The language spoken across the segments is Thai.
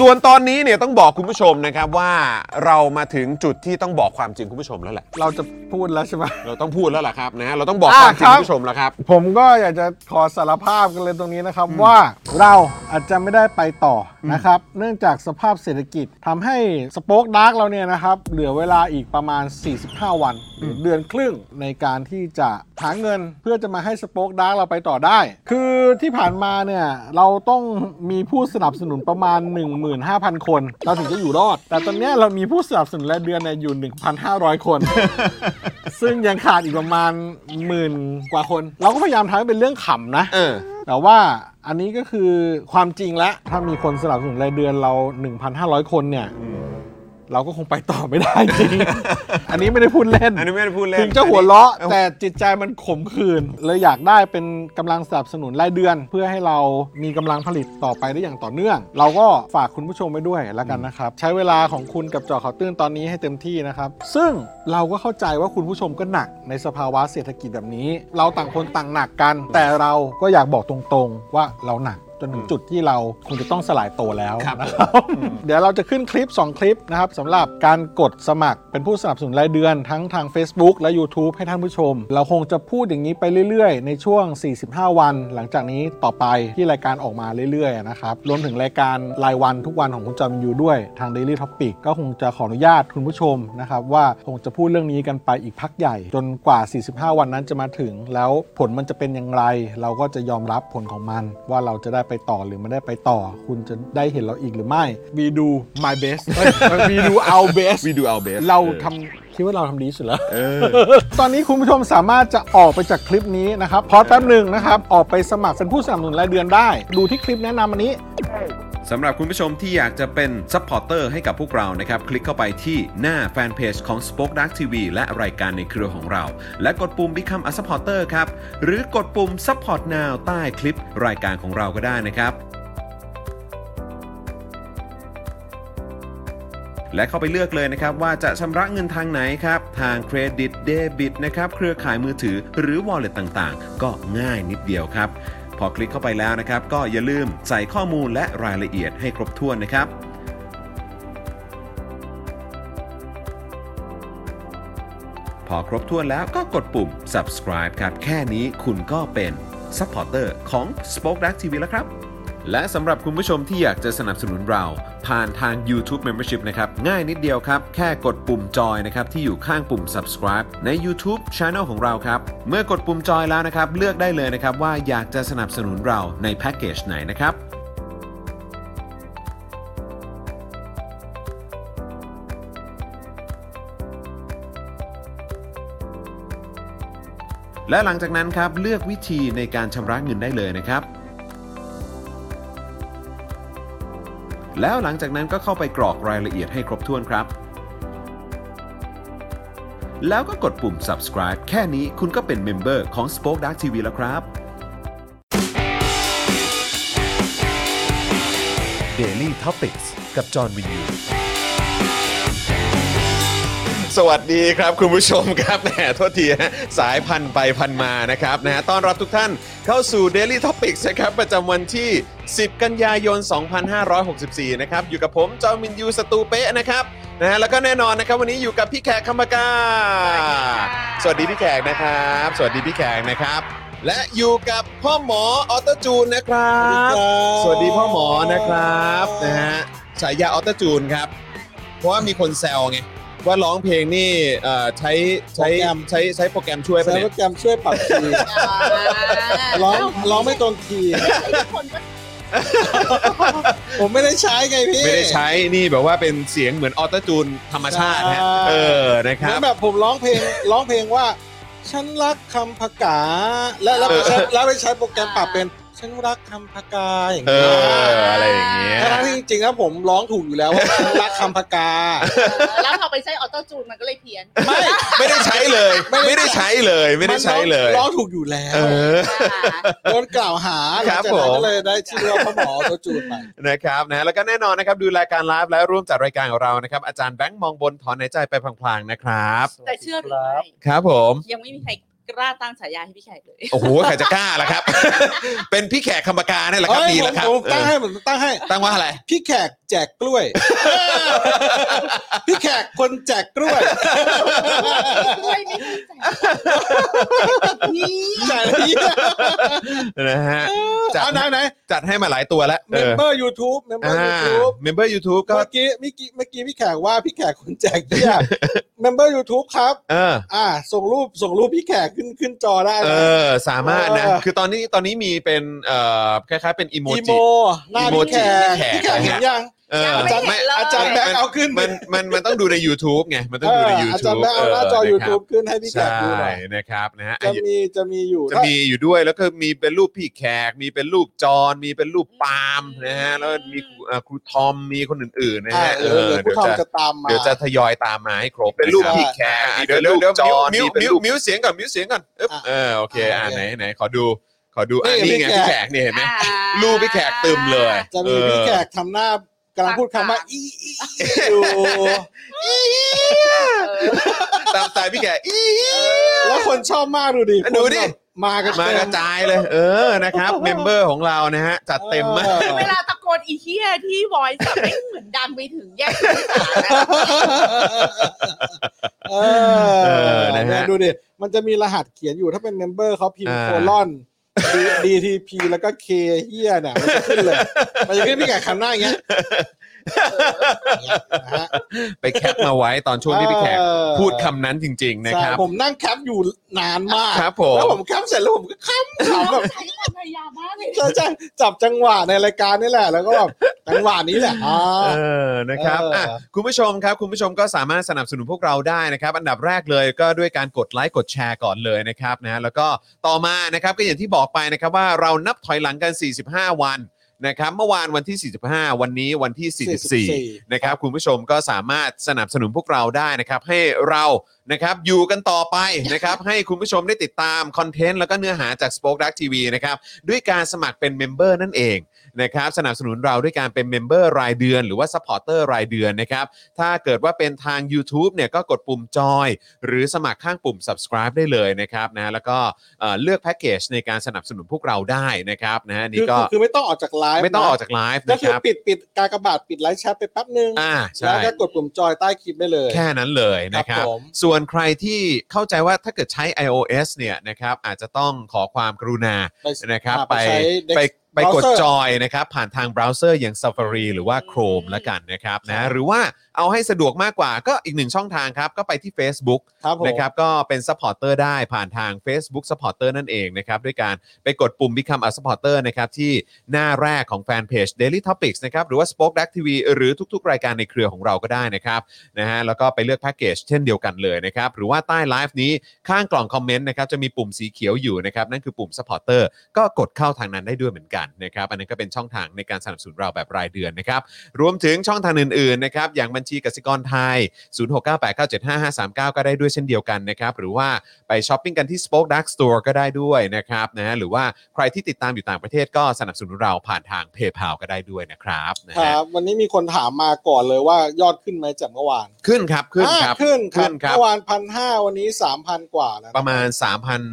ส่วนตอนนี้เนี่ยต้องบอกคุณผู้ชมนะครับว่าเรามาถึงจุดที่ต้องบอกความจริงคุณผู้ชมแล้วแหละ เราจะพูดแล้วใช่ไหม เราต้องพูดแล้วล่ะครับนะเราต้องบอกคอ่าวามจริง ครับ คุณผู้ชมแล้วครับ ผมก็อยากจะขอสารภาพกันเลยตรงนี้นะครับว่าเราอาจจะไม่ได้ไปต่ออนะครับ เนื่องจากสภาพเศรษฐกิจทำให้สป็อกดาร์กเราเนี่ยนะครับ เหลือเวลาอีกประมาณ 45 วันหรือเดือนครึ่งในการที่จะหาเงินเพื่อจะมาให้สป็อกดาร์กเราไปต่อได้ คือที่ผ่านมาเนี่ยเราต้องมีผู้สนับสนุนประมาณ 15,000 คน เราถึงจะอยู่รอด แต่ตอนเนี้ยเรามีผู้สนับสนุนรายเดือนเนี่ยอยู่ 1,500 คน ซึ่งยังขาดอีกประมาณหมื่นกว่าคน เราก็พยายามทำให้เป็นเรื่องขำนะ เออ แต่ว่าอันนี้ก็คือความจริงแล้วถ้ามีคนสนับสนุนรายเดือนเรา 1,500 คนเนี่ย เราก็คงไปต่อไม่ได้จริง อันนี้ไม่ได้พูดเล่น อันนี้ไม่ได้พูดเล่น ถึงจะหัวเราะแต่จิตใจมันขมขื่นเลยอยากได้เป็นกำลังสนับสนุนรายเดือน เพื่อให้เรามีกำลังผลิตต่อไปได้อย่างต่อเนื่อง เราก็ฝากคุณผู้ชมไปด้วยแล้วกันนะครับ ใช้เวลาของคุณกับจอข่าวตื้นตอนนี้ให้เต็มที่นะครับ ซึ่งเราก็เข้าใจว่าคุณผู้ชมก็หนักในสภาวะเศรษฐกิจแบบนี้ เราต่างคนต่างหนักกัน แต่เราก็อยากบอกตรงๆ ว่าเราหนักจนถึงจุดที่เราคงจะต้องสลายตัวแล้ว ครับ นะครับ เดี๋ยวเราจะขึ้นคลิป 2 คลิปนะครับสำหรับการกดสมัครเป็นผู้สนับสนุนรายเดือนทั้งทาง Facebook และ YouTube ให้ท่านผู้ชม เราคงจะพูดอย่างนี้ไปเรื่อยๆ ในช่วง 45 วัน หลังจากนี้ต่อไปที่รายการออกมาเรื่อยๆนะครับรวมถึงรายการรายวันทุกวันของคุณจอมอยู่ด้วยทาง Daily Topic ก็คงจะขออนุญาตคุณผู้ชมนะครับว่าคงจะพูดเรื่องนี้กันไปอีกพักใหญ่ จนกว่า 45 วันนั้นจะมาถึง แล้วผลมันจะเป็นอย่างไร เราก็จะยอมรับผลของมัน ว่าเราจะได้ไปต่อหรือไม่ได้ไปต่อ คุณจะได้เห็นเราอีกหรือไม่ We do my best เอ้ย We do our best วีดูเอาเบส เราทำคิดว่าเราทำดีสุดแล้ว เออ ตอนนี้คุณผู้ชมสามารถจะออกไปจากคลิปนี้นะครับพอแป๊บหนึ่งนะครับ ออกไปสมัครเป็นผู้สนับสนุนรายเดือนได้ ดูที่คลิปแนะนำอันนี้ สำหรับคุณผู้ชมที่อยากจะเป็นซัพพอร์เตอร์ให้กับพวกเรานะครับ คลิกเข้าไปที่หน้าแฟนเพจของ Spoke Dark TV และรายการในเครือของเรา และกดปุ่ม Become a supporter ครับ หรือกดปุ่ม Support Now ใต้คลิปรายการของเราก็ได้นะครับ และเข้าไปเลือกเลยนะครับ ว่าจะชำระเงินทางไหนครับ ทางเครดิตเดบิตนะครับ เครือข่ายมือถือหรือ Wallet ต่างๆ ก็ง่ายนิดเดียวครับ พอคลิกเข้าไปแล้วนะครับ ก็อย่าลืมใส่ข้อมูลและรายละเอียดให้ครบถ้วนนะครับ พอครบถ้วนแล้วก็กดปุ่ม subscribe ครับ แค่นี้คุณก็เป็น supporter ของ Spoke Dark TV แล้วครับ และสำหรับคุณผู้ชมที่อยากจะสนับสนุนเรา ผ่านทาง YouTube Membership นะครับ ง่ายนิดเดียวครับ แค่กดปุ่มจอยนะครับ ที่อยู่ข้างปุ่ม subscribe ใน YouTube Channel ของเราครับ เมื่อกดปุ่มจอยแล้วนะครับ เลือกได้เลยนะครับว่าอยากจะสนับสนุนเราในแพ็กเกจไหนนะครับ และหลังจากนั้นครับเลือกวิธีในการชำระเงินได้เลยนะครับ แล้วหลังจากนั้นก็เข้าไปกรอกรายละเอียดให้ครบถ้วนครับ แล้วก็กดปุ่ม subscribe แค่นี้คุณก็เป็นเมมเบอร์ของ Spoke Dark TV แล้วครับ Daily Topics กับจอห์นวินยู สวัสดีครับคุณผู้ชมครับ แหมโทษทีฮะสายพันไปพันมานะครับนะฮะต้อนรับทุกท่านเข้าสู่ Daily Topics นะครับ ประจำวันที่ 10 กันยายน 2564 นะครับ อยู่กับผมจอมินยูสตูเปะนะครับนะฮะแล้วก็แน่นอนนะครับวันนี้อยู่กับพี่แขกคำปากาสวัสดีพี่แขกนะครับ สวัสดีพี่แขกนะครับ และอยู่กับพ่อหมอออโตจูนนะครับ สวัสดีพ่อหมอนะครับนะฮะฉายาออโตจูนครับ เพราะว่ามีคนแซวไงว่าร้องเพลงนี่เอ่อใช้ใช้ โปรแกรม ใช้ใช้โปรแกรมช่วยปะ ใช้ เนี่ โป ย รแกรมช่วยปรับคีย์ร้องร้องไม่ตรงคีย์ผมไม่ได้ใช้ไงพี่ ไม่ได้ใช้นี่แบบว่าเป็นเสียงเหมือนออโต้จูนธรรมชาติฮะ ใช่ เออนะค เหรัมือบ นแบบผมร้องเพลง ร้องเพลงว่า ฉันรักคำพกา และแล้วไปใช้แล้วไปใช้โปรแกรมปรับเป็น ฉันรักคำพกาอย่าง เอ เงี้ย ออะไรอย่างเงี้ย ทั้งที่จริงๆแล้วผมร้องถูกอยู่แล้วว่าฉันรักคำพกา แล้วพอไปใช้ออโต้จูนมันก็เลยเพี้ยน ไม่ ไม่ได้ใช้เลย ไม่ได้ใช้เลยไม่ได้ใช้เลย มันร้องร้องถูกอยู่แล้ เอ ว อ ค่ะ โดนกล่าวหาห ค ลั รั ง บ จากนั้ผมนก็เลยได้ชื่อว่าพ่อหมอตัวจูนไป นะครับนะแล้วก็แน่นอนนะครับดูรายการไลฟ์และร่วมจัดรายการของเรานะครับอาจารย์แบงค์มองบนถอนหายใจไปพลางๆนะครับ แต่เชื่อหรือไม่ ครับผม ยังไม่มีใคร กล้าตั้งฉายาให้พี่แขกเลย โอ้โหใครจะกล้าล่ะครับ เป็นพี่แขกคำปากาเนี่ยแหละครับ เอ้ย ดีแหละครับ ผมผมตั้ง เอ ให้ อ ผมตั้งให้ ตั้งว่าอะไร พี่แขกแจกกล้วย พี่แขกคนแจกกล้วย ด้วยไม่ได้แจก ใช่เลย นะฮะ จัด เอาไหนไหน จัดให้มาหลายตัวแล้ว เมมเบอร์ยูทูบเมมเบอร์ยูทูบ เมมเบอร์ยูทูบก็ เมื่อกี้เมื่อกี้เมื่อกี้พี่แขกว่าพี่แขกคนแจกเบี้ย เมมเบอร์ยูทูบครับ เออ อ่า ส่งรูปส่งรูปพี่แขกขึ้นขึ้นจอได้ เอ นะ อ สามารถนะ เออ คือตอนนี้ตอนนี้มีเป็นเอ่อคล้ายๆเป็นอีโม อีโม จิ หน้า อีโม พี่ จิ แขก พี่ พี่ แข แข ก กเห็นยัง เออ ยังไม่เห็นเลย อาจารย์แบงค์เอาขึ้น มันมันมันต้องดูใน YouTube ไง มันต้องดูใน เอออาจารย์ YouTube แบงค์เอาหน้าจอ YouTube ขึ้นให้พี่แข ใช่ กดูหน่อย นะครับนะฮะ จะ อ่ะ มีจะมีอยู่ จะมีอยู่ด้วยแล้วก็มีเป็นรูปพี่แขก มีเป็นรูปจอนมีเป็นรูปปาล์มนะฮะแล้วมีครูเอ่อครูทอมมีคนอื่นๆนะ อ่า ฮะ เอ เอ อ อ ผู้ เดี๋ยวจะ ทำจะตามมา เดี๋ยวจะทยอยตามมาให้ครบ เป็นรูป ะคบ พี่แขก อ่ะ มี เดี๋ยว เป็นรู เดี๋ยว ป เดี๋ยว จอ มิว มีเป็น มิว รูป มิวเสียงก่อนมิวเสียงก่อนอึ๊บ อ่ะ เออโอเคอ่า โอไหเคนไหนขอดู ขอดูอ่า นี่ นี่ไง พี่ พี่ แขก แขกนี่เห็นไหม อ่า รูปพี่แขกตึมเลย จะมีพี่แขกทำหน้ากำลังพูดคำว่าอีอีอีอยู่ เออ เออตามสไตล์พี่แขกอี แล้วคนชอบมากดูดิ ดูดิ คนแบบมากัน มาก เต็ ระจายเลย เออนะครับเมมเบอร์ของเรานะฮะ จัดเต็มมาก ออ เวลาตะโกนอีเทียที่บอยสับไม่เหมือนดังไปถึงแยกสุนิสานอะ เอ เออ อ นะฮะ เนี่ยดูดิมันจะมีรหัสเขียนอยู่ถ้าเป็นเมมเบอร์เขาพิมพ์ อ่า โคลอนดีทีพีแล้วก็เคเฮียเนี่ยมันจะขึ้นเลยมันจะขึ้นพี่แขกคำหน้าอย่างเงี้ยนะฮะ ไปแคปมาไว้ตอนช่วงที่พี่แขก เออ พูดคำนั้นจริง ๆ นะครับ ใช่ผมนั่งแคปอยู่นานมาก ครับผม แล้วผมแคปเสร็จแล้วผมก็ขำขำแบบ ใช้ความพยายามมากเลย ใช่ใช่จับจังหวะในรายการนี่แหละ แล้วก็แบบจังหวะนี้แหละอ่า เออ นะครับ เอออ่ ะคุณผู้ชมครับ คุณผู้ชมก็สามารถสนับสนุนพวกเราได้นะครับ อันดับแรกเลยก็ด้วยการกดไลค์กดแชร์ก่อนเลยนะครับนะ แล้วก็ต่อมานะครับก็อย่างที่บอกไปนะครับว่าเรานับถอยหลังกัน 45 วันนะครับ เมื่อวานวันที่ 45 วันนี้วันที่ 44 44 นะครับคุณผู้ชมก็สามารถสนับสนุนพวกเราได้นะครับ ให้เรานะครับอยู่กันต่อไป นะครับ ให้คุณผู้ชมได้ติดตามคอนเทนต์แล้วก็เนื้อหาจาก Spoke Dark TV นะครับด้วยการสมัครเป็นเมมเบอร์นั่นเอง นะครับสนับสนุนเราด้วยการเป็นเมมเบอร์รายเดือน หรือว่าซัพพอร์เตอร์รายเดือนนะครับถ้าเกิดว่าเป็นทาง u t u b e เนี่ยก็กดปุ่มจอยหรือสมัครข้างปุ่ม subscribe ได้เลยนะครับนะแล้วก็เอ่อเลือกแพ็กเกจในการสนับสนุนพวกเราได้นะครับนะฮะนี่ คือ ก็ คือคือไม่ต้องออกจากไลฟ์ ไม่ต้องออก นะ จากไลฟ์ ก็ นะ คื ค อ รับ ปิดปิดกากบาทปิดไลฟ์แชทไปแป๊บนึง อ่า แล้ ใช่ วก็กดปุ่มจอยใต้คลิปได้เลย แค่นั้นเลยนะค ครั รับ บผม ส่วนใครที่เข้าใจว่าถ้าเกิดใช้ iOS เนี่ยนะครับอาจจะต้องขอความกรุณา ไป นะครับ อ่า ไป ไปใช้ ไป Dex- ไปกด Browser จอยนะครับผ่านทางเบราว์เซอร์อย่าง Safari หรือว่า Chrome ละกันนะครับนะหรือว่าเอาให้สะดวกมากกว่าก็อีกหนึ่งช่องทางครับ ก็ไปที่ Facebook ครับผม นะครับก็เป็น Supporter ได้ผ่านทาง Facebook Supporter นั่นเองนะครับด้วยการไปกดปุ่ม Become a Supporter นะครับที่หน้าแรกของแฟนเพจ Daily Topics นะครับหรือว่า Spoke Dark TV หรือทุกๆ รายการในเครือของเราก็ได้นะครับ นะฮะแล้วก็ไปเลือกแพ็กเกจเช่นเดียวกันเลยนะครับ หรือว่าใต้ไลฟ์นี้ข้างกล่องคอมเมนต์นะครับจะมีปุ่มสีเขียวอยู่นะครับ นั่นคือปุ่ม supporter ก็กดเข้าทางนั้นได้ด้วยเหมือนกันนะครับ อันนั้นก็เป็นช่องทางในการสนับสนุนเราแบบรายเดือนนะครับ รวมถึงช่องทางอื่นๆนะครับ อย่างบัญชีกสิกรไทย 0698975539 ก็ได้ด้วยเช่นเดียวกันนะครับ หรือว่าไปช้อปปิ้งกันที่ Spoke Dark Store ก็ได้ด้วยนะครับนะฮะหรือว่าใครที่ติดตามอยู่ต่างประเทศก็สนับสนุนเราผ่านทาง PayPal ก็ได้ด้วยนะครับนะ ค ฮะ รับวันนี้มีคนถามมาก่อนเลยว่ายอดขึ้นไหมจากเมื่อวาน ขึ้นครับขึ้น อ่า ครับ ขึ้นค ขึ้ รับ นครับ เมื่อวานพันห้าวันนี้สามพันกว่าแล้วน ประมาณ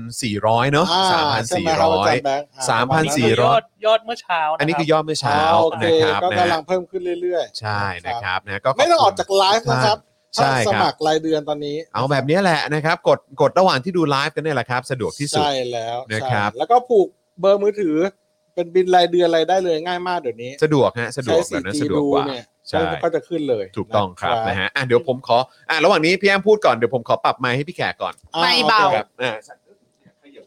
3,400 เนาะ อ่ใช่ไหมครับอาจารย์แบ 3,400 งค์อ่ 3,400 ยอดยอดเมื่อเช้าะครับ อันนี้คือยอดเมื่อ อ่า เช้า โอเค นะครับ ก็ นะ กำลังเพิ่มขึ้นเรื่อยๆ ใช่นะครับนะก็ขบ ไม่ต้องออก คุณ จากไลฟ์นะครับ ใช่ ถ้า ครับ สมัครรายเดือนตอนนี้ เอาแบบนี้แหละนะครับ กดกดระหว่างที่ดูไลฟ์กันเนี่ยแหละครับ สะดวกที่สุด ใช่แล้ว นะครับ ใช่แล้วก็ผูกเบอร์มือถือ เป็นบินรายเดือนรายได้เลยง่ายมากเดี๋ยวนี้ สะดวกฮะสะดวกแบ ใช้ บนั้น 4G สะดวกกว่า ดูเนี่ย ใช่ ก็จะขึ้นเลย ถูกต้องครับนะ บ ฮะอ่ะเดี๋ยวผมขออ่ะระหว่างนี้พี่แอมพูดก่อนเดี๋ยวผมขอปรับไมค์ให้พี่แขกก่อน ไม่เบา ครับอ่ะ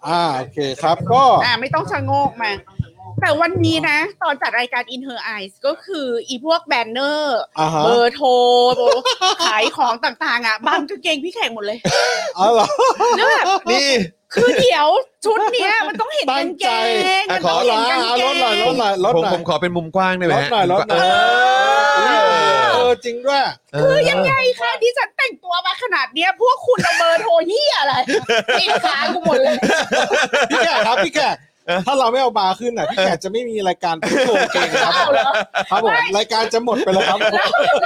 อ่าโอเคครับก็ อ่าไม่ต้องชะโงกมา แต่วันนี้นะ ตอนจัดรายการ In Her Eyes ก็คืออีพวกแบนเนอร์ อ่าฮะ เบอร์โทร ขายของต่างๆ อ่ะบางกางเกงพี่แขกหมดเลย อ๋อเหรอ แล้วแบบ นี่ คือเดี๋ยวชุดเนี้ยมันต้องเห็นกางเกง ตั้งมัน ใจ ต้องเห็นกางเก ขอเหรออ่ะลดหน่อยล ง ดหน่อย ร ผม หน่อย ผมขอเป็นมุมกว้างได้ไหม ลด ฮะ หน่อยลดหน่อย เออ เออจริงด้วย คือยังไงคะที่ฉันแต่งตัวมาขนาดเนี้ย พวกคุณเอาเบอร์โทรเหียอะไรตีขากูหมดเลย พี่แขกครับพี่แขกถ้าเราไม่เอาบาร์ขึ้นอ่ะพี่แขกจะไม่มีรายการผู้ชมเก่งครับ เอาเหรอ ครับผมรายการจะหมดไปแล้วครับ แล้ว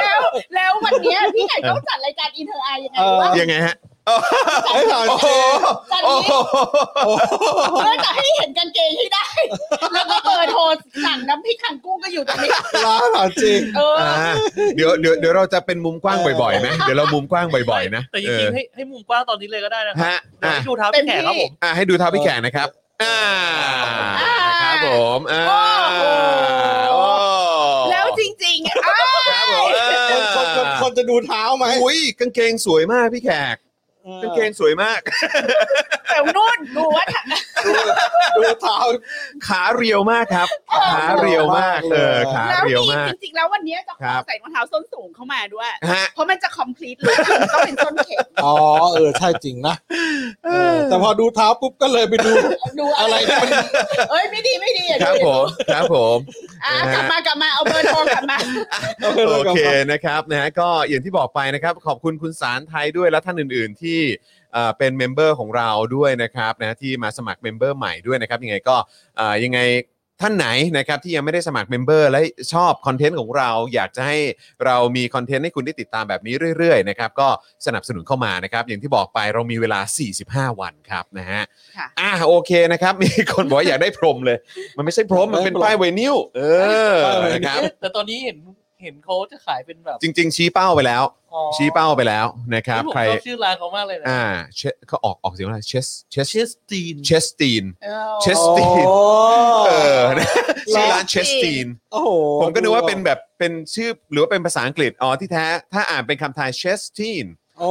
แล้วแล้ววันเนี้ยพี่ไก่ต้องจัดรายการอินเทอร์ไอยังไงวะ เออ ยังไงฮะ เฮ้ยถาม โอ้ จ โห ริง จัน โอ้ นี้ โห เพื่อจะให้เห็นกางเกงที่ได้ แล้วก็เบอร์โทรสั่งน้ำพริกขังกุ้งก็อยู่ตรงนี้ ร้านถามจริง เออ อ่าเดี๋ยวเดี๋ยวเดี๋ยวเราจะเป็นมุมกว้างบ่อยๆไหมเดี๋ยวเรามุมกว้างบ่อยๆนะ แต่จ เอ ริ อง ๆให้ให้มุมกว้างตอนนี้เลยก็ได้นะครั ฮะ เดี๋อ่ะยวให้ดูเท้า เต็ม พี่แขกครับ ที่ ผอ่ะมให้ดูเท้าพี่แขกนะครับ อ่าครับผมอ่า โอ้โห โอ้ แล้วจริงๆอ้าว ครับผมเออ คนคนคนคนจะดูเท้าไหม อุ้ยกางเกงสวยมากพี่แขกกางเกงสวยมาก แต่นู่นดูว่าถัง ดูดูเท้า ขาเรียวมากครับ ขาเรียวมากเออขา แล้ว เรียว นี่ มาก จริงๆ แล้ววันนี้จะข ครั อบ ใส่รองเท้าส้นสูงเข้ามาด้วย ฮะ เพราะมันจะคอมพลีทเลยต้องเป็นส้นเข็ม อ๋อเออใช่จริงนะเออแต่พอดูเท้าปุ๊บก็เลยไปดู ดู อะไรที่มัน เอ้ยไม่ดีไม่ดีอย่า ค ดู รับผมครับผม อ่ะกลับมากลับมาเอาเบอร์โทรกลับมา โอเคนะครับนะฮะก็อย่างที่บอกไปนะครับ ขอบคุณคุณสารไทยด้วยและท่านอื่น ๆ ที่เอ่อเป็นเมมเบอร์ของเราด้วยนะครับนะที่มาสมัครเมมเบอร์ใหม่ด้วยนะครับยังไงก็เอ่อยังไงท่านไหนนะครับที่ยังไม่ได้สมัครเมมเบอร์และชอบคอนเทนต์ของเรา อยากจะให้เรามีคอนเทนต์ให้คุณได้ติดตามแบบนี้เรื่อย ๆ นะครับก็สนับสนุนเข้ามานะครับ อย่างที่บอกไปเรามีเวลา 45 วันครับนะฮะ ค่ะ อ่ะโอเคนะครับ มีคนบอกว่าอยากได้พรมเลย มันไม่ใช่พรมมันเป็นป้ายไวนิลเออนะครับ เอ๊ะแต่ตอนนี้เห็นเห็นเขาจะขายเป็นแบบ จริง ๆ ชี้เป้าไปแล้ว อ๋อ ชี้เป้าไปแล้วนะครับ ผม ใคร ชอบชื่อร้านเขามากเลยนะ อ่าเชเขาออกออกเสียงว่าอะไรเชสเชส เชสตีน เชสตีน เออ เชส ตีน โอ้ เออ นะชื่อร้านเชส Chesteen ตีน โอ้โห ผมก็นึกว่าเป็นแบบเป็นชื่อหรือว่าเป็นภาษาอังกฤษอ๋อที่แท้ ถ้าอ่านเป็นคำไทยเชสตีน โอ้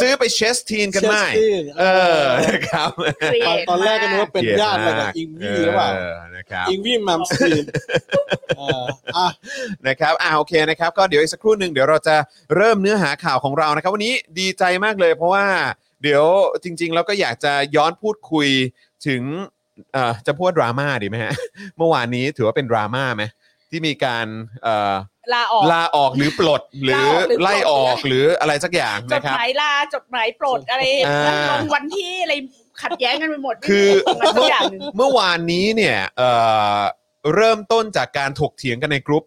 ซื้อไปเชสตีนกันไหม เชสตีน เออนะครับ ตอน create ตอนแรกก็นึกว่าเป็นญาติอะไรกับอิงวี่หรือเปล่า เออนะครับ อิงวี่มัมสตีนเอออ่ะ นะครับ อ่า โอเคนะครับ ก็เดี๋ยวอีกสักครู่หนึ่งเดี๋ยวเราจะเริ่มเนื้อหาข่าวของเรานะครับ วันนี้ดีใจมากเลยเพราะว่าเดี๋ยวจริงๆ เราก็อยากจะย้อนพูดคุยถึงเอ่อจะพูดว่าดราม่าดีไหมฮะ เมื่อวานนี้ถือว่าเป็นดราม่าไหมที่มีการเอ่อ ลาออก ลาออกหรือปลดหรือ ลาออกหรือปลด ไล่ออกหรืออะไรสักอย่าง จ นะ ด ครับ หมายลาจดหมายปลดอะไร อ่า ลงวันที่อะไรขัดแย้งกันไปหมด คือ มันทุกอย่างหนึ่ง เมื่อวานนี้เนี่ยเอ่อเริ่มต้นจากการถกเถียงกันในกลุ่ม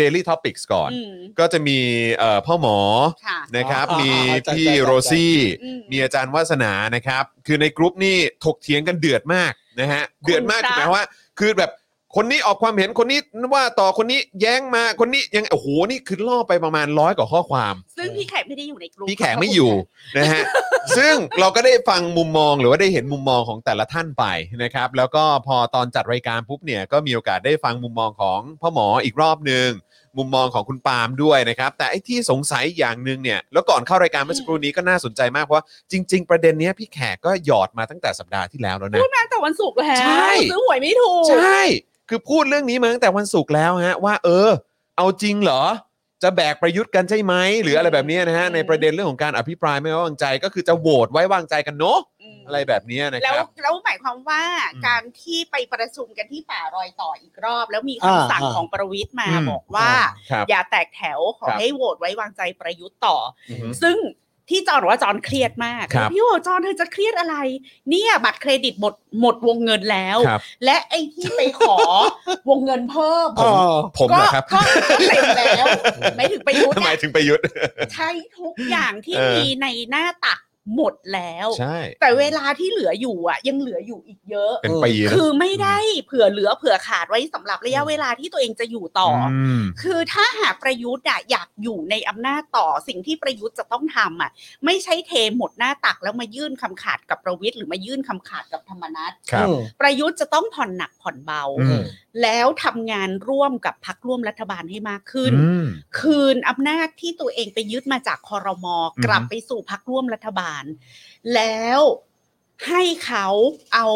Daily Topics ก่อน อืม ก็จะมีเอ่อพ่อหมอ ค่ะ นะครับ อ่ามี มี อ่าจัด พี่ จัดจัด โรซี่ อืม มีอาจารย์วาสนานะครับ คือในกรุ๊ปนี่ถกเถียงกันเดือดมากนะฮะ คุณ เดือดมาก จ๊ะ หมายความว่า คือแบบคนนี้ออกความเห็นคนนี้ว่าต่อคนนี้แย้งมาคนนี้ยังโอ้โหนี่คือล่อไปประมาณร้อยกว่าข้อความ ซึ่งพี่แขกไม่ได้อยู่ในกลุ่ม พี่แขกไม่อยู่ นะฮะ ซึ่งเราก็ได้ฟังมุมมองหรือว่าได้เห็นมุมมองของแต่ละท่านไปนะครับ แล้วก็พอตอนจัดรายการปุ๊บเนี่ยก็มีโอกาสได้ฟังมุมมองของพ่อหมออีกรอบหนึ่งมุมมองของคุณปาล์มด้วยนะครับ แต่ไอ้ที่สงสัยอย่างหนึ่งเนี่ยแล้วก่อนเข้ารายการเมื่อสักครู่นี้ก็น่าสนใจมากเพราะว่าจริง ๆ ประเด็นเนี้ยพี่แขกก็หยอดมาตั้งแต่สัปดาห์ที่แล้วแล้วนะ พูดมาตั้งแต่วันศุกร์แล้ว ใช่ ซื้อหวยไม่ถูก ใช่ คือพูดเรื่องนี้มาตั้งแต่วันศุกร์แล้วฮะว่าเออ เอาจริงเหรอ จะแบกประยุทธ์กันใช่ไหม หรืออะไรแบบเนี้ยนะฮะ อืม ในประเด็นเรื่องของการอภิปรายไม่ไว้วางใจ ก็คือจะโหวตไว้วางใจกันเนาะ ม อะไรแบบเนี้ยนะค แล้ว รับ แล้วหมายความว่า อืม การที่ไปประชุมกันที่ป่ารอยต่ออีกรอบ แล้วมีคำสั่ง อ่า ของประวิทย์มา อืม บอกว่า ครับ อย่าแตกแถวขอ ครับ ให้โหวตไว้วางใจประยุทธ์ต่อ อือฮึ ซึ่งที่จอนบอกว่าจอนเครียดมาก ครับ พี่โอจอนเธอจะเครียดอะไร เนี่ยบัตรเครดิตหมดหมดวงเงินแล้ว ครับ และไอ้ที่ไปขอ วงเงินเพิ่ม ผม อ๋อ ผม ก็ เหรอครับ ก็ก็เต็ม แล้วไม่ถึงประยุทธ์ ห อะ มายถึงประยุทธ์ ใช้ทุกอย่างที่ เออ มีในหน้าตักหมดแล้ว ใช่ แต่เวลาที่เหลืออยู่อ่ะ ยังเหลืออยู่อีกเยอะ เป็นปีนะ คือไม่ได้เผื่อเหลือเผื่อขาดไว้สำหรับระยะเวลาที่ตัวเองจะอยู่ต่ออ ม คือถ้าหากประยุทธ์อะอยากอยู่ในอำนาจต่อสิ่งที่ประยุทธ์จะต้องทำอะไม่ใช่เทหมดหน้าตักแล้วมายื่นคำขาดกับประวิทย์หรือมายื่นคำขาดกับธรรมนัต ครับ ประยุทธ์จะต้องผ่อนหนักผ่อนเบา อืม แล้วทำงานร่วมกับพักร่วมรัฐบาลให้มากขึ้น อืม คืนอำนาจที่ตัวเองไปยึดมาจากคอรมอกลับไปสู่พักร่วมรัฐบาล แล้วให้เขาเอา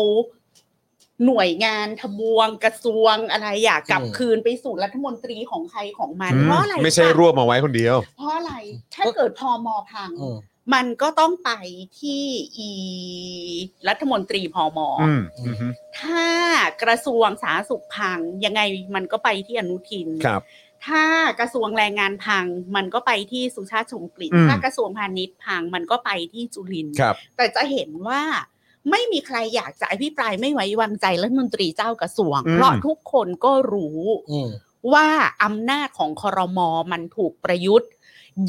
หน่วยงานทบวงกระทรวงอะไรอยากกลับ อืม คืนไปสู่รัฐมนตรีของใครของมัน อืม เพราะอะไร ไม่ใช่รวบมาไว้คนเดียว เพราะอะไร ถ้าเกิดพอมอพัง อืม มันก็ต้องไปที่อีรัฐมนตรีพอมอ อืมอือฮึ ถ้ากระทรวงสาธารณสุขพัง ยังไงมันก็ไปที่อนุทิน ครับ ถ้ากระทรวงแรงงานพังมันก็ไปที่สุชาติชมกลิ่น อืม ถ้ากระทรวงพาณิชย์พังมันก็ไปที่จุลินทร์ ครับ แต่จะเห็นว่าไม่มีใครอยากจะอภิปรายไม่ไว้วางใจรัฐมนตรีเจ้ากระทรวง อืม เพราะทุกคนก็รู้ อืม ว่าอำนาจของคอรมอมันถูกประยุทธ์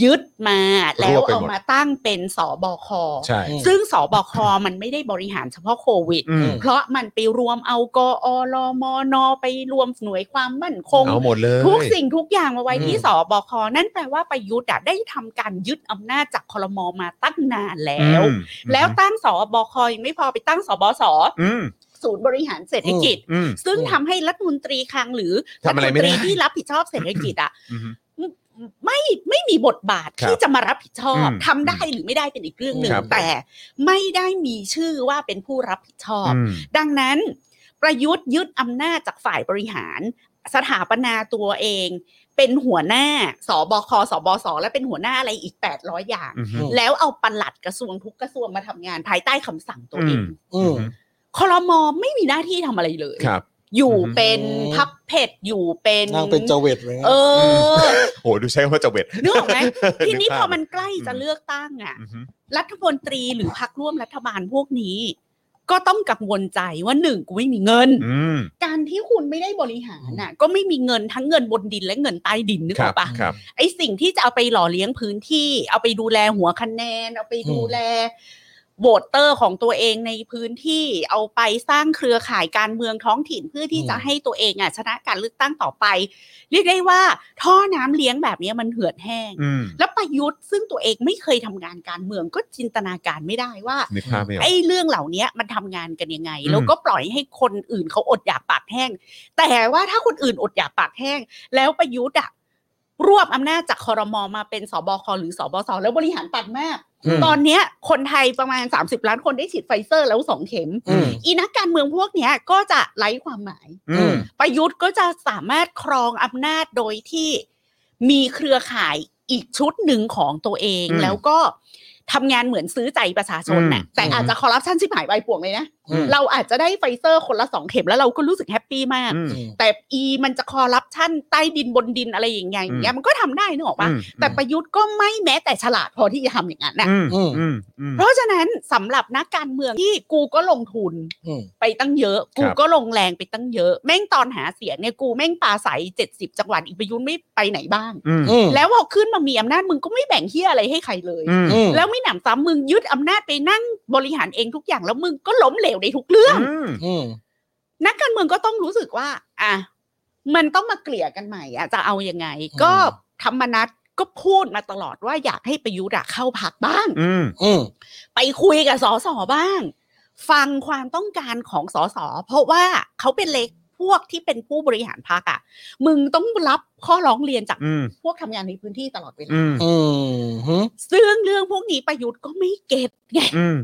ยึดมา แล้วเอามาตั้งเป็นสบค ใช่ อืม ซึ่งสบค มันไม่ได้บริหารเฉพาะโควิด อืม เพราะมันไปรวมเอากอรมนไปรวมหน่วยความมั่นคง เอาหมดเลย ทุกสิ่งทุกอย่างมาไว้ที่ อืม สบค นั่นแปลว่าประยุทธ์อะได้ทำการยึดอำนาจจากคอรมอมาตั้งนานแล้ แล้ว ว แล้วตั้งสบคยังไม่พอไปตั้งสบส อืม ศูนย์บริหารเศรษฐกิจ อืม ซึ่งทำให้รัฐมนตรีคลังหรือ ทำอะไร ฐ ไม่ นต ได้ รีที่รับผิดชอบเศรษฐกิจอะ อืม ไม่ไม่มีบทบาท ครับ ที่จะมารับผิดชอบ อืม ทำได้หรือไม่ได้เป็นอีกเรื่องหนึ่ง ครับ แต่ไม่ได้มีชื่อว่าเป็นผู้รับผิดชอบ อืม ดังนั้น ประยุทธ์ยึดอำนาจจากฝ่ายบริหาร สถาปนาตัวเอง เป็นหัวหน้าสบคสบสและเป็นหัวหน้าอะไรอีก 800 อย่าง อืม แล้วเอาปลัดกระทรวงทุกกระทรวงมาทำงานภายใต้คำสั่งตัวเอง อืม อืม คอรมอไม่มีหน้าที่ทำอะไรเลย ครับ อยู่ อืม เป็นพับเพ็ดอยู่เป็น นั่งเป็นเจเวตเลย เออ โหดูใช้คำว่าจะเวท นึกอ อกไหม ทีนี้ นึก พ ภา อ พ มันใกล้จะเลือกตั้งอ่ะ อืมฮึ รัฐมนตรีหรือพักร่วมรัฐบาลพวกนี้ ก็ต้องกังวลใจว่าหนึ่งกูไม่มีเงิน อืม การที่คุณไม่ได้บริหารน่ะ ก็ไม่มีเงินทั้งเงินบนดินและเงินใต้ดินนึก ค อ รั อบ กปะ ครับ ไอสิ่งที่จะเอาไปหล่อเลี้ยงพื้นที่ เอาไปดูแลหัวคะแนน เอาไปดูแลโหวตเตอร์ของตัวเองในพื้นที่ เอาไปสร้างเครือข่ายการเมืองท้องถิ่นเพื่อที่จะ อืม ให้ตัวเองอ่ะชนะการเลือกตั้งต่อไป เรียกได้ว่า ท่อน้ำเลี้ยงแบบเนี้ยมันเหือดแห้ง อืม แล้วประยุทธ์ซึ่งตัวเองไม่เคยทำงานการเมืองก็จินตนาการไม่ได้ว่า นึกภาพไม่ออก ไอ้เรื่องเหล่านี้มันทำงานกันยังไง อืม แล้วก็ปล่อยให้คนอื่นเขาอดอยากปากแห้ง แต่ว่าถ้าคนอื่นอดอยากปากแห้ง แล้วประยุทธ์อะรวบอำนาจจากคอรมอมาเป็นสบคหรือสบสแล้วบริหารปัดมาก อืม ตอนเนี้ยคนไทยประมาณ 30 ล้านคนได้ฉีดไฟเซอร์แล้วสองเข็ม อืม อีนักการเมืองพวกเนี้ยก็จะไร้ความหมาย อืม ประยุทธ์ก็จะสามารถครองอำนาจโดยที่มีเครือข่ายอีกชุดหนึ่งของตัวเอง อืม แล้วก็ทำงานเหมือนซื้อใจประชาชนน่ะ อืม แต่อาจจะคอร์รัปชันชิบหายไปป่วงเลยนะ อืม เราอาจจะได้ไฟเซอร์คนละสองเข็มแล้วเราก็รู้สึกแฮปปี้มาก อืม แต่อีมันจะคอร์รัปชันใต้ดินบนดินอะไรอย่างเงี้ยอย่างเงี้ยมันก็ทำได้นึกออกปะแต่ประยุทธ์ก็ไม่แม้แต่ฉลาดพอที่จะทำอย่างนั้นนะ อืม อืม อืมอืม เพราะฉะนั้นสำหรับนักการเมืองที่กูก็ลงทุน อืม ไปตั้งเยอะ ค กู รับ ก็ลงแรงไปตั้งเยอะ แม่งตอนหาเสียงเนี่ยกูแม่งปาใสเจ็ดสิบจังหวัดอีกประยุทธ์ไม่ไปไหนบ้าง อืม อืม แล้วพอขึ้นมามีอำนาจมึงก็ไม่แบ่งเฮียอะไรให้ใครเลย อืม แล้วไม่หนำซ้ำมึงยึดอำนาจไปนั่งบริหารเองทุกอย่างแล้วมึงก็ล้มเหลวในทุกเรื่อง อืม อืม นักการเมืองก็ต้องรู้สึกว่า อ่ะมันต้องมาเกลี่ยกันใหม่อ่ะจะเอายังไง อืม ก็ธรรมนัตก็พูดมาตลอดว่าอยากให้ประยุทธ์อะเข้าพักบ้าง อืม อืม ไปคุยกับสสบ้าง ฟังความต้องการของสสเพราะว่าเขาเป็นเล็กพวกที่เป็นผู้บริหารพักอะ่ะ มึงต้องรับข้อร้องเรียนจาก อืม พวกทำงานในพื้นที่ตลอดเวลา อืม อืมฮึ ซึ่งเรื่องพวกนี้ประยุทธ์ก็ไม่เก็ตไง อืม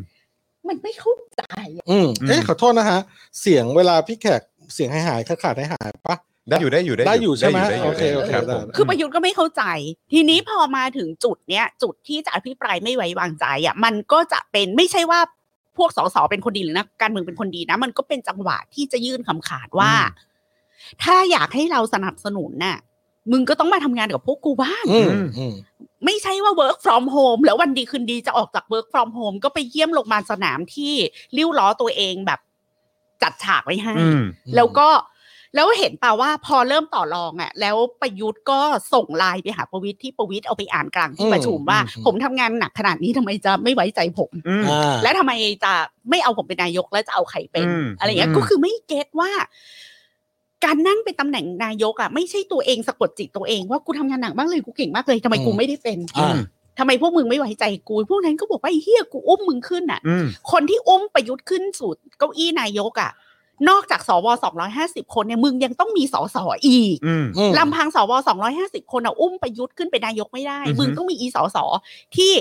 มันไม่เข้าใจ อืม อืม เอ๊ะขอโทษนะฮะ เสียงเวลาพี่แขกเสียงหายหายๆขาดขาดหายหายๆปะ ได้อยู่ได้อยู่ ได้อยู่ใช่ไหม ด้ยู่ โอเคโอเค ครับ ได้ ผม คือประยุทธ์ก็ไม่เข้าใจ ทีนี้พอมาถึงจุดเนี้ยจุดที่จะอภิปรายไม่ไว้วางใจอะ่ะมันก็จะเป็นไม่ใช่ว่าพวกสสเป็นคนดีหรือนักการเมืองเป็นคนดีนะ มันก็เป็นจังหวะที่จะยื่นคำขาดว่า ถ้าอยากให้เราสนับสนุนน่ะ มึงก็ต้องมาทำงานกับพวกกูบ้าง อืมอืม ไม่ใช่ว่า work from home แล้ววันดีคืนดีจะออกจาก work from home ก็ไปเยี่ยมโรงพยาบาลสนามที่ริ้วล้อตัวเองแบบจัดฉากไว้ให้ อืม แล้วก็แล้วเห็นป่าว่าพอเริ่มต่อรองอะ่ะ แล้วประยุทธ์ก็ส่งไลน์ไปหาประวิทย์ที่ประวิทย์เอาไปอ่านกลางที่ประชุม อืม ว่า อืม ผมทำงานหนักขนาดนี้ทำไมจะไม่ไว้ใจผม อืม อ่า และทำไมจะไม่เอาผมเป็นนายกแล้วจะเอาใครเป็น อืม อะไรอย่างเงี้ย อืม ก็คือไม่เก็ตว่า การนั่งเป็นตำแหน่งนายกอ่ะไม่ใช่ตัวเองสะกดจิตตัวเองว่ากูทำงานหนักมากเลยกูเก่งมากเลยทำไมกู อืม ไม่ได้เป็น อ่า ทำไมพวกมึงไม่ไว้ใจกู พวกนั้นก็บอกว่าไอ้เฮียกูอุ้มมึงขึ้นอ่ะ อืม คนที่อุ้มประยุทธ์ขึ้นสู่เก้าอี้นายกอ่ะ นอกจากสวสองร้อยห้าสิบคนเนี่ยมึงยังต้องมีสสอีก อืม อืม ลำพังสวสองร้อยห้าสิบคนอ่ะอุ้มประยุทธ์ขึ้นเป็นนายกไม่ได้ อือฮึ มึงต้องมีอีสสที่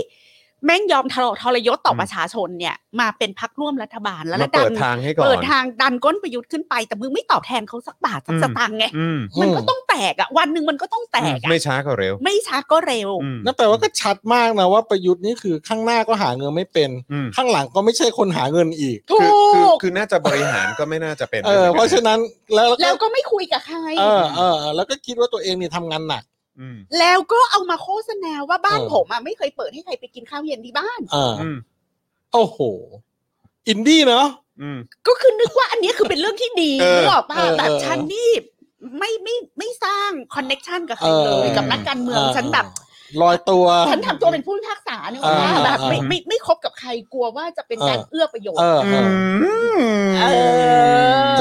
แม่งยอมทรทรยศต่อประชาชนเนี่ย มาเป็นพักร่วมรัฐบาลแล้ว มา ดั เปิด น ทางให้ก่อน เปิดทางดันก้นประยุทธ์ขึ้นไป แต่มึงไม่ตอบแทนเขาสักบาทสัก อืม สตางค์ไง อืม มันก็ต้องแตกอ่ะวันหนึ่งมันก็ต้องแตกอ่ะ ไม่ช้าก็เร็ว ไม่ช้าก็เร็ว อืม นั่นแปลว่าก็ชัดมากนะว่าประยุทธ์นี่คือข้างหน้าก็หาเงินไม่เป็น อืม ข้างหลังก็ไม่ใช่คนหาเงินอีก ถู คือคือก คือน่าจะบริหารก็ไม่น่าจะเป็น เออ เพราะฉะนั้นแล้วก็ แล้วก็ไม่คุยกับใคร เออเออแล้วก็คิดว่าตัวเองเนี่ยทำงานหนัก อืม แล้วก็เอามาโฆษณาว่าบ้าน เออ ผมอ่ะไม่เคยเปิดให้ใครไปกินข้าวเย็นที่บ้าน เออ อืม โอ้โห อินดี้เนาะ อืม ก็คือนึกว่าอันเนี้ยคือเป็นเรื่องที่ดี เออ นึกออกป่ะ เออ แบบ เออ ฉันนี่ ไม่ไม่ไม่สร้างคอนเน็ชันกับใคร เออ เลย กับนักการเมืองฉันแบบ ลอยตัว ฉันทำตัวเป็นผู้พิพากษาเนี่ย เออ ว่าแบบไม่ เออ ไม่ไม่คบกับใครกลัวว่าจะเป็นการ เออ เอื้อประโยช เอ น์ อ อื เออ ม เออ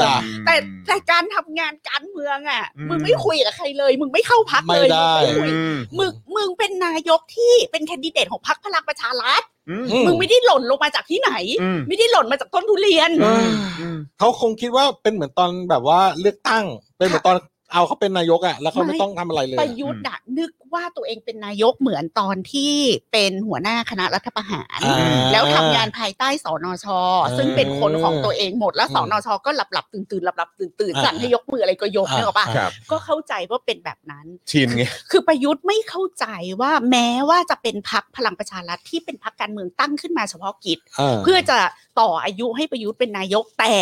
จ้ะ แต่แต่การทำงานการเมืองอ่ะ อืม มึงไม่คุยกับใครเลย มึงไม่เข้าพักเลย ไม่ได้ มึอืงไม่คุย ม มึงมึงเป็นนายกที่เป็นแคนดิเดตของพรรคพลังประชารัฐ อืม มึงไม่ได้หล่นลงมาจากที่ไหน อืม ไม่ได้หล่นมาจากต้นทุเรียน อืมอืม เขาคงคิดว่าเป็นเหมือนตอนแบบว่าเลือกตั้ง เป็นเหมือนตอนเอาเขาเป็นนายกอ่ะแล้วเขาไม่ ไม่ ต้องทำอะไรเลย ประยุทธ์อะนึกว่าตัวเองเป็นนายกเหมือนตอนที่เป็นหัวหน้าคณะรัฐประหาร อ่า แล้วทำงานภายใต้สนช ซึ่งเป็นคนของตัวเองหมด แล้ว อืม สนช ก็หลับหลับตื่นตื่นๆหลับหลับตื่นตื่น อ่า สั่งให้ยกมืออะไรก็ยก อ่า เนี่ยหรอกปะ ครับ ก็เข้าใจว่าเป็นแบบนั้น ชินไง คือประยุทธ์ไม่เข้าใจว่าแม้ว่าจะเป็นพักพลังประชารัฐที่เป็นพักการเมืองตั้งขึ้นมาเฉพาะกิจ เพื่อจะต่ออายุให้ประยุทธ์เป็นนายกแต่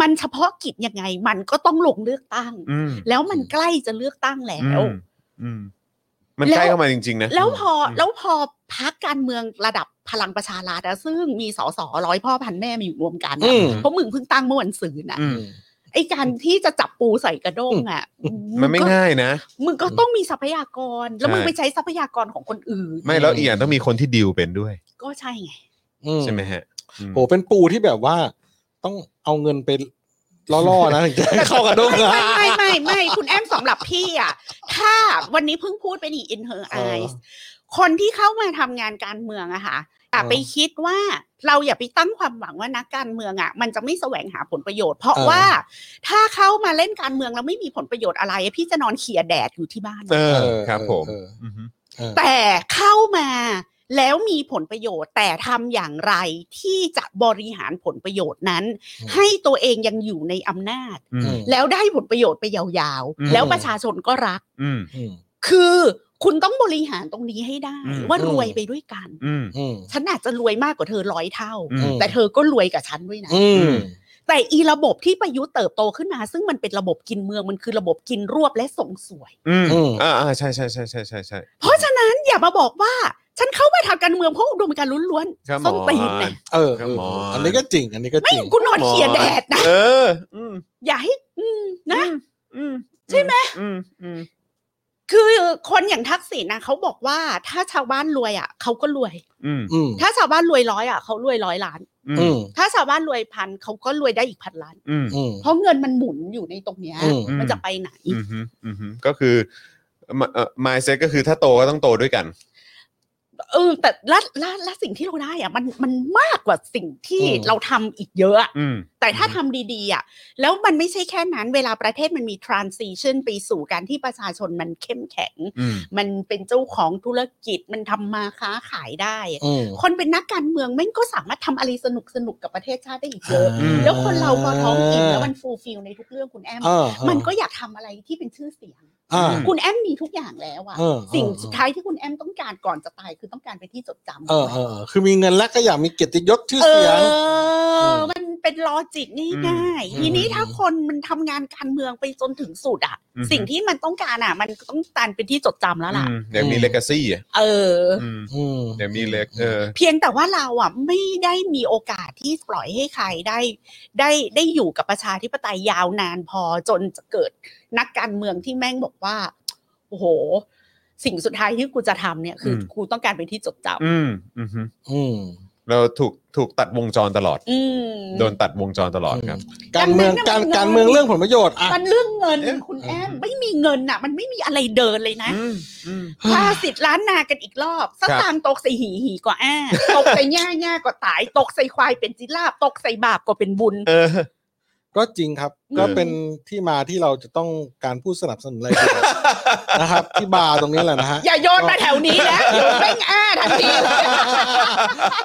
มันเฉพาะกิจยังไง มันก็ต้องลงเลือกตั้ง อืม แล้วมันใกล้จะเลือกตั้งแล้ อื ว มอืมมันใกล้เข้ามาจริง ๆ นะ แล้วพออ ม แล้วพอพักการเมืองระดับพลังประชารัฐอะซึ่งมีสสร้อยพ่อพันแม่มาอยู่รวมกันอะ อืม เพราะมึงเพิ่งตั้งเมื่อวันศืนนะ อืม ไอการที่จะจับปูใส่กระด้งอะ มันไม่ ก็ ง่ายนะ มึงก็ต้องมีทรัพยากร แล้ว ใช่ มึงไปใช้ทรัพยากรของคนอื่น ไม่แล้วอีกอย่างต้องมีคนที่ดิวเป็นด้วย ก็ใช่ไง ใช่ไหมฮะอืม โหเป็นปูที่แบบว่า ต้องเอาเงินไปล่อ ๆนะถึงจะให้เข้ากับดงนะ ไม่ไม่ไม่ไม่ คุณแอมสำหรับพี่อ่ะ ถ้าวันนี้เพิ่งพูดไปนี่ in her เออ eyes คนที่เข้ามาทำงานการเมืองอะค่ะอย่า เออ ไปคิดว่าเราอย่าไปตั้งความหวังว่านักการเมืองอะมันจะไม่แสวงหาผลประโยชน์ เพราะ เออ ว่าถ้าเข้ามาเล่นการเมืองแล้วไม่มีผลประโยชน์อะไร พี่จะนอนเขี่ยแดดอยู่ที่บ้าน เอ เอ อ อ ครับผม เออ อฮึ เออ แต่เข้ามาแล้วมีผลประโยชน์ แต่ทำอย่างไรที่จะบริหารผลประโยชน์นั้น อืม ให้ตัวเองยังอยู่ในอำนาจ อืม แล้วได้ผลประโยชน์ไปยาว อืม ๆ แล้วประชาชนก็รัก อืม อืม คือคุณต้องบริหารตรงนี้ให้ได้ อืม ว่ารวยไปด้วยกัน อืม อืม ฉันอาจจะรวยมากกว่าเธอร้อยเท่า อืม แต่เธอก็รวยกับฉันด้วยนะ อืม แต่อีระบบที่ประยุทธ์เติบโตขึ้นมา ซึ่งมันเป็นระบบกินเมืองมันคือระบบกินรวบและส่งสวย อืม อืม อ่าอ่าใช่ใช่ใช่ใช่ใช่ใช่ เพราะฉะนั้นอย่ามาบอกว่า ฉันเข้ามาทำการเมืองเพราะอุดมการณ์ล้วน ครับ ๆส้นตีนเนี่ย เออ ครั เอบ อ หมออั อันนี้ก็จริง อันนี้ก็จริง คุณนอนเขียแดดนะ เออ อืม อย่าให้อืมนะ อืม ใช่ไหม อืมอืม คือคนอย่างทักษิณนะเขาบอกว่าถ้าชาวบ้านรวยอ่ะเขาก็รวย อืม อืม ถ้าชาวบ้านรวยร้อยอ่ะเขารวยร้อยล้าน อื อื ม ม ถ้าชาวบ้านรวยพันเขาก็รวยได้อีกพันล้าน อืม อืม เพราะเงินมันหมุนอยู่ในตรงเนี้ย อืม มันจะไปไหน อืมฮึอืมฮึก็คือมาเอ่อ mindset ก็คือถ้าโตก็ต้องโตด้วยกัน เออ แต่ละละละสิ่งที่เราได้อ่ะมันมันมากกว่าสิ่งที่ อืม เราทำอีกเยอะอะ อืม แต่ถ้าทำดีๆอ่ะแล้วมันไม่ใช่แค่นั้น เวลาประเทศมันมี transition ไปสู่การที่ประชาชนมันเข้มแข็ง อืม มันเป็นเจ้าของธุรกิจมันทำมาค้าขายได้อะ อืม คนเป็นนักการเมืองแม่งก็สามารถทำอะไรสนุกสนุกๆกับประเทศชาติได้อีกเยอะ อืม แล้วคนเราพอท้องอิ่มแล้วมันฟูลฟิลในทุกเรื่องคุณแอม เออเออ มันก็อยากทำอะไรที่เป็นชื่อเสียง อ่า คุณแอมมีทุกอย่างแล้วอะ เออเออ สิ่งสุดท้ายที่คุณแอมต้องการก่อนจะตายคือต้องการไปนที่จดจำ เออเออเออคือมีเงินแล้วก็อยากมีเกียรติยศชื่อ เอ เสียง อ ม มันเป็นลอจิกง่าย อืมๆทีนี้ถ้าคนมันทำงานการเมืองไปจนถึงสุดอะ อืม สิ่งที่มันต้องการอะมันต้องการเป็นที่จดจำแล้วล่ะ อืมอยากมี legacy อ่ะ เอออ อืม อืม อยากมีเลกเออ เพียงแต่ว่าเราอะไม่ได้มีโอกาสที่ปล่อยให้ใครได้ ได้ได้อยู่กับประชาธิปไตยยาวนานพอจนจะเกิดนักการเมืองที่แม่งบอกว่าโอ้โห สิ่งสุดท้ายที่กูจะทำเนี่ยคืออ ม กูต้องการเป็นที่จดจ อืมอืมฮึ อืม เราถูกถูกตัดวงจรตลอด ำอืม โดนตัดวงจรตลอดครับ การเมือง ดั กาง ร นั้น การ มัน เมืองเรื่องผลประโยชน์อ่ะ มันเรื่องเงิน เอ๊ะ คุณ อืม แอมไม่มีเงินน่ะ มันไม่มีอะไรเดินเลยนะ อืมอืม พาสิทธิ์ล้านนากันอีกรอบคสรับ ตางค์ตกใส่หีหีกว่าแอ้าตกใส่ง่าง่าก็ตาย ตกใส่ควายเป็นจิราบตกใส่บาปก็เป็นบุญ เออ ก็จริงครับ อืม ก็เป็นที่มาที่เราจะต้องการผู้สนับสนุนรายเดือนนะครับ ที่บาร์ตรงนี้แหละนะ ฮะ อย่าโยนมาแถวนี้นะเดี๋ยวแม่งอ้าทันที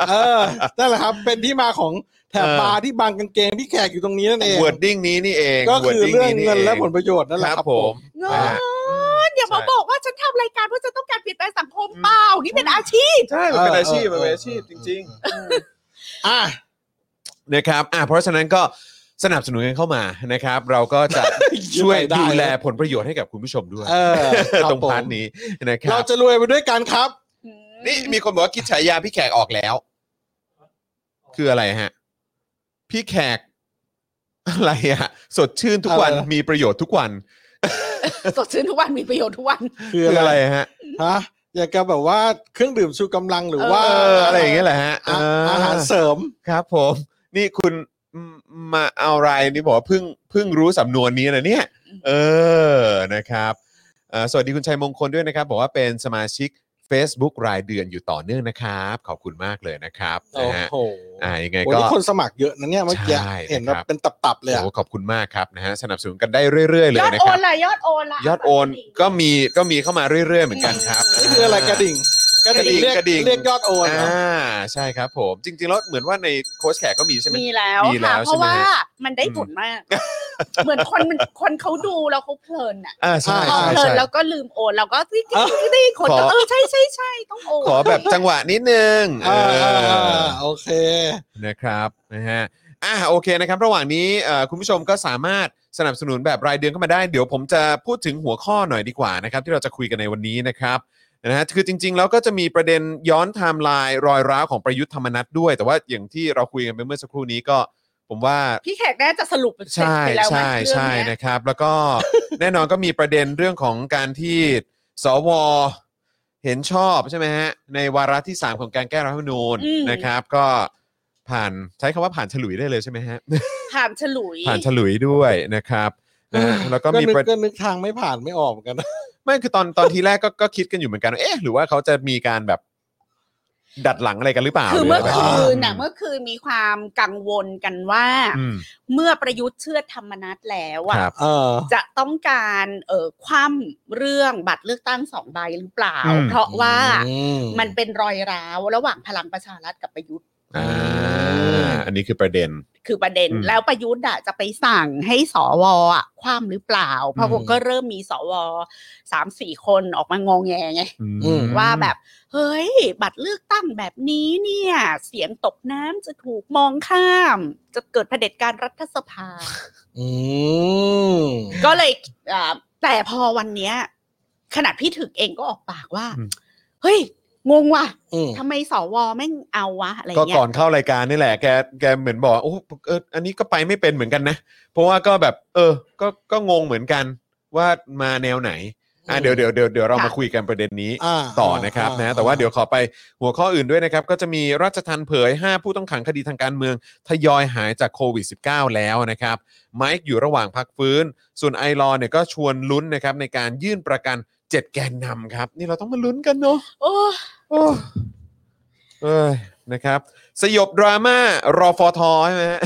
เออนั่นแหละครับ เป็นที่มาของแถบ เออ บาร์ที่บางกางเกงพี่แขกอยู่ตรงนี้นั่นเอง วอร์ดดิ้งนี้นี่เอง ก็คือ wording เรื่อง นี่ เงินและ อง ผลประโยชน์นั่นแห ค ละ รับ ครับ ผ ผม ม เงินอย่ามา ใช่ บอกว่าฉันทำรายการเพื่อจะต้องการเปลี่ยนแปลงสังคมเปล่านี่เป็นอาชีพ ใช่มันเป็น เออ อาชีพ เอ มั อน เป็นอาชีพ เออ จริง อ่ะ ๆ นะครับอ่ะเพราะฉะนั้นก็สนับสนุนกันเข้ามานะครับ เราก็จะช่วย ได้ ดูแลผลประโยชน์ให้กับคุณผู้ชมด้วย เออคบ ตรงพาร์ท ผม นี้นะครั เรา บ จะรวยไปด้วยกันครับ นี่มีคนบอกว่าคิดฉายาพี่แขกออกแล้ว คืออะไรฮะ พี่แขก อะไรอะสดชื่นทุกวัน อะไรนะ มีประโยชน์ทุกวัน สดชื่นทุกวันมีประโยชน์ทุกวัน คือ คือ อะ อะไร ไรฮะ ฮะอยากจะแบบว่าเครื่องดื่มชูกำลังหรือ เออ ว่า เอออะไรอย่างเงี้ยแหละฮะ อ่ะอาหารเสริม ครับผม นี่คุณมมาเอารายนี่บอกว่าเพิ่งเพิ่งรู้สำนวนนี้นะเนี่ย เออนะครับเอ่อสวัสดีคุณชัยมงคลด้วยนะครับ บอกว่าเป็นสมาชิก Facebook รายเดือนอยู่ต่อเนื่องนะครับ ขอบคุณมากเลยนะครับนะ โอ้ ฮะ โห อ่ายังไง โอ้ ก็ นี่คนสมัครเยอะนะเนี่ยเมื่อกี้ ใช่ เห็นแบ นะครับ บ เป็นตับๆเลยอะ โอ้ขอบคุณมากครับนะฮะสนับสนุนกันได้เรื่อย ๆ เลย ย อด นะ โอ ครั น บ ล่ะยอดโอนล่ะ ยอดโอนก็มีก็มีเข้ามาเรื่อย ๆ เหมือนกันครับ นี่คืออะไรกระดิ่งกระดิ่งเรียก กระดิ่ง เรียกยอดโอนเหรอ อ่าใช่ครับผมจริง ๆ แล้วเหมือนว่าในโค้ชแขกก็มีใช่ไหม มีแล้ว มีแล้ ค่ะ ว เพราะ ใช่ไหม ว่า ฮะ มันได้ผลมาก เหมือนคนมันคนเขาดูแล้วเขาเพลินอ่ะ อ่าใช่ พอ ใช่ เพลิน ใช่ แล้วก็ลืมโอนแล้วก็ติ๊กติ๊กติ๊กติ๊กคน ข ก็ อ เออใช่ใช่ใช่ต้องโอน ขอแบบจังหวะนิดนึงเอ อ่า อ โอเค นะครับนะฮะอ่ะโอเคนะครับ ระหว่างนี้เอ่อคุณผู้ชมก็สามารถสนับสนุนแบบรายเดือนเข้ามาได้ เดี๋ยวผมจะพูดถึงหัวข้อหน่อยดีกว่านะครับที่เราจะคุยกันในวันนี้นะครับนะฮะคือจริง ๆ แล้วก็จะมีประเด็นย้อนไทม์ไลน์รอยร้าวของประยุทธ์ธรรมนัฐด้วย แต่ว่าอย่างที่เราคุยกันไปเมื่อสักครู่นี้ก็ผมว่า พี่แขกน่าจะสรุปเสร็จ ใช่ ไปแล้วไหม ใช่ เรื่อง ใช่ เนี้ย นะครับ แล้วก็ แน่นอนก็มีประเด็นเรื่องของการที่สวเห็นชอบใช่ไหมฮะในวาระที่ 3 ของการแก้รัฐธรรมนูญ อืม นะครับ ก็ผ่านใช้คำว่าผ่านฉลุยได้เลยใช่ไหมฮะ ผ่านฉลุย ผ่านฉลุยด้วยนะครับนะฮะแล้วก็มี นึก ประ ก็นึกทางไม่ผ่านไม่ออกเหมือนกันนะ ไม่คือตอนตอนทีแรกก็ก็คิดกันอยู่เหมือนกันว่าเอ๊ะหรือว่าเขาจะมีการแบบ ดัดหลังอะไรกันหรือเปล่า คือเมื่อคืนน่ะ หรืะไรแบบ เมื่อคืนมีความกังวลกันว่า อืม เมื่อประยุทธ์เชื่อธรรมนัตแล้วอ่ะ ครับ เออ จะต้องการเอ่อคว่ำเรื่องบัตรเลือกตั้งสองใบหรือเปล่า อืม เพราะว่า อืม มันเป็นรอยร้าวระหว่างพลังประชารัฐกับประยุทธ์ อ่าอันนี้คือประเด็น คือประเด็น อืม แล้วประยุทธ์อะจะไปสั่งให้สวอะคว่ำหรือเปล่า เพราะผมก็เริ่มมีสวสามสี่คนออกมางองแงไง อืม ว่าแบบ เฮ้ย บัตรเลือกตั้งแบบนี้เนี่ย เสียงตกน้ำจะถูกมองข้าม จะเกิดเผด็จการรัฐส ภา อืม ก็เลยอ่าแต่พอวันเนี้ย ขนาดพี่ถึกเองก็ออกปากว่า อืม เฮ้ย งงว่ะ อืม ทำไมสวแม่งเอาวะ อะไร ก็ เงี้ ก่อย นเข้ารายการนี่แหละแกแกเหมือนบอกโอ้เอออันนี้ก็ไปไม่เป็นเหมือนกันนะ เพราะว่าก็แบบ เออ ก็ก็งงเหมือนกันว่ามาแนวไหนอ่ะเดี๋ยวเดี๋ยวเดี๋ยวเดี๋ยวเรามาคุยกันประเด็นนี้ า ต่อนะครับ า นะแต่ว่าเดี๋ยวขอไปหัวข้ออื่นด้วยนะครับ ก็จะมีราชทันเผย 5 ผู้ต้องขังคดีทางการเมือง ทยอยหายจากโควิด -19 แล้วนะครับไมค์อยู่ระหว่างพักฟื้น ส่วนไอรอว์เนี่ยก็ชวนลุ้นนะครับในการยื่นประกัน 7 แกนนำครับ นี่เราต้องมาลุ้นกันเนาะ โอ้ โอ้เอ้ยนะครับ สยบดราม่ารอฟอทอใช่ไหมฮะ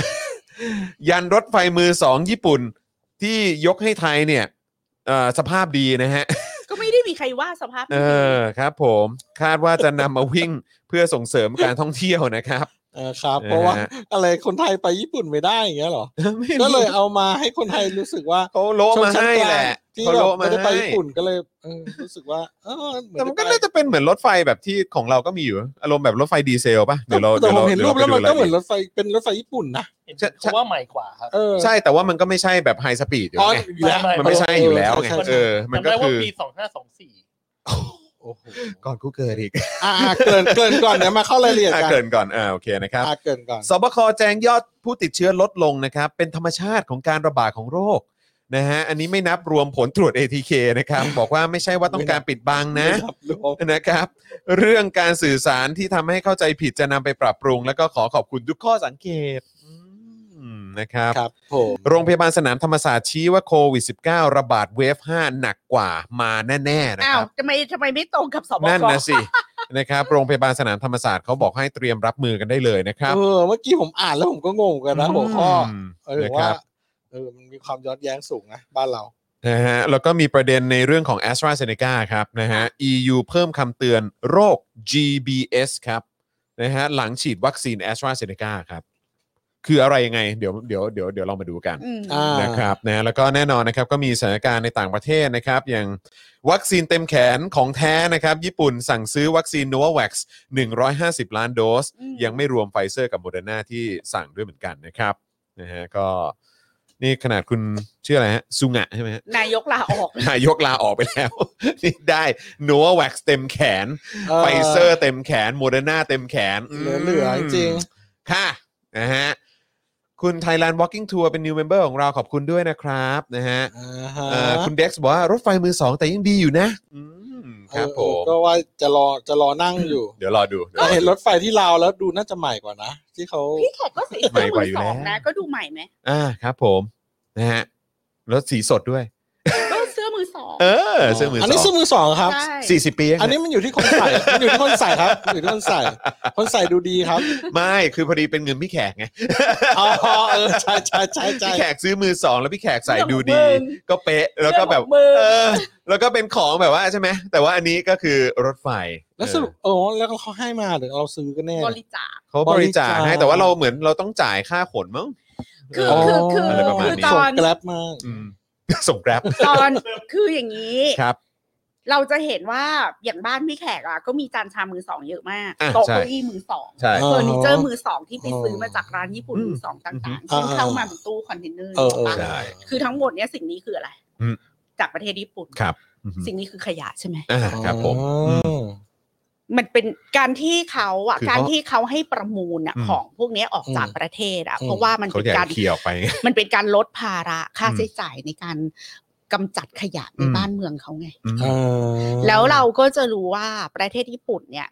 ยันรถไฟมือสองญี่ปุ่น ที่ยกให้ไทยเนี่ยเอ่อสภาพดีนะ ฮะ ก็ไม่ได้มีใครว่าสภาพ เออครับผม คาดว่าจะนำมาวิ่งเพื่อส่งเสริมการท่องเที่ยวนะครับ เออครับ เออ เพราะว่า ฮะ อะไรคนไทยไปญี่ปุ่นไม่ได้อย่างเงี้ยเหรอ ไม่ ก็ รู้ เลยเอามาให้คนไทยรู้สึกว่า เขาโละมาให้แหละ ที่ เขา แบบ โละมา ไม่ได้ไป ให้ ญี่ปุ่นก็เลยเออรู้สึกว่าเออเหมือน แต่มันก็ ได้ น่าจะเป็นเหมือนรถไฟแบบที่ของเราก็มีอยู่ อารมณ์แบบรถไฟดีเซลป่ะเดี๋ยวเรา แต่ เดี๋ยว ผม เรา เห็น เดี๋ย รู ว ป เราไปดูรายแล้วมันก็ ละ เหมืเอีอนยด รถไฟเป็นรถไฟญี่ปุ่นนะ เห็นเขาว่าใหม่กว่าครับ เออ ใช่แต่ว่ามันก็ไม่ใช่แบบไฮสปีดอยู่ อ๋อ แล้วไง อยู่แล้ว มันไม่ใช่อยู่แล้วไง ใช่ เอ ใช่ อ มัน จำ ก็ ได้ว่า คือ ปีสองห้าสองสี่ โอ้โห ก่อนกูเกิดอีก อ่าเกรินเกรินก่อนเดี๋ยวมาเข้ารายละเอียด อ่ะ กัน เกินก่อนอ่าโอเคนะครับ อ่าเกรินก่อน สบคแจ้งยอดผู้ติดเชื้อลดลงนะครับ เป็นธรรมชาติของการระบาดของโรคนะฮะอันนี้ไม่นับรวมผลตรวจ ATK นะครับ บอกว่าไม่ใช่ว่าต้องการปิดบังนะ ครับรวม นะครับ เรื่องการสื่อสารที่ทำให้เข้าใจผิดจะนำไปปรับปรุง แล้วก็ขอขอบคุณทุกข้อสังเกตอืมนะครับ ครับผม โรงพยาบาลสนามธรรมศาสตร์ชี้ว่าโควิด -19 ระบาดเวฟ 5 หนักกว่ามาแน่ๆนะ อ้า คว รับ ทำไมทำไมไม่ตรงกับสบ นั่น ค นะสิ นะครับ โรงพยาบาลสนามธรรมศาสตร์เขาบอกให้เตรียมรับมือกันได้เลยนะครับ เออเมื่อกี้ผมอ่านแล้วผมก็งงเหมือนกันนะหัวข้อ ม เออ นะค ว่า รับ เออมันมีความย้อนแย้งสูงนะบ้านเรา นะฮะแล้วก็มีประเด็นในเรื่องของ a s t r a z เซ e c a ครับนะฮะ EU เพิ่มคำเตือนโรค GBS ครับนะฮะหลังฉีดวัคซีน a s t r a z เซ e c a ครับ คืออะไรยังไง เดี๋ยวเดี๋ยวเดี๋ยวเดี๋ยวเรามาดูกัน อืม อ่า นะครับนะแล้วก็แน่นอนนะครับก็มีสถานการณ์ในต่างประเทศนะครับ อย่างวัคซีนเต็มแขนของแท้นะครับ ญี่ปุ่นสั่งซื้อวัคซีน n o v a v a x 150 ล้านโดส อืม ยังไม่รวมไฟเซอร์กับโมเดอร์นาที่สั่งด้วยเหมือนกันนะครับนะฮะก็นี่ขนาดคุณชื่ออะไรฮะซุงะใช่ไหมฮะ นายกลาออก นายกลาออกไปแล้ว นี่ได้โนวาแว็กเต็มแขน เออ ไฟเซอร์เต็มแขนโมเดอร์นาเต็มแขน เหลือเหลือจริง ค่ะนะฮะ คุณ Thailand Walking Tour เป็น new member ของเราขอบคุณด้วยนะครับนะฮะ อ่าฮะ เอ่อคุณเด็กบอกว่ารถไฟมือสองแต่ยังดีอยู่นะอืมครับผเออเออ ม ก็ว่าจะรอจะรอนั่งอยู่ เดี๋ยวรอดูดี๋ยวรอดูแต่เห็นรถไฟที่ลาวแล้วดูน่าจะใหม่กว่านะ ที่เขา พี่แขกก็ใส่เสื้อมือสองนะ ก็ดูใหม่ไหม อ่าครับผมนะฮะแล้วสีสดด้วย ก็เสื้อมือสอง เออเสื้อมือส นนี้ อ เสื้อง มือสองครับ ใช่ สี่สิบปียัง อันนี้มันอยู่ที่คนใส่มันอยู่ที่คนใส่ครับอยู่ที่คนใส่ คนใส่ดูดีครับ ไม่คือพอดีเป็นเงินพี่แขกไง อ๋อเออใช่ใช่ใช่ใช่ พี่แขกซื้อมือสองแล้วพี่แขกใส่ดูดี ก็เป๊ะแล้วก็แบบเออเรื่องของมึงแล้วก็เป็นของแบบว่าใช่ไหมแต่ว่าอันนี้ก็คือรถไฟ แล้วสรุปโอ้แล้วเขาให้มาหรือเราซื้อกันแน่ บริจาค เขาบริจาคให้แต่ว่าเราเหมือนเราต้องจ่ายค่าขนมั้ง คือ เออ คือคือ อะไรประมาณนี้ คือตอน แกร็บมาก อืม ส่ง แกร็บ ตอนคืออย่างนี้ ครับ เราจะเห็นว่าอย่างบ้านพี่แขกอ่ะก็มีจานชามมือสองเยอะมาก อ่ะ โต๊ะ ใช่ เก้าอี้มือสอง ใช่ เอ เฟอร์นิเจอร์มือสองที่ไป อ๋อ ซื้อมาจากร้านญี่ปุ่น อืม มือสองต่างๆ อืม ซึ่ง อ่า เข้ามาเป็นตู้คอนเทนเนอร์ เออเออ ปะ ใช่ คือทั้งหมดเนี้ยสิ่งนี้คืออะไร อืม จากประเทศญี่ปุ่น ครับอือหือ สิ่งนี้คือขยะใช่ไหม อ่าครับผมอืม มันเป็นการที่เขาอ่ะ คือเขา การที่เขาให้ประมูลอ่ะ อืม ของพวกเนี้ยออกจาก อืม ประเทศอ่ะ อืม เพราะว่ามัน เขา เป็อยานก การ เคลียร์ออกไป มันเป็นการลดภาระค่า อืม ใช้จ่ายในการกำจัดขยะใน อืม บ้านเมืองเขาไง อืม อ่า แล้วเราก็จะรู้ว่าประเทศญี่ปุ่นเนี่ย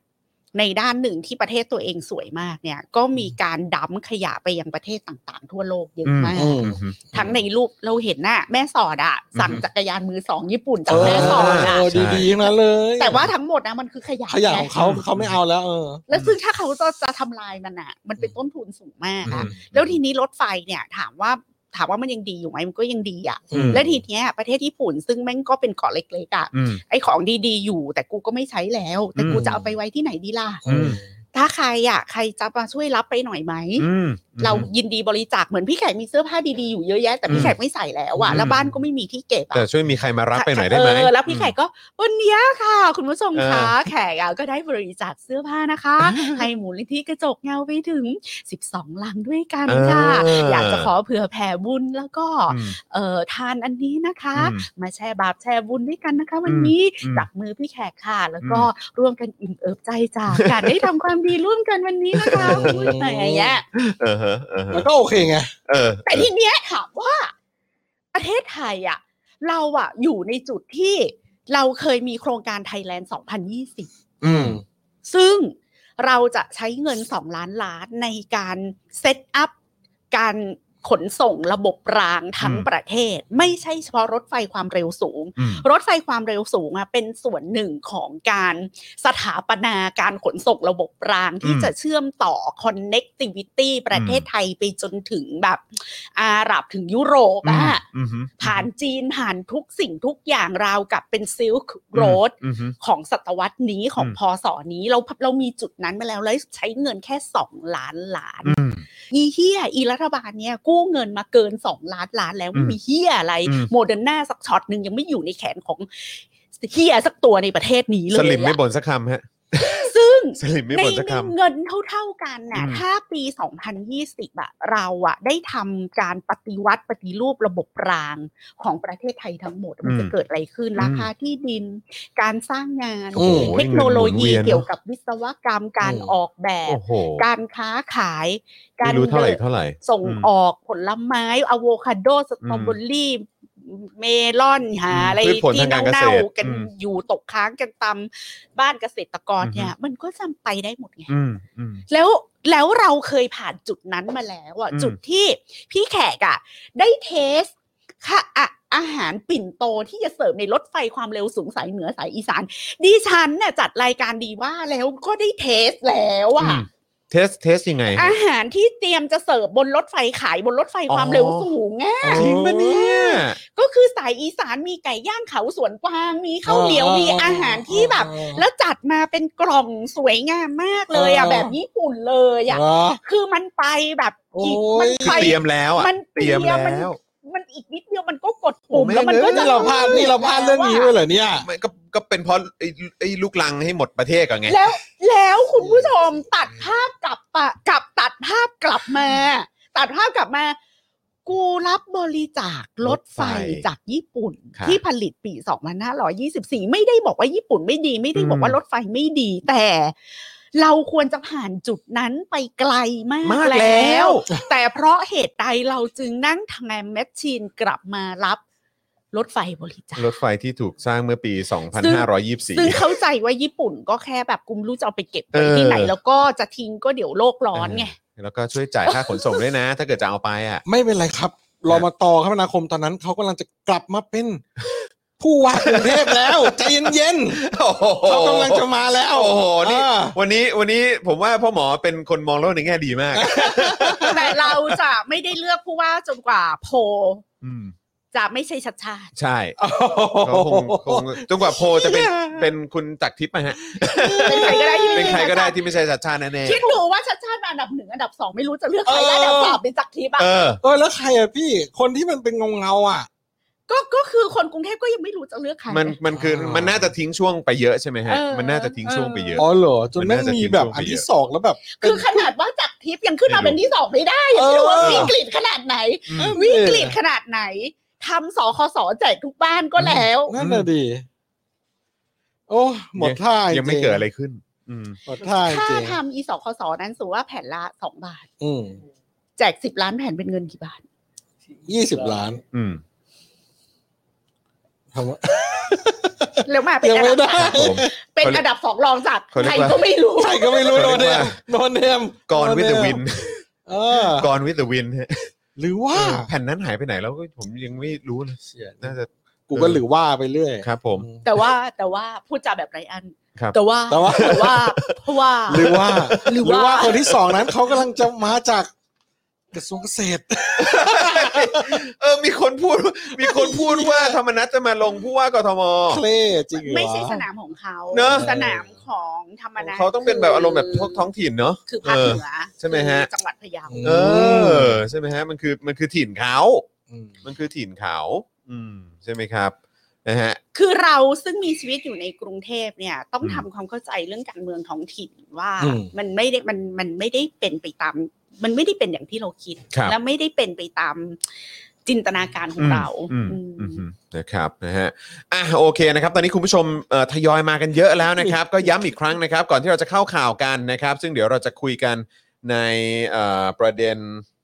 ในด้านหนึ่งที่ประเทศตัวเองสวยมากเนี่ย ก็มีการดั้มขยะไปยังประเทศต่างๆ ทั่วโลกเยอะมาก อืม อือหือ ทั้งในรูปเราเห็นน่ะแม่สอดอะสั่ง อืม จักรยานมือสองญี่ปุ่นจา เอก อ แม่สอดอะ เออ ใช่ ดีๆทั้งนั้นเลย แต่ว่าทั้งหมดนะมันคือขยะ ขยะของเขา ไง เขาไม่เอาแล้วเออ แล้วซึ่งถ้าเขาจะจะทำลายมันอะมันเป็นต้นทุนสูงมาก อื อะ ม แล้วทีนี้รถไฟเนี่ย ถามว่าถามว่ามันยังดีอยู่ไหมมันก็ยังดีอะ อืม และทีเนี้ยประเทศญี่ปุ่นซึ่งแม่งก็เป็นเกาะเล็กๆอะ อืม ไอ้ของดีๆอยู่แต่กูก็ไม่ใช้แล้ว แต่กู อืม จะเอาไปไว้ที่ไหนดีล่ะ อืม ถ้าใครอ่ะใครจะมาช่วยรับไปหน่อยไหม อืม เรายินดีบริจาคเหมือนพี่แขกมีเสื้อผ้าดีๆอยู่เยอะแยะแต่พี่แขกไม่ใส่แล้วอ่ะ อืม แล้วบ้านก็ไม่มีที่เก็บ แต่ อ่ะ ช่วยมีใครมารับไปหน่อยได้ไหม เออแล้วพี่แขกก็วันเนี้ยค่ะ คุณผู้ชมคะแขกอ่ะก็ได้บริจาคเสื้อผ้านะคะ ให้มูลนิธิกระจกเงาไปถึง 12 หลังด้วยกันค่ะ อยากจะขอเผื่อแผ่บุญแล้วก็ อืม เอ่อทานอันนี้นะคะ อืม มาแชร์บาปแชร์บุญด้วยกันนะคะ วัน อืม นี้ อืม จับมือพี่แขกค่ะ แล้วก็ร่วมกันอิ่มเอิบใจจาก การได้ทำความดีร่วมกันวันนี้ นะคะ อืม อะไรอย่างเงี้ย เออฮะเออฮะ มันก็โอเคไง เออ แต่ทีเนี้ยถามว่า ประเทศไทยอ่ะ เราอ่ะอยู่ในจุดที่เราเคยมีโครงการไทยแลนด์ 2020 อืม ซึ่งเราจะใช้เงิน 2 ล้านล้านในการเซตอัพการขนส่งระบบรางทั้งประเทศ ไม่ใช่เฉพาะรถไฟความเร็วสูง อืม รถไฟความเร็วสูงอะเป็นส่วนหนึ่งของการสถาปนาการขนส่งระบบรางที่จะเชื่อมต่อ connectivity ประเทศไทยไปจนถึงแบบอาหรับถึงยุโรปอะ อืมอืม ผ่านจีนผ่านทุกสิ่งทุกอย่างราวกับเป็นซิลค์โรด อืมอืม ของศตวรรษนี้ของ อืม พศนี้ เราเรามีจุดนั้นมาแล้วแล้วใช้เงินแค่ 2 ล้านล้าน อืม อีเฮียอีรัฐบาลเนี่ยกู้เงินมาเกินสองล้านล้านแล้ว อืม มีเฮียอะไร อืม โมเดอร์นาสักช็อตหนึ่งยังไม่อยู่ในแขนของเฮียสักตัวในประเทศนี้เล ส ย ลิมไม่ อะ บ่นสักคำฮะ ซึ่ง สลิมไม่ ใน บ่นสัก ใน ค เงินเท่าๆกันนะ อืม ถ้าปี 2020อะเราอะได้ทำการปฏิวัติปฏิรูประบบรางของประเทศไทยทั้งหมดมัน อืม จะเกิดอะไรขึ้น อืม ราคาที่ดินการสร้างงาน ำโอ้โห เทคโนโลยี งินหมุนนอะ เกี่ยวกับวิศวกรรมการ อืม ออกแบบ โอ้โห การค้าขาย การ ไม่รู้เท่าไหร่ ดิน เท่าไหร่ ส่งออกผลไม้อะโวคาโดสตรอเบอรี่ เมลอนหา อืม อะไร พืชผล ที่ ทางการเกษ เน่า ตร ๆกัน อืม อยู่ตกค้างกันตามบ้านเกษตรกร อือฮึ เนี่ย มันก็จำไปได้หมดไง อืมอืม แล้วแล้วเราเคยผ่านจุดนั้นมาแล้วอ่ะ อืม จุดที่พี่แขกอ่ะ ได้เทสค่ะอะอาหารปิ่นโตที่จะเสิร์ฟในรถไฟความเร็วสูงสายเหนือสายอีสานดิฉันเนี่ยจัดรายการดีว่าแล้วก็ได้เทสแล้วอ่ะ อืมเทสเทสยังไง อาหารที่เตรียมจะเสิร์ฟบนรถไฟขายบนรถไฟความ อ๋อ เร็วสูงอะ จริงปะเนี่ย ก็คือสายอีสานมีไก่ย่างเขาสวนกวาง มีข้าวเหนียว มีอาหารที่แบบ แล้วจัดมาเป็นกล่องสวยงามมากเลยอะ อ๋อ แบบญี่ปุ่นเลยอะ เหรอ คือมันไปแบบก โอ้ย มั คือ ไป เตรียมแล้วอ่ะ มัน เตรียม เตรียม แล้ว มันอีกนิดเดียวมันก็กดปุ่ม โอ้แม่ง แล้วมัน เอ้ ก็ ย จะ นี่เราพลาดนี่เราพลาดเรื่องนี้ไปเหรอเนี่ย ไม่ก็ก็เป็นเพราะไอ้ไอ้ลูกลังให้หมดประเทศก่อนไง แล้วแล้วคุณผู้ชมตัดภาพกลับปะกลับตัดภาพกลับมา ตัดภาพกลับมา กูรับบริจาครถไฟจากญี่ปุ่น ครับ ที่ผลิตปี 2524 ไม่ได้บอกว่าญี่ปุ่นไม่ดี ไม่ได้บอกว่ารถไฟไม่ดี แต่ เราควรจะผ่านจุดนั้นไปไกลมาก มากแล้ว แต่เพราะเหตุใดเราจึงนั่งทางแอมแมชชีนกลับมารับรถไฟบริจาค รถไฟที่ถูกสร้างเมื่อปี ซึ่ง 2524 เข้าใจว่าญี่ปุ่นก็แค่แบบกุมรู้จะเอาไปเก็บไว้ เออ ที่ไหน แล้วก็จะทิ้งก็เดี๋ยวโลกร้อนไง แล้วก็ช่วยจ่ายค่าขนส่งด้วยนะ ถ้าเกิดจะเอาไปอ่ะ ไม่เป็นไรครับ รอมาต่อคมนาคมตอนนั้นเขากำลังจะกลับมา เป็น ผู้ว่ากรุงเทพแล้วใจเย็น โอ้โห ๆเขากำลังจะมาแล้ว โอ้โหนี่ อ่า วันนี้วันนี้ผมว่าพ่อหมอเป็นคนมองโลกในแง่ดีมาก แต่เราจะไม่ได้เลือกผู้ว่าจนกว่าโพล อืม จะไม่ใช่ชัดชาติ ใช่เขาคงคงจนกว่าโพลจะเป็นเป็นคุณจักรทิพย์นะฮะ เป็นใครก็ได้ที่ เป็น ไม่ ใคร ใช่ ก็ ชัด ได้ ชาติ ที่ไม่ใช่ชัดชาติแน่ คิดดูว่าชัดชาติมาอันดับหนึ่งอันดับสองไม่รู้จะเลือกใครได้ เออ อันดับสามเป็นจักรทิพย์ ๆ อ่ะ เออ เออแล้วใครอะพี่ คนที่มันเป็นเงาเงาๆอ่ะ ก็ก็คือคนกรุงเทพก็ยังไม่รู้จะเลือกใคร มันมันคือ อ่ามั มันน่าจะทิ้งช่วงไปเยอะใช่ไหมฮะ เออ มันน่าจะทิ้งช่วงไปเยอะ อ๋อเหรอจนแม่งมีแบบอันที่สองแล้วแบบ คือขนาดว่าจักรทิพย์ยังขึ้นมา ไม่รู้ เป็นที่สองไม่ได้ยังไม่รู้ว่า เออ วิกฤตขนาดไหน อืม วิกฤตขนาดไหนทำสคสแจกทุกบ้านก็แล้ว นั่นน่ะดี โอ้ หมดท่าจริ ยังไม่เกิดอะไรขึ้น อืม หมดท่าจ ถ้า ริง ทำอีสคสนั้นสูว่าแผ่นละสองบาท อืม แจกสิบล้านแผ่นเป็นเงินกี่บาท ยี่สิบล้าน อืม ทำว่า แล้วมาเป็น ยัง อัน ไม่ ดับ ได้ ครับผม เป็นอันดับสองรองจาก เขาเรีย ใคร กว่า ก็ไม่รู้ ใครก็ไม่รู้โดนเนมโดนเนม กอนวิทวิน เออก อนวิทวินฮะ หรือว่า แผ่นนั้นหายไปไหนแล้วก็ผมยังไม่รู้เลย เสีย น่าจะ กูก็หรือว่าไปเรื่อย ครับผม อืม แต่ว่าแต่ว่าพูดจาแบบไรอัน ครับ แต่ว่า แต่ว่า แต่ว่าเพราะว่า หรือว่า หรือว่า คนที่สองนั้นเขากำลังจะมาจากกระทรวงเกษตร เออ มีคนพูด มีคนพูดว่าธรรมนัฐจะมาลงผู้ว่ากทม เคล่จริงเหรอ ไม่ใช่สนามของเขา เนอะ สนามของธรรมนา เขาต้องเป็นแบบอารมณ์แบบพวกท้องถิ่นเนาะ คือภาคเหนือ ใช่ไหมฮะ จังหวัดพะเยา เออ ใช่ไหมฮะ มันคือ มันคือถิ่นเขา มันคือถิ่นเขา อืม ใช่ไหมครับ นะฮะ คือเราซึ่งมีชีวิตอยู่ในกรุงเทพเนี่ย ต้อง อืม ทำความเข้าใจเรื่องการเมืองท้องถิ่นว่า อืม มันไม่ได้มันมันไม่ได้เป็นไปตาม มันไม่ได้เป็นอย่างที่เราคิด ครับ และไม่ได้เป็นไปตามจินตนาการของเรา อืม อืม อืมอืมนะครับนะฮะอ่ะโอเคนะครับ ตอนนี้คุณผู้ชมเอ่อทยอยมากันเยอะแล้วนะครับ ก็ย้ำอีกครั้งนะครับ ก่อนที่เราจะเข้าข่าวกันนะครับ ซึ่งเดี๋ยวเราจะคุยกันในเอ่อประเด็น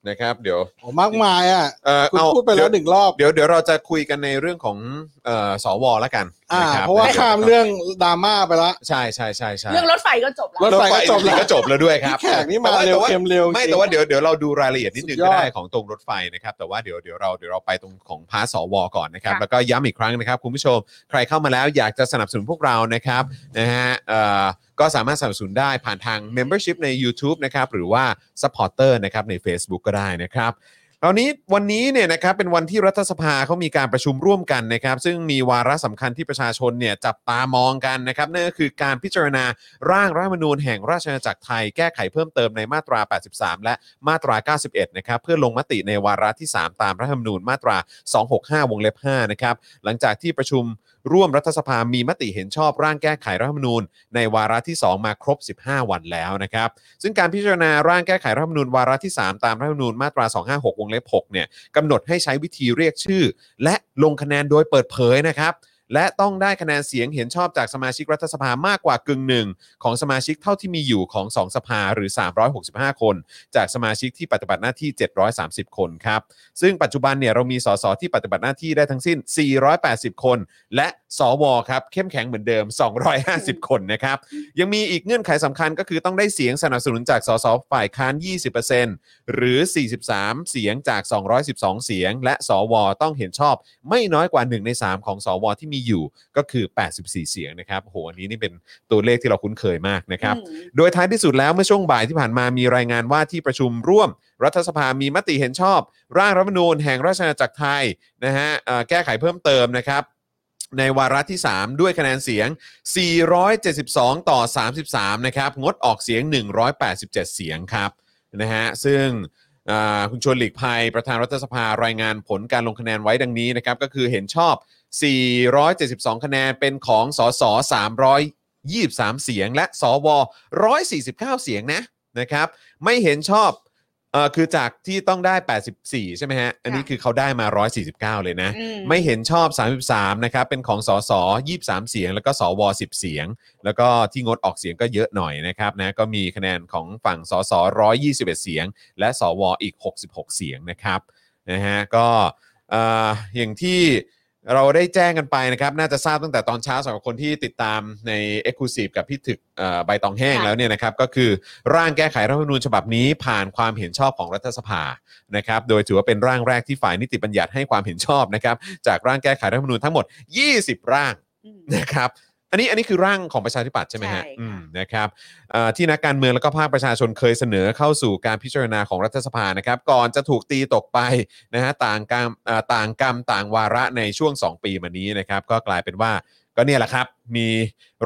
นะครับ เดี๋ยว โอ้มากมายอ่ะ เอ่อ คุณ เอา พูดไปแล้วหนึ่งรอบ เดี๋ยวเดี๋ยวเราจะคุยกันในเรื่องของเอ่อสวแล้วกัน อ่า นคบ เพราะว่า ดี๋ย ข้ามเรื่องดราม่าไปละ ใช่ใช่ใช่ใช่ เรื่องรถไฟก็จบแล้ รถวไฟก็จบแล้ว ก็จบแล้วด้วยครับ แขกนี่มาเร็ว แต่ เค็มเร็ว ไม่ จริง แต่ว่าเดี๋ยวเดี๋ยวเราดูรายละเอียดนิดนึง สุดยอ ก็ ด ได้ของตรงรถไฟนะครับ แต่ว่าเดี๋ยวเดี๋ยวเราเดี๋ยวเราไปตรงของพาร์ทสวก่อนนะครับ ค่ะ แล้วก็ย้ำอีกครั้งนะครับคุณผู้ชม ใครเข้ามาแล้วอยากจะสนับสนุนพวกเรานะครับนะฮะเอ่อก็สามารถสนับสนุนได้ผ่านทาง Membership ใน YouTube นะครับ หรือว่า Supporter นะครับใน Facebook ก็ได้นะครับคราวนี้วันนี้เนี่ยนะครับเป็นวันที่รัฐสภาเขามีการประชุมร่วมกันนะครับ ซึ่งมีวาระสำคัญที่ประชาชนเนี่ยจับตามองกันนะครับนั่นก็คือการพิจารณาร่างรัฐธรรมนูญแห่งราชอาณาจักรไทยแก้ไขเพิ่มเติมในมาตรา 83 และมาตรา 91 นะครับเพื่อลงมติในวาระที่ 3 ตามรัฐธรรมนูญมาตรา 265 วงเล็บ 5 นะครับ หลังจากที่ประชุมร่วมรัฐสภามีมติเห็นชอบร่างแก้ไขรัฐธรรมนูญ ในวาระที่ 2 มาครบ 15 วันแล้วนะครับ ซึ่งการพิจารณาร่างแก้ไขรัฐธรรมนูญวาระที่ 3 ตามรัฐธรรมนูญมาตรา 256 วงเล็บ 6 เนี่ยกำหนดให้ใช้วิธีเรียกชื่อ และลงคะแนนโดยเปิดเผยนะครับ และต้องได้คะแนนเสียงเห็นชอบจากสมาชิกรัฐสภามากกว่ากึ่งหนึ่ง ของสมาชิกเท่าที่มีอยู่ของ 2 สภาหรือ 365 คน จากสมาชิกที่ปฏิบัติหน้าที่ 730 คนครับ ซึ่งปัจจุบันเนี่ยเรามีสสที่ปฏิบัติหน้าที่ได้ทั้งสิ้น 480 คน และสวครับเข้มแข็งเหมือนเดิม 250 คนนะครับ ยังมีอีกเงื่อนไขสำคัญก็คือต้องได้เสียงสนับสนุนจากสสฝ่ายค้าน 20%หรือ 43 เสียงจาก 212 เสียง และสวต้องเห็นชอบ ไม่น้อยกว่า 1 ใน 3 ของสวที่มีอยู่ก็คือ 84 เสียงนะครับโอ้โหอันนี้นี่เป็นตัวเลขที่เราคุ้นเคยมากนะครับ อืม โดยท้ายที่สุดแล้วเมื่อช่วงบ่ายที่ผ่านมามีรายงานว่าที่ประชุมร่วม รัฐสภามีมติเห็นชอบ ร่างรัฐธรรมนูญแห่งราชอาณาจักรไทยนะฮะเอ่อแก้ไขเพิ่มเติมนะครับ ในวาระที่ 3 ด้วยคะแนนเสียง 472 ต่อ 33 นะครับ งดออกเสียง 187 เสียงครับนะฮะซึ่ง อ่าคุณชวนหลีกภัยประธานรัฐสภารายงานผลการลงคะแนนไว้ดังนี้นะครับ ก็คือเห็นชอบ 472 คะแนนเป็นของสส323 เสียง และสว 149 เสียงนะนะครับ ไม่เห็นชอบ เอ่อคือจากที่ต้องได้ 84 ใช่ไหมฮะ อันนี้คือเขาได้มา 149 เลยนะ อื ไม่เห็นชอบ 33 นะครับ เป็นของสส23 เสียง แล้วก็สว 10 เสียง แล้วก็ที่งดออกเสียงก็เยอะหน่อยนะครับนะ ก็มีคะแนนของฝั่งสส121 เสียง และสวอีก 66 เสียงนะครับนะฮะ ก็เอ่ออย่างที่เราได้แจ้งกันไปนะครับ น่าจะทราบตั้งแต่ตอนเช้าสำหรับคนที่ติดตามใน e x c l u s i v e กับพี่ถึกเอ่อใบตองแห้งแล้วเนี่ยนะครับ ก็คือร่างแก้ไขรัฐธรรมนูญฉบับนี้ผ่านความเห็นชอบของรัฐสภา นะครับ โดยถือว่าเป็นร่างแรกที่ฝ่ายนิติบัญญัติให้ความเห็นชอบนะครับ จากร่างแก้ไขรัฐธรรมนูญทั้งหมด 20 ร่าง อืม นะครับ อันนี้อันนี้คือร่างของประชาธิปัตย์ใช่ไหมฮะ ใช่ค่ะ อืมนะครับเอ่อที่นักการเมืองและก็ภาคประชาชนเคยเสนอเข้าสู่การพิจารณาของรัฐสภานะครับ ก่อนจะถูกตีตกไปนะฮะต่างกรรมเอ่อต่างกรรมต่างวาระในช่วง 2 ปีมานี้นะครับ ก็กลายเป็นว่าก็เนี่ยแหละครับ มี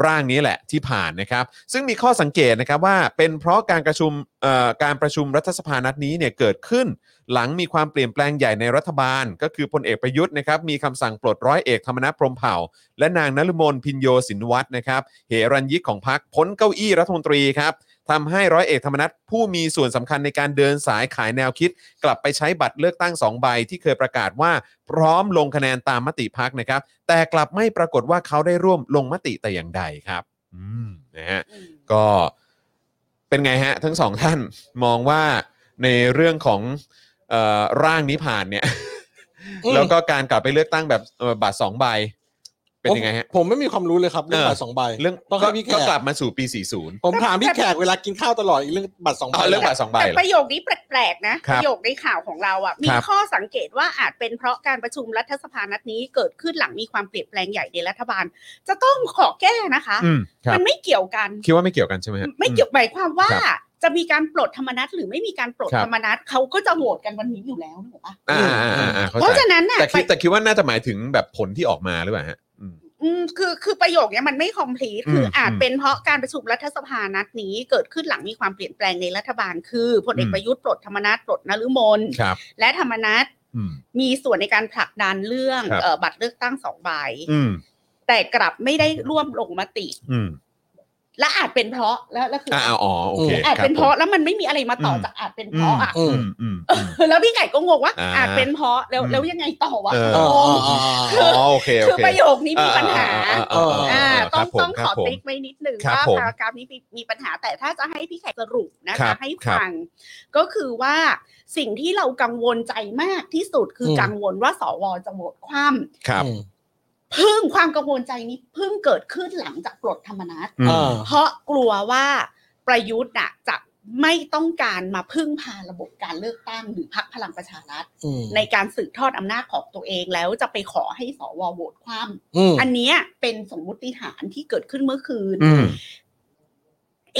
ร่างนี้แหละที่ผ่านนะครับ ซึ่งมีข้อสังเกตนะครับว่าเป็นเพราะการประชุมเอ่อการประชุมรัฐสภานัดนี้เนี่ยเกิดขึ้น หลังมีความเปลี่ยนแปลงใหญ่ในรัฐบาล ก็คือพลเอกประยุทธ์นะครับมีคำสั่งปลดร้อยเอกธรรมนัฐพรหมเผ่า และนางนฤมลพินโยสินวัตรนะครับเหรัญยิกของพักพ้นเก้าอี้รัฐมนตรีครับทำให้ร้อยเอกธรรมนัฐผู้มีส่วนสำคัญในการเดินสายขายแนวคิด กลับไปใช้บัตรเลือกตั้ง 2 ใบที่เคยประกาศว่าพร้อมลงคะแนนตามมติพักนะครับ แต่กลับไม่ปรากฏว่าเขาได้ร่วมลงมติแต่อย่างใดครับอืมนะฮะ อืม ก็เป็นไงฮะ ทั้งสองท่านมองว่าในเรื่องของเออร่างนี้ผ่านเนี่ย อืม แล้วก็การกลับไปเลือกตั้งแบบเอ่อบัตรสองใบ เป็นยังไงฮะ ผมผมไม่มีความรู้เลยครับเรื่อง เออ บัตรสองใบ เรื่อง ต้องให้ ก็ พี่แขก ก็กลับมาสู่ปี 40 ผมถามพี่แขกเวลากินข้าวตลอดอีกเรื่องบัตรสองใบ อ๋อเรื่อง แหละ บัตรสองใบ แต่ เหรอ ประโยคนี้แปลกๆนะ ครับประโยคในข่าวของเราอ่ะมี ครับ ข้อสังเกตว่าอาจเป็นเพราะการประชุมรัฐสภานัดนี้เกิดขึ้นหลังมีความเปลี่ยนแปลงใหญ่ในรัฐบาล จะต้องขอแก้นะคะ อืมครับ มันไม่เกี่ยวกัน คิดว่าไม่เกี่ยวกันใช่ไหมฮะ ไม่เกี่ยวหมายความว่า ครับ จะมีการปลดธรรมนัตหรือไม่มีการปลด ครับ ธรรมนัตเขาก็จะโหวตกันวันนี้อยู่แล้วนึกออกปะ อ่าอ่าอ่าอ่าเข้า เพราะ ใจ ฉะนั้นน่ะ แต่คิด ไป แต่คิดว่าน่าจะหมายถึงแบบผลที่ออกมาหรือเปล่าฮะอืม อืมคือคือประโยคเนี้ยมันไม่คอมพลีทคืออ ม อาจ อืม เป็นเพราะการประชุมรัฐสภานัดนี้ เกิดขึ้นหลังมีความเปลี่ยนแปลงในรัฐบาล คือพลเอ อื ก ม ประยุทธ์ปลดธรรมนัตปลดนฤมล ครับ และธรรมนัต อืม มีส่วนในการผลักดันเรื่อง ครับ เอ่อบัตรเลือกตั้งสองใบ อืม แต่กลับไม่ได้ร่วมลงมติ อืม และอาจเป็นเพราะแล้วแล้วคือ อ่า อ อ๋อโอเค อาจ คบ เป็นเพราะ ผม แล้วมันไม่มีอะไรมาต่อมอจากอาจเป็นเพราะอ่ะ อืมอืมอืม แล้วพี่ไก่ก็งงว่า อ่า อาจเป็นเพราะแล้ว อืม แล้วยังไงต่อวะ เออ อ๋อง ง อ๋ออ๋ออ๋อ อ๋อโอเคโอ คือ เค ประโยคนี้มีปัญหา อ่าอ่าอ่าอ่าอ่า อ่า ค ต้รัอง บผม ต้องขอ รับผม ติ๊กไว้นิดหนึ่ง ครับ ว่า ผม พารากราฟนี้มีมีปัญหาแต่ถ้าจะให้พี่ไก่สรุปนะ ครั คะ บ ให้ ครับ ฟังก็คือว่าสิ่งที่เรากังวลใจมากที่สุดคืออ ม กังวลว่าสวจะโหวตคว่ำ ครับ อืม เพึ่งความกังวลใจนี้เพิ่งเกิดขึ้นหลังจากปลดธรรมนัต อืม อ่า เพราะกลัวว่าประยุทธ์น่ะจะไม่ต้องการมาพึ่งพาระบบการเลือกตั้งหรือพักพลังประชารัฐ อืม ในการสืบทอดอำนาจของตัวเองแล้วจะไปขอให้สวโหวตคว่ อืม ำอันเนี้ยเป็นสมมุติฐานที่เกิดขึ้นเมื่อคืน อืม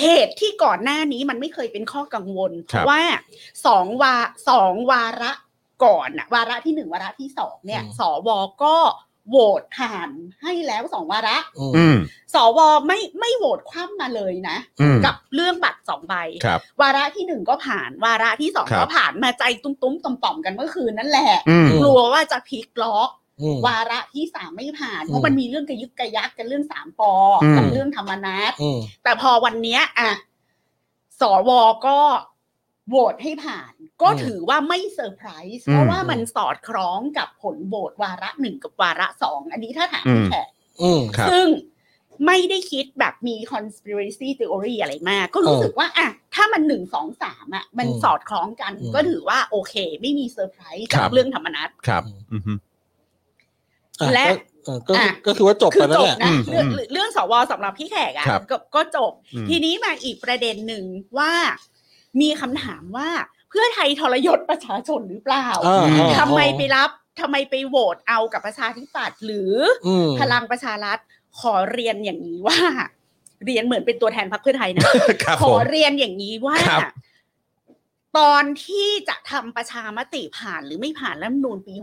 เหตุที่ก่อนหน้านี้มันไม่เคยเป็นข้อกังวลเพ ครับ ราะว่าสองวาสองวาระก่อนอะวาระที่หนึ่งวาระที่สองเนี่ย อืม สวก็โหวตผ่านให้แล้วสองวาระ อืม อืม สวไม่ไม่โหวตคว่ำมาเลยนะ อืม กับเรื่องบัตรสองใบ ครับ วาระที่หนึ่งก็ผ่าน วาระที่สอง ครั ก็ บ ผ่านมาใจตุ้มๆต่อมๆกันเมื่อคืนนั่นแหละ อืม กลัวว่าจะพลิกล็อก อืม วาระที่สามไม่ผ่าน อืม เพราะมันมีเรื่องกระยึกกระยักกันเรื่องสามป อืม กับเรื่องธรรมนัต อืม แต่พอวันเนี้ยอะสวก็โหวตให้ผ่าน ก็ อืม ถือว่าไม่เซอร์ไพรส์ อืม เพราะว่ามันสอดคล้องกับผลโหวตวาระหนึ่งกับวาระสองอันนี้ถ้าถามพี่ อืม แขก อืม ครับ ซึ่งไม่ได้คิดแบบมี conspiracy theory อะไรมาก ก็รู้ เออ สึกว่าอ่ะถ้ามันหนึ่งสองสามอ่ะ มัน อืม สอดคล้องกัน อืม ก็ถือว่าโอเค ไม่มีเซอร์ไพรส์ ค จา รั ก บ เรื่องธรรมนัต ครับอืม อ่ และ ก็เออก็ อ่ะ ก็คือว่าจบ คื ไป อ นั่นจบ แหละ นะ อืม เรื่องเรื่องเรื่องสวสำหรับพี่แขกอ่ะ ครับ ก็ก็จบ อืม ทีนี้มาอีกประเด็นหนึ่งว่า มีคำถามว่าเพื่อไทยทรยศประชาชนหรือเปล่า อ่าอ่า ทำไมไปรับทำไมไปโหวตเอากับประชาธิปัตย์หรือ อืม พลังประชารัฐขอเรียนอย่างนี้ว่า เรียนเหมือนเป็นตัวแทนพรรคเพื่อไทยนะ ครับ ข ผ อ ม เรียนอย่างนี้ว่า ครับ ตอนที่จะทำประชามติผ่านหรือไม่ผ่านรัฐธรรมนูญปี อืม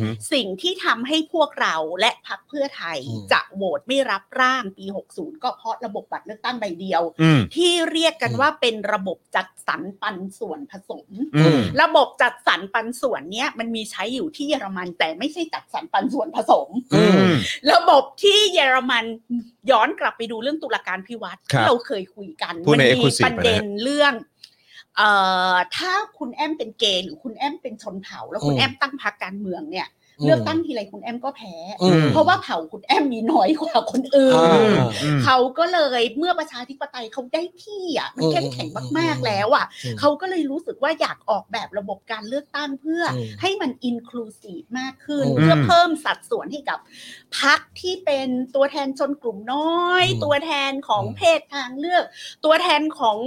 ฮึ 60 สิ่งที่ทำให้พวกเราและพรรคเพื่อไทย จะโหวตไม่รับร่างปี 60 ก็เพราะระบบบัตรเลือกตั้งใบเดียว อืม ที่เรียกกันว่าเป็นระบบจัดสรรปันส่วนผสม อืม ระบบจัดสรรปันส่วนเนี้ยมันมีใช้อยู่ที่เยอรมัน แต่ไม่ใช่จัดสรรปันส่วนผสม อืม ระบบที่เยอรมันย้อนกลับไปดูเรื่องตุลาการพิวัตร ครับ ที่เราเคยคุยกัน พูดใน มัมี Exclusive ประเด็นเรื่อง เอ่อถ้าคุณแอมเป็นเกย์หรือคุณแอมเป็นชนเผ่า แล้วคุณ อืม แอมตั้งพรรคการเมืองเนี่ย เลือกตั้งทีไรคุณแอมก็แพ้ อืม เพราะว่าเผ่าคุณแอมมีน้อยกว่าคนอื่ อ่า น อืม เขาก็เลยเมื่อประชาธิปไตยเขาได้ที่อ่ะมัน อืม เข้มแข็งมาก อืม ๆ แล้วอ่ะ อืม เขาก็เลยรู้สึกว่าอยากออกแบบระบบการเลือกตั้งเพื่ออ ม ให้มันอินคลูซีฟมากขึ้น อืม เพื่อเพิ่มสัดส่วนให้กับพักที่เป็นตัวแทนชนกลุ่มน้อย อืม ตัวแทนของ อืม เพศทางเลือก ตัวแทนของ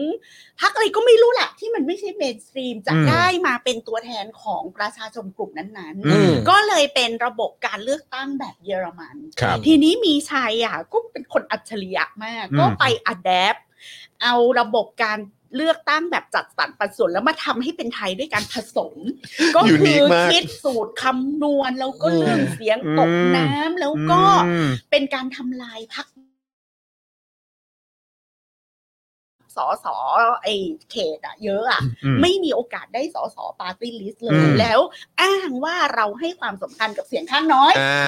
พักอะไรก็ไม่รู้แหละที่มันไม่ใช่เมนสตรีมจะ อืม ได้มาเป็นตัวแทนของประชาชนกลุ่มนั้น อืม ๆ ก็เลยเป็นระบบการเลือกตั้งแบบเยอรมัน ครับ ทีนี้มีชัยอ่ะก็เป็นคนอัจฉริยะมาก อืม ก็ไปอัดแอปเอาระบบการเลือกตั้งแบบจัดสรรปันส่วนแล้วมาทำให้เป็นไทยด้วยการผสม ก็คื Unique มาก คิดสูตรคำนวณแล้วก็ อืม เรื่องเสียง อืม ตกน้ำแล้วก็ อืม เป็นการทำลายพักสอสอไอเขตอะเยอะอะ ไม่มีโอกาสได้สอสอปาร์ตี้ลิสต์เล อื ย ม แล้ว อ้างว่าเราให้ความสำคัญกับเสียงข้างน้อย อ่า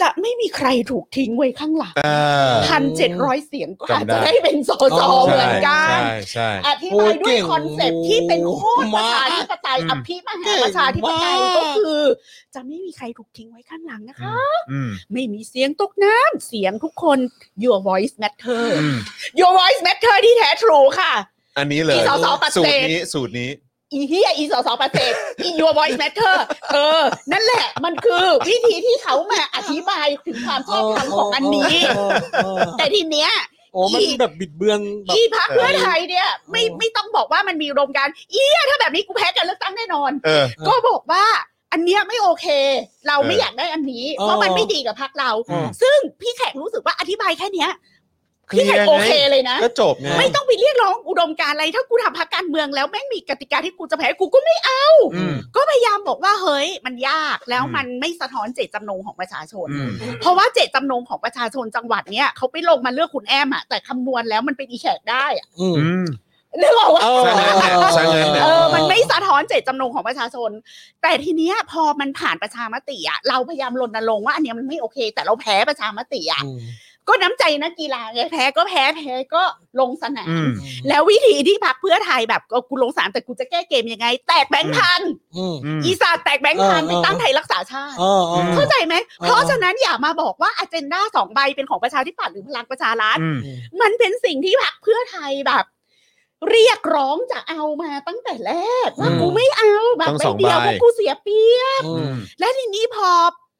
จะไม่มีใครถูกทิ้งไว้ข้างหลัง เออ พันเจ็ดร้อยเสียงก็อาจ จำได้ จะได้เป็นสส อ๋อ เหมือนกัน ใช่ใช่ อธิบายด้วยคอนเซ็ปต์ที่เป็นโคตรประชาธิปไตย โอ้ อ เก่งมาก ภิมหาประชาธิปไตย เก่งมาก ก็คือ จะไม่มีใครถูกทิ้งไว้ข้างหลังนะคะ อืม ไม่มีเสียงตกน้ำเสียงทุกคน your voice matter อืม your voice matter ที่แท้ทรูค่ะ อันนี้เลย อีสอสอปฏิ สู เส ตร ธ นี้สูตรนี้ อีเฮียอีสอสอประเสริฐอี your voice matter เออ นั่นแหละมันคือวิธีที่เขามาอธิบายถึงความชอบธรรมของอันนี้ เออเออเออ แต่ทีเนี้ย โอ้มันแบบบิดเบือนแบบ อีพักเพื่อไทยเนี่ยไม่ เออ ไม่ต้องบอกว่ามันมีอุดมการณ์เอียถ้าแบบนี้กูแพ้การเลือกตั้งแน่นอน เออ ออ ก็บอกว่าอันเนี้ยไม่โอเค เราเอไม่ออยอากได้อันนี้ เออ เพราะมันไม่ดีกับพักเรา อืม ซึ่งพี่แขกรู้สึกว่าอธิบายแค่เนี้ยพี่แขกโอเคเลยนะ ก็จบไง ไม่ต้องไปเรียกร้องอุดมการณ์อะไร ถ้ากูทำพักการเมืองแล้วแม่งมีกติกาที่กูจะแพ้กูก็ไม่เอา อืม ก็พยายามบอกว่าเฮ้ยมันยากแล้ว อืม มันไม่สะท้อนเจตจำนงของประชาชน อืม เพราะว่าเจตจำนงของประชาชนจังหวัดเนี้ยเขาไปลงมาเลือกคุณแอมอะแต่คำนวณแล้วมันเป็นอีแขกได้อะ อืม อืม นึกออกว่า เออ สร้างเงินเนี่ยสร้างเงินเนี่ย เออ มันไม่สะท้อนเจตจำนงของประชาชน แต่ทีเนี้ยพอมันผ่านประชามติอะเราพยายามรณรงค์ว่าอันเนี้ยมันไม่โอเค แต่เราแพ้ประชามติอะ อืม ก็น้ำใจนักกีฬาไงแพ้ก็แพ้แพ้ก็ลงสนา อื ม ม แล้ววิธีที่พักเพื่อไทยแบบเออกูลงสนามแต่กูจะแก้เกมยังไง แตกแบงค์พัน อืม อืม อีสานแตกแบงค์พันไป เออเออ ตั้งไทยรักษาชาติ เออเออ เข้าใจไหม เออ เพราะฉะนั้นอย่ามาบอกว่าอเจนดาสองใบเป็นของประชาธิปัตย์หรือพลังประชารัฐ อืม มันเป็นสิ่งที่พรรคเพื่อไทยแบบ เรียกร้องจะเอามาตั้งแต่แรกว่า อืม กูไม่เอาแบบ ต้อง ใบ สอง เดียว ใบ เพราะกูเสียเปรียบ อื อื ม ม และทีนี้พอ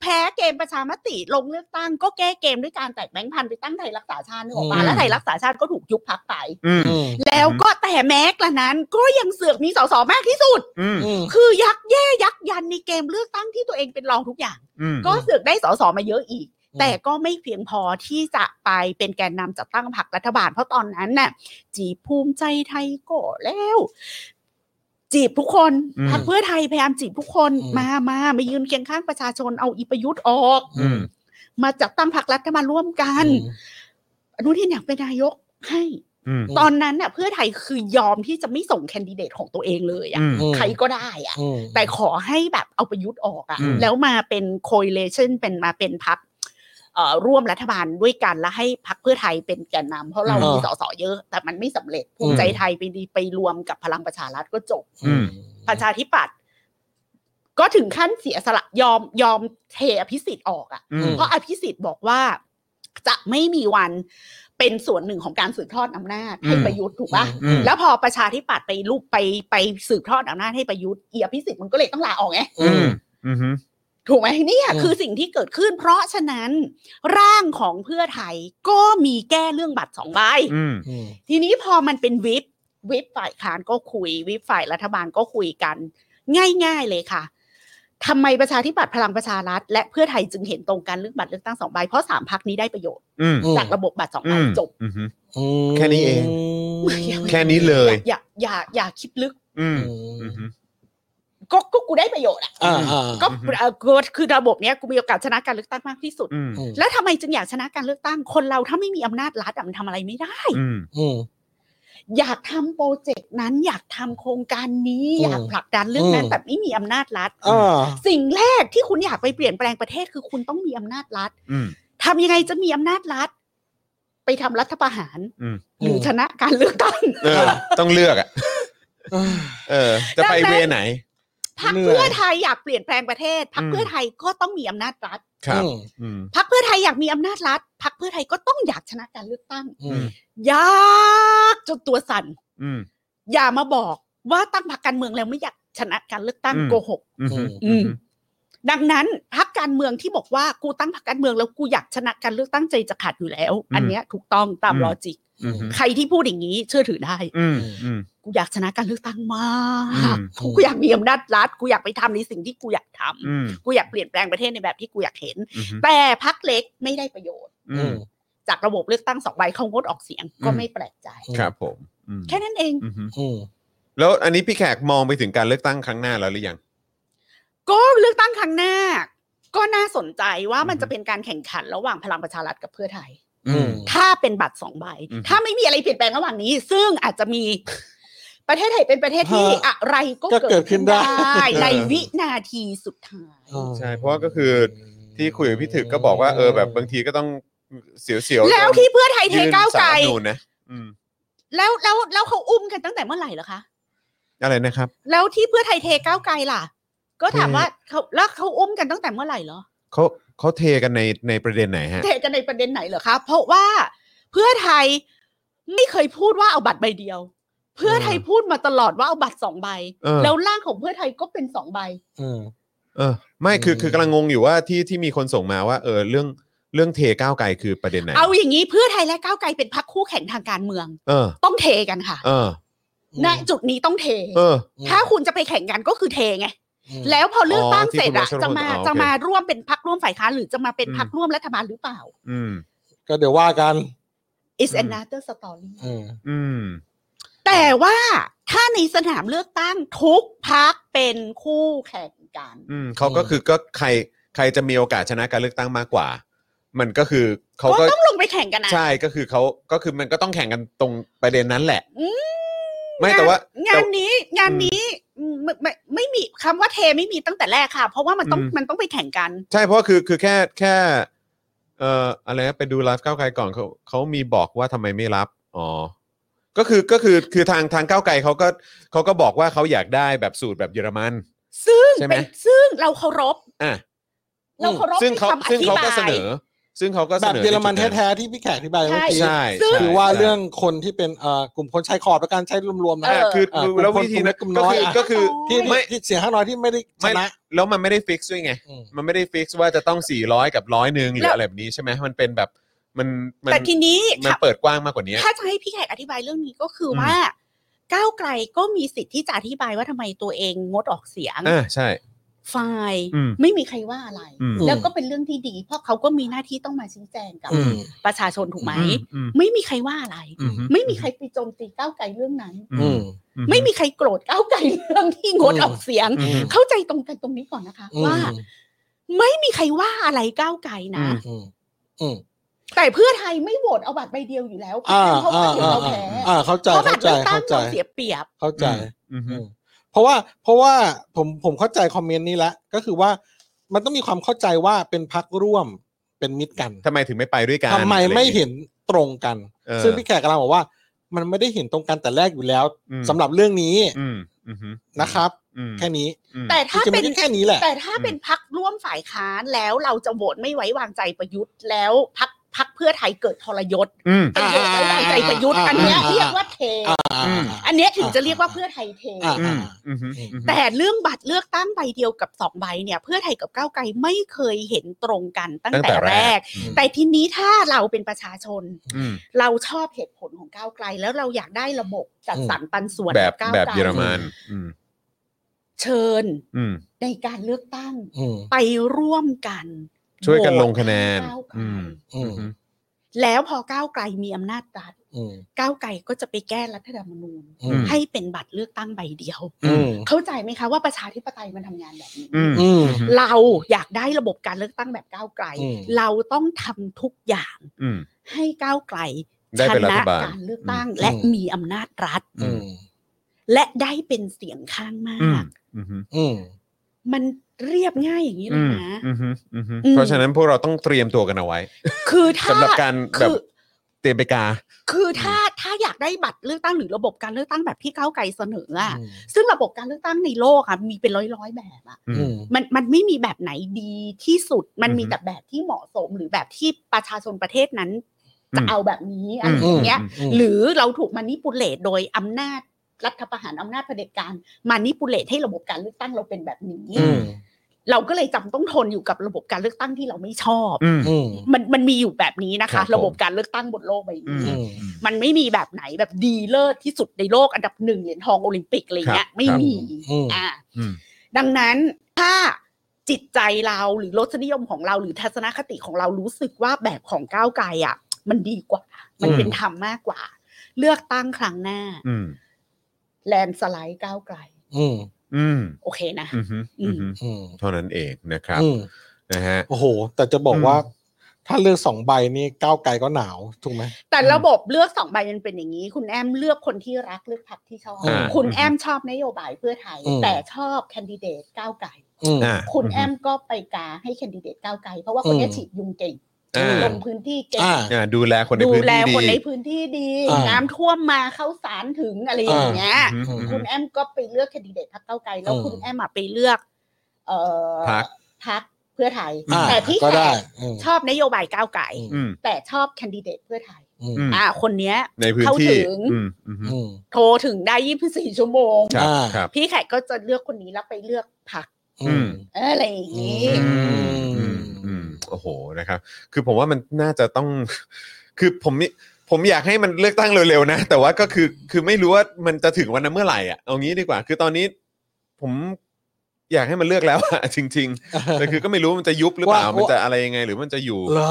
แพ้เกมประชามติลงเลือกตั้งก็แก้เกมด้วยการแตกแบงค์พันธุ์ไปตั้งไทยรักษาชาตินึกออกปะ อืม แล้วไทยรักษาชาติก็ถูกยุบพักไป อืม อืม แล้วก็แต่แม้กระนั้น ก็ยังเสือกมีสสมากที่สุด อืม อืม คือยักแย่ยักยันในเกมเลือกตั้งที่ตัวเองเป็นรองทุกอย่าง อืม ก็เสือกได้สสมาเยอะอีก อืม แต่ก็ไม่เพียงพอที่จะไปเป็นแกนนำจัดตั้งพรรครัฐบาล เพราะตอนนั้นน่ะ จีบภูมิใจไทยก็แล้ว จีบทุกคน อืม พรรคเพื่อไทยพยายามจีบทุกคน อืม มามามายืนเคียงข้างประชาชนเอาอีประยุทธ์ออก อืม มาจัดตั้งพรรครัฐบาลร่วมกัน อนุทินอยากเป็นนายกให้ อืม ตอนนั้นน่ะ เพื่อไทยคือยอมที่จะไม่ส่งแคนดิเดตของตัวเองเลยอะ อืม ใครก็ได้อะ อืม แต่ขอให้แบบเอาประยุทธ์ออกอะ อืม แล้วมาเป็น correlation เป็นมาเป็นพักร่วมรัฐบาลด้วยกันแล้วให้พักเพื่อไทยเป็นแกนนำเพราะเรา อืม มีสสเยอะ แต่มันไม่สำเร็จภูมิใจไทยไปดีไปรวมกับพลังประชารัฐก็จบ อืม ประชาธิปัตย์ก็ถึงขั้นเสียสละยอมยอมเทอภิสิทธิ์ออกอะ อืม เพราะอภิสิทธิ์บอกว่าจะไม่มีวันเป็นส่วนหนึ่งของการสืบทอดอำนาจให้ อืม ประยุทธ์ถูกปะ อืม แล้วพอประชาธิปัตย์ไปรูปไปไปสืบทอดอำนาจให้ประยุทธ์เอียพิสิทธิ์มันก็เลยต้องลาออกไง อืม อืม ถูกไหมเนี่ย อืม คือสิ่งที่เกิดขึ้น เพราะฉะนั้น ร่างของเพื่อไทยก็มีแก้เรื่องบัตรสองใบ อืม อืม ทีนี้พอมันเป็นวิปวิปฝ่ายค้านก็คุย วิปฝ่ายรัฐบาลก็คุยกัน ง่าย ๆเลยค่ะทำไมประชาธิปัตย์พลังประชารัฐ และเพื่อไทยจึงเห็นตรงกันเรื่องบัตรเลือกตั้งสองใบเพราะสามพักนี้ได้ประโยชน์ อืม จากระบบบัตรสอง อื ใบ ม จบ อืม อืม แค่นี้เอง แค่นี้เลย อย่าอย่าอย่าคิดลึก อืม อืม อืม ก็ก็กูได้ประโยชน์อะ อ่าอ่า ก็ อือฮึ เอ่อกูคือระบบเนี้ยกูมีโอกาสชนะการเลือกตั้งมากที่สุด อืม อืม แล้วทำไมจึงอยากชนะการเลือกตั้งคนเราถ้าไม่มีอำนาจรัฐอะมันทำอะไรไม่ได้ อืม อืม อยากทำโปรเจกต์นั้นอยากทำโครงการนี้ อืม อยากผลักดันเรื่องนั้น อืม แต่ไม่มีอำนาจรัฐ อ่า สิ่งแรกที่คุณอยากไปเปลี่ยนแปลงประเทศคือคุณต้องมีอำนาจรัฐ อืม ทำยังไงจะมีอำนาจรัฐ ไปทำรัฐประหาร อืม หรือชนะการเลือกตั้ง เออ ต้องเลือกอ่ะ เออ จะไปเวไหน พัก เหนื่อย เพื่อไทยอยากเปลี่ยนแปลงประเทศพัก อืม เพื่อไทยก็ต้องมีอำนาจรัฐ ครับ อืม อืม พักเพื่อไทยอยากมีอำนาจรัฐพักเพื่อไทยก็ต้องอยากชนะการเลือกตั้ง อืม ยากจนตัวสั่น อืม อย่ามาบอกว่าตั้งพรรคการเมืองแล้วไม่อยากชนะการเลือกตั้ง อืม โกหก อืม อืม ดังนั้นพักการเมืองที่บอกว่ากูตั้งพรรคการเมืองแล้วกูอยากชนะการเลือกตั้งใจจะขาดอยู่แล้ว อันเนี้ยถูกต้องตามลอจิก อืม ใครที่พูดอย่างนี้เชื่อถือได้ อืมอืม กูอยากชนะการเลือกตั้งมาก อืม กูอยากมีอำนาจรัฐ กูอยากไปทำในสิ่งที่กูอยากทำ อืม กูอยากเปลี่ยนแปลงประเทศในแบบที่กูอยากเห็น อืม แต่พักเล็กไม่ได้ประโยชน์ อืม จากระบบเลือกตั้งสองใบเขางดออกเสียงก็ อืม ไม่แปลกใจ ครับผมอืม แค่นั้นเอง อืม อืม แล้วอันนี้พี่แขกมองไปถึงการเลือกตั้งครั้งหน้าแล้วหรือยัง ก็เลือกตั้งครั้งหน้า ก็น่าสนใจว่ามัน อืม จะเป็นการแข่งขันระหว่างพลังประชารัฐกับเพื่อไทย อืม ถ้าเป็นบัตรสองใบ อืม ถ้าไม่มีอะไรเปลี่ยนแปลงระหว่างนี้ ซึ่งอาจจะมี ประเทศไทยเป็นประเทศที่ ฮะ อะไรก็ ก็เกิดขึ้นได้ ในวินาทีสุดท้าย อืม ใช่เพราะว่าก็คือ ที่คุยกับพี่ถึกก็บอกว่าเออแบบบางทีก็ต้องเสียวๆ แล้วที่เพื่อไทยเทก้าวไกล ยืนสารรัฐธรรมนูนนะอืม แล้วแล้วแล้วเขาอุ้มกันตั้งแต่เมื่อไหร่เหรอคะ อะไรนะครับ แล้วที่เพื่อไทยเทก้าวไกลล่ะ ก็ถามว่าเขาแล้วเขาอุ้มกันตั้งแต่เมื่อไหร่เหรอ เขาเขาเทกันในในประเด็นไหนฮะ เทกันในประเด็นไหนเหรอคะ เพราะว่าเพื่อไทยไม่เคยพูดว่าเอาบัตรใบเดียว เพื่อไทยพูดมาตลอดว่าเอาบัตรสองใบ เออ แล้วร่างของเพื่อไทยก็เป็นสองใบ อืม เออไม่คือ อืม คือกำลังงงอยู่ว่าที่ที่มีคนส่งมาว่า เออเรื่องเรื่องเทก้าวไกลคือประเด็นไหน เอาอย่างนี้เพื่อไทยและก้าวไกลเป็นพรรคคู่แข่งทางการเมือง เออ ต้องเทกันค่ะ เออ ณจุดนี้ต้องเท เออ ถ้าคุณจะไปแข่งกันก็คือเทไง อืม แล้วพอเลือกตั้ง อ๋อที่ เสร็จอะ คุณวัชรพล จะมา อ๋อโอเค จะมาร่วมเป็นพักร่วมฝ่ายค้านหรือจะมาเป็น อืม พักร่วมรัฐบาลหรือเปล่า อืม ก็เดี๋ยวว่ากัน is อืม another story อืม อืม แต่ว่าถ้าในสนามเลือกตั้งทุกพักเป็นคู่แข่งกัน อืมเขาก็คือก็ใครใครจะมีโอกาสชนะการเลือกตั้งมากกว่า มันก็คือเขา ก็ ก็ ต้องลงไปแข่งกันนะ ใช่ก็คือเขาก็คือมันก็ต้องแข่งกันตรงประเด็นนั้นแหละ อื ไม่แต่ว่าง าน แต่ นี้งานนี้ไม่ไม่ไม่มีคำว่าเทไม่มีตั้งแต่แรกค่ะ เพราะว่ามันต้อง อืม มันต้องไปแข่งกัน ใช่เพราะว่าคือคือแค่แค่เอ่ออะไรนะไปดูไลฟ์ก้าวไกลก่อนเขาเขามีบอกว่าทำไมไม่รับอ๋อก็คือก็คือคือทางทางก้าวไกลเขาก็เขาก็บอกว่าเขาอยากได้แบบสูตรแบบเยอรมัน ซึ่ง ใช่ไหม เป็นซึ่งเราเคารพ อ่ะ เราเคารพ ซึ่ง ใน เขา คำอ ซึ่ง ธิ เขา บา ก็เสน ย อ ซึ่งเขาก็เส แบบ นอ เยอรมัน ใจุด แท้ๆที่พี่แขกอธิบายเมื่อกี้ ใช่ ซึ่ง ใช่ คือว่า ใช่ เรื่องคนที่เป็นเอ่อกลุ่มคนชายขอบและการใช้รวมๆนะ อ่ะ เออ คือ เออ แล้ว กลุ่มคน วิธีนั้น กลุ่ม ก็ น้อย คือ อ่ะ ก็คือ ที่ ไม่ ที่เสียงข้างน้อยที่ไม่ได้ช ไม่ นะ แล้วมันไม่ได้ฟิกซ์ด้วยไง อืม มันไม่ได้ฟิกซ์ว่าจะต้อง 400 กับร้อยหนึ่งหรื แล้ อ ว อะไรแบบนี้ใช่ไหมมันเป็นแบบมันมัน แต่ทีนี้ มัน ค่ะ เปิดกว้างมากกว่านี้ ถ้าจะให้พี่แขกอธิบายเรื่องนี้ก็คืออ ม ว่า ก้าวไกลก็มีสิทธิ์ที่จะอธิบายว่าทำไมตัวเองงดออกเสียง อ่าใช่ ฝ่าย อืม ไม่มีใครว่าอะไร อืม ม แล้วก็เป็นเรื่องที่ดี เพราะเขาก็มีหน้าที่ต้องมาชี้แจงกับ อืม ประชาชนถูกไหม อืม ไม่มีใครว่าอะไร อือื ไม่มีใครไปโจมตีก้าวไกลเรื่องนั้น อื อื ม ม อื ไม่มีใครโกรธก้าวไกลเรื่องที่งดออกเสียง อืม เข้าใจตรงกันตรงนี้ก่อนนะคะ อืม ว่า ไม่มีใครว่าอะไรก้าวไกลนะ อืม อืมอืม แต่เพื่อไทยไม่โหวตเอาบัตรใบเดียวอยู่แล้วเพราะ อ่า เขา อ่า เห็นเรา อ่า แพ้ อ่าเข้าใจ เพราะบั เข้า ตร ใจเข้าง ใจเลือกตั้เราเสียเปรียบ เข้าใจ อืม อืมเพราะว่าเพราะว่าผมผมเข้าใจคอมเมนต์นี้ละก็คือว่ามันต้องมีความเข้าใจว่าเป็นพักร่วมเป็นมิตรกัน ทำไมถึงไม่ไปด้วยกัน ทำไมไม่เห็นตรงกัน เออ ซึ่งพี่แขกกำลังบอกว่า มันไม่ได้เห็นตรงกันแต่แรกอยู่แล้ว อืม สำหรับเรื่องนี้ อืมอืมอืม นะครับ อืม แค่นี้ อืม แต่ถ้า จริงๆ เป็ มัน นก็แค่นี้แหละ แต่ถ้าเป็นพักร่วมฝ่ายค้านแล้วเราจะโหวตไม่ไว้วางใจประยุทธ์ แล้วพักพักเพื่อไทยเกิดทรยศ อืม ไปโหวตไว้วางใจประยุทธ์ อ่า อันเนี้ย อ่า เรียกว่าเท อ่า อืม อันเนี้ยถึงจะเรียกว่าเพื่อไทยเท อ่า อืมอืมอืมอืม แต่เรื่องบัตรเลือกตั้งใบเดียวกับสองใบเนี่ย เพื่อไทยกับก้าวไกลไม่เคยเห็นตรงกันตั้งแต่แรก แต่ทีนี้ถ้าเราเป็นประชาชน อืม เราชอบเหตุผลของก้าวไกล แล้วเราอยากได้ระบบจัดสรรปันส่วน แบบ ก้าว แบบ ไกล เยอรมันอืม เชิญ อืม ในการเลือกตั้ง อืม ไปร่วมกัน ช่วยกันลงคะแนน โหวตให้ก้าวไกล อืม อืม แล้วพอก้าวไกลมีอำนาจรัฐ อืม ก้าวไกลก็จะไปแก้รัฐธรรมนูญ อืม ให้เป็นบัตรเลือกตั้งใบเดียว อืม เข้าใจไหมคะว่าประชาธิปไตยมันทำงานแบบนี้ อืม อืม เราอยากได้ระบบการเลือกตั้งแบบก้าวไกล อืม เราต้องทำทุกอย่าง อืม ให้ก้าวไกล ได้ ช เป็นรั นะ ฐบาล การเลือกตั้งและมีอำนาจรัฐ อืม และได้เป็นเสียงข้างมา อืม ก อืม อืม มันเรียบง่ายอย่างนี้เล อื ย ม นะ อืมอืม อืม เพราะฉะนั้นพวกเราต้องเตรียมตัวกันเอาไว้ คือถ้า สำหรับการแบ คื บ อ เตรียมไปกา คือถ้าถ้าอยากได้บัตรเลือกตั้งหรือระบบการเลือกตั้งแบบที่ก้าวไกลเสนออ่ะ อืม ซึ่งระบบการเลือกตั้งในโลกอ่ะมีเป็นร้อยร้อยๆแบบอ่ะ อืม อืม มันมันไม่มีแบบไหนดีที่สุด มันมี อือฮึ แต่แบบที่เหมาะสมหรือแบบที่ประชาชนประเทศนั้น จะ อืม เอาแบบนี้อะไรอย่างเงี้ย อืม อืม หรือเราถูกมานิปุเลตโดยอำนาจรัฐประหารอำนาจเผด็จการมานิปุเลตให้ระบบการเลือกตั้งเราเป็นแบบนี้ อืม เราก็เลยจำต้องทนอยู่กับระบบการเลือกตั้งที่เราไม่ชอบ อืม อืม มันมันมีอยู่แบบนี้นะ ครั คะ บผม ระบบการเลือกตั้งบนโลกใบนี้ อืม มันไม่มีแบบไหนแบบดีเลิศที่สุดในโลกอันดับหนึ่งเหรียญทองโอลิมปิกอะไรเงี้ยไม่มี อืม อ่า อืม ดังนั้นถ้าจิตใจเราหรือรสนิยมของเราหรือทัศนคติของเรารู้สึกว่าแบบของก้าวไกลอ่ะ มันดีกว่า มันเป็นธรรมมากกว่า เลือกตั้งครั้งหน้า อืม แลนด์สไลด์ก้าวไกล อืม อืม โอเคนะ อืมอืมอืม อืม เท่านั้นเองนะครับ อืม นะฮะ โอ้โห แต่จะบอก อืม ว่า ถ้าเลือกสองใบนี่ก้าวไกลก็หนาวถูกไหม แต่ระบบเลือกสองใบมันเป็นอย่างนี้ คุณแอมเลือกคนที่รักเลือกพรรคที่ชอบ อ่า คุณแอมชอบนโยบายเพื่อไทย อืม แต่ชอบแคนดิเดตก้าวไกล อืม อ่า คุณแอมก็ไปกาให้แคนดิเดตก้าวไกล เพราะว่าคนเนี้ยฉีดยุงเก่ง อ่า ลงพื้นที่เก่ง อ่า อ่าดูแลคนใน ดู พื้น แล ที่ดี คนในพื้นที่ดี อ่า น้ำท่วมมาเข้าสารถึงอะไรอย่างเงี้ย อืมอืม คุณแอมก็ไปเลือกแคนดิเดตพรรคเก้าวไกลแล้ว อืม คุณแอมอะไปเลือก เอ่อ พัก พรรคเพื่อไทย อ่า แต่พี่ ก็ แข ได้ ก อืม ชอบนโยบายก้าวไกล อืม อืม แต่ชอบแคนดิเดตเพื่อไทย อืม อืม อ่า คนเนี้ย ในพื้น เข้า ที่ ถึง อืมอืม อืม โทรถึงได้24ชั่วโมง ครับ อ่า ครับ พี่แขกก็จะเลือกคนนี้แล้วไปเลือกพรรค อืม อะไรอย่างนี้ อืม อื อืม ม อืมโอ้โหนะครับ คือผมว่ามันน่าจะต้อง คือผมมิผมอยากให้มันเลือกตั้งเร็วๆนะ แต่ว่าก็คือคือไม่รู้ว่ามันจะถึงวันนั้นเมื่อไหร่อ่ะเอางี้ดีกว่า คือตอนนี้ ผมอยากให้มันเลือกแล้วอะ จริง ๆ แต่คือก็ไม่รู้มันจะยุบหรือเปล่า ว่า มันจะอะไรยังไง หรือมันจะอยู่ เหรอ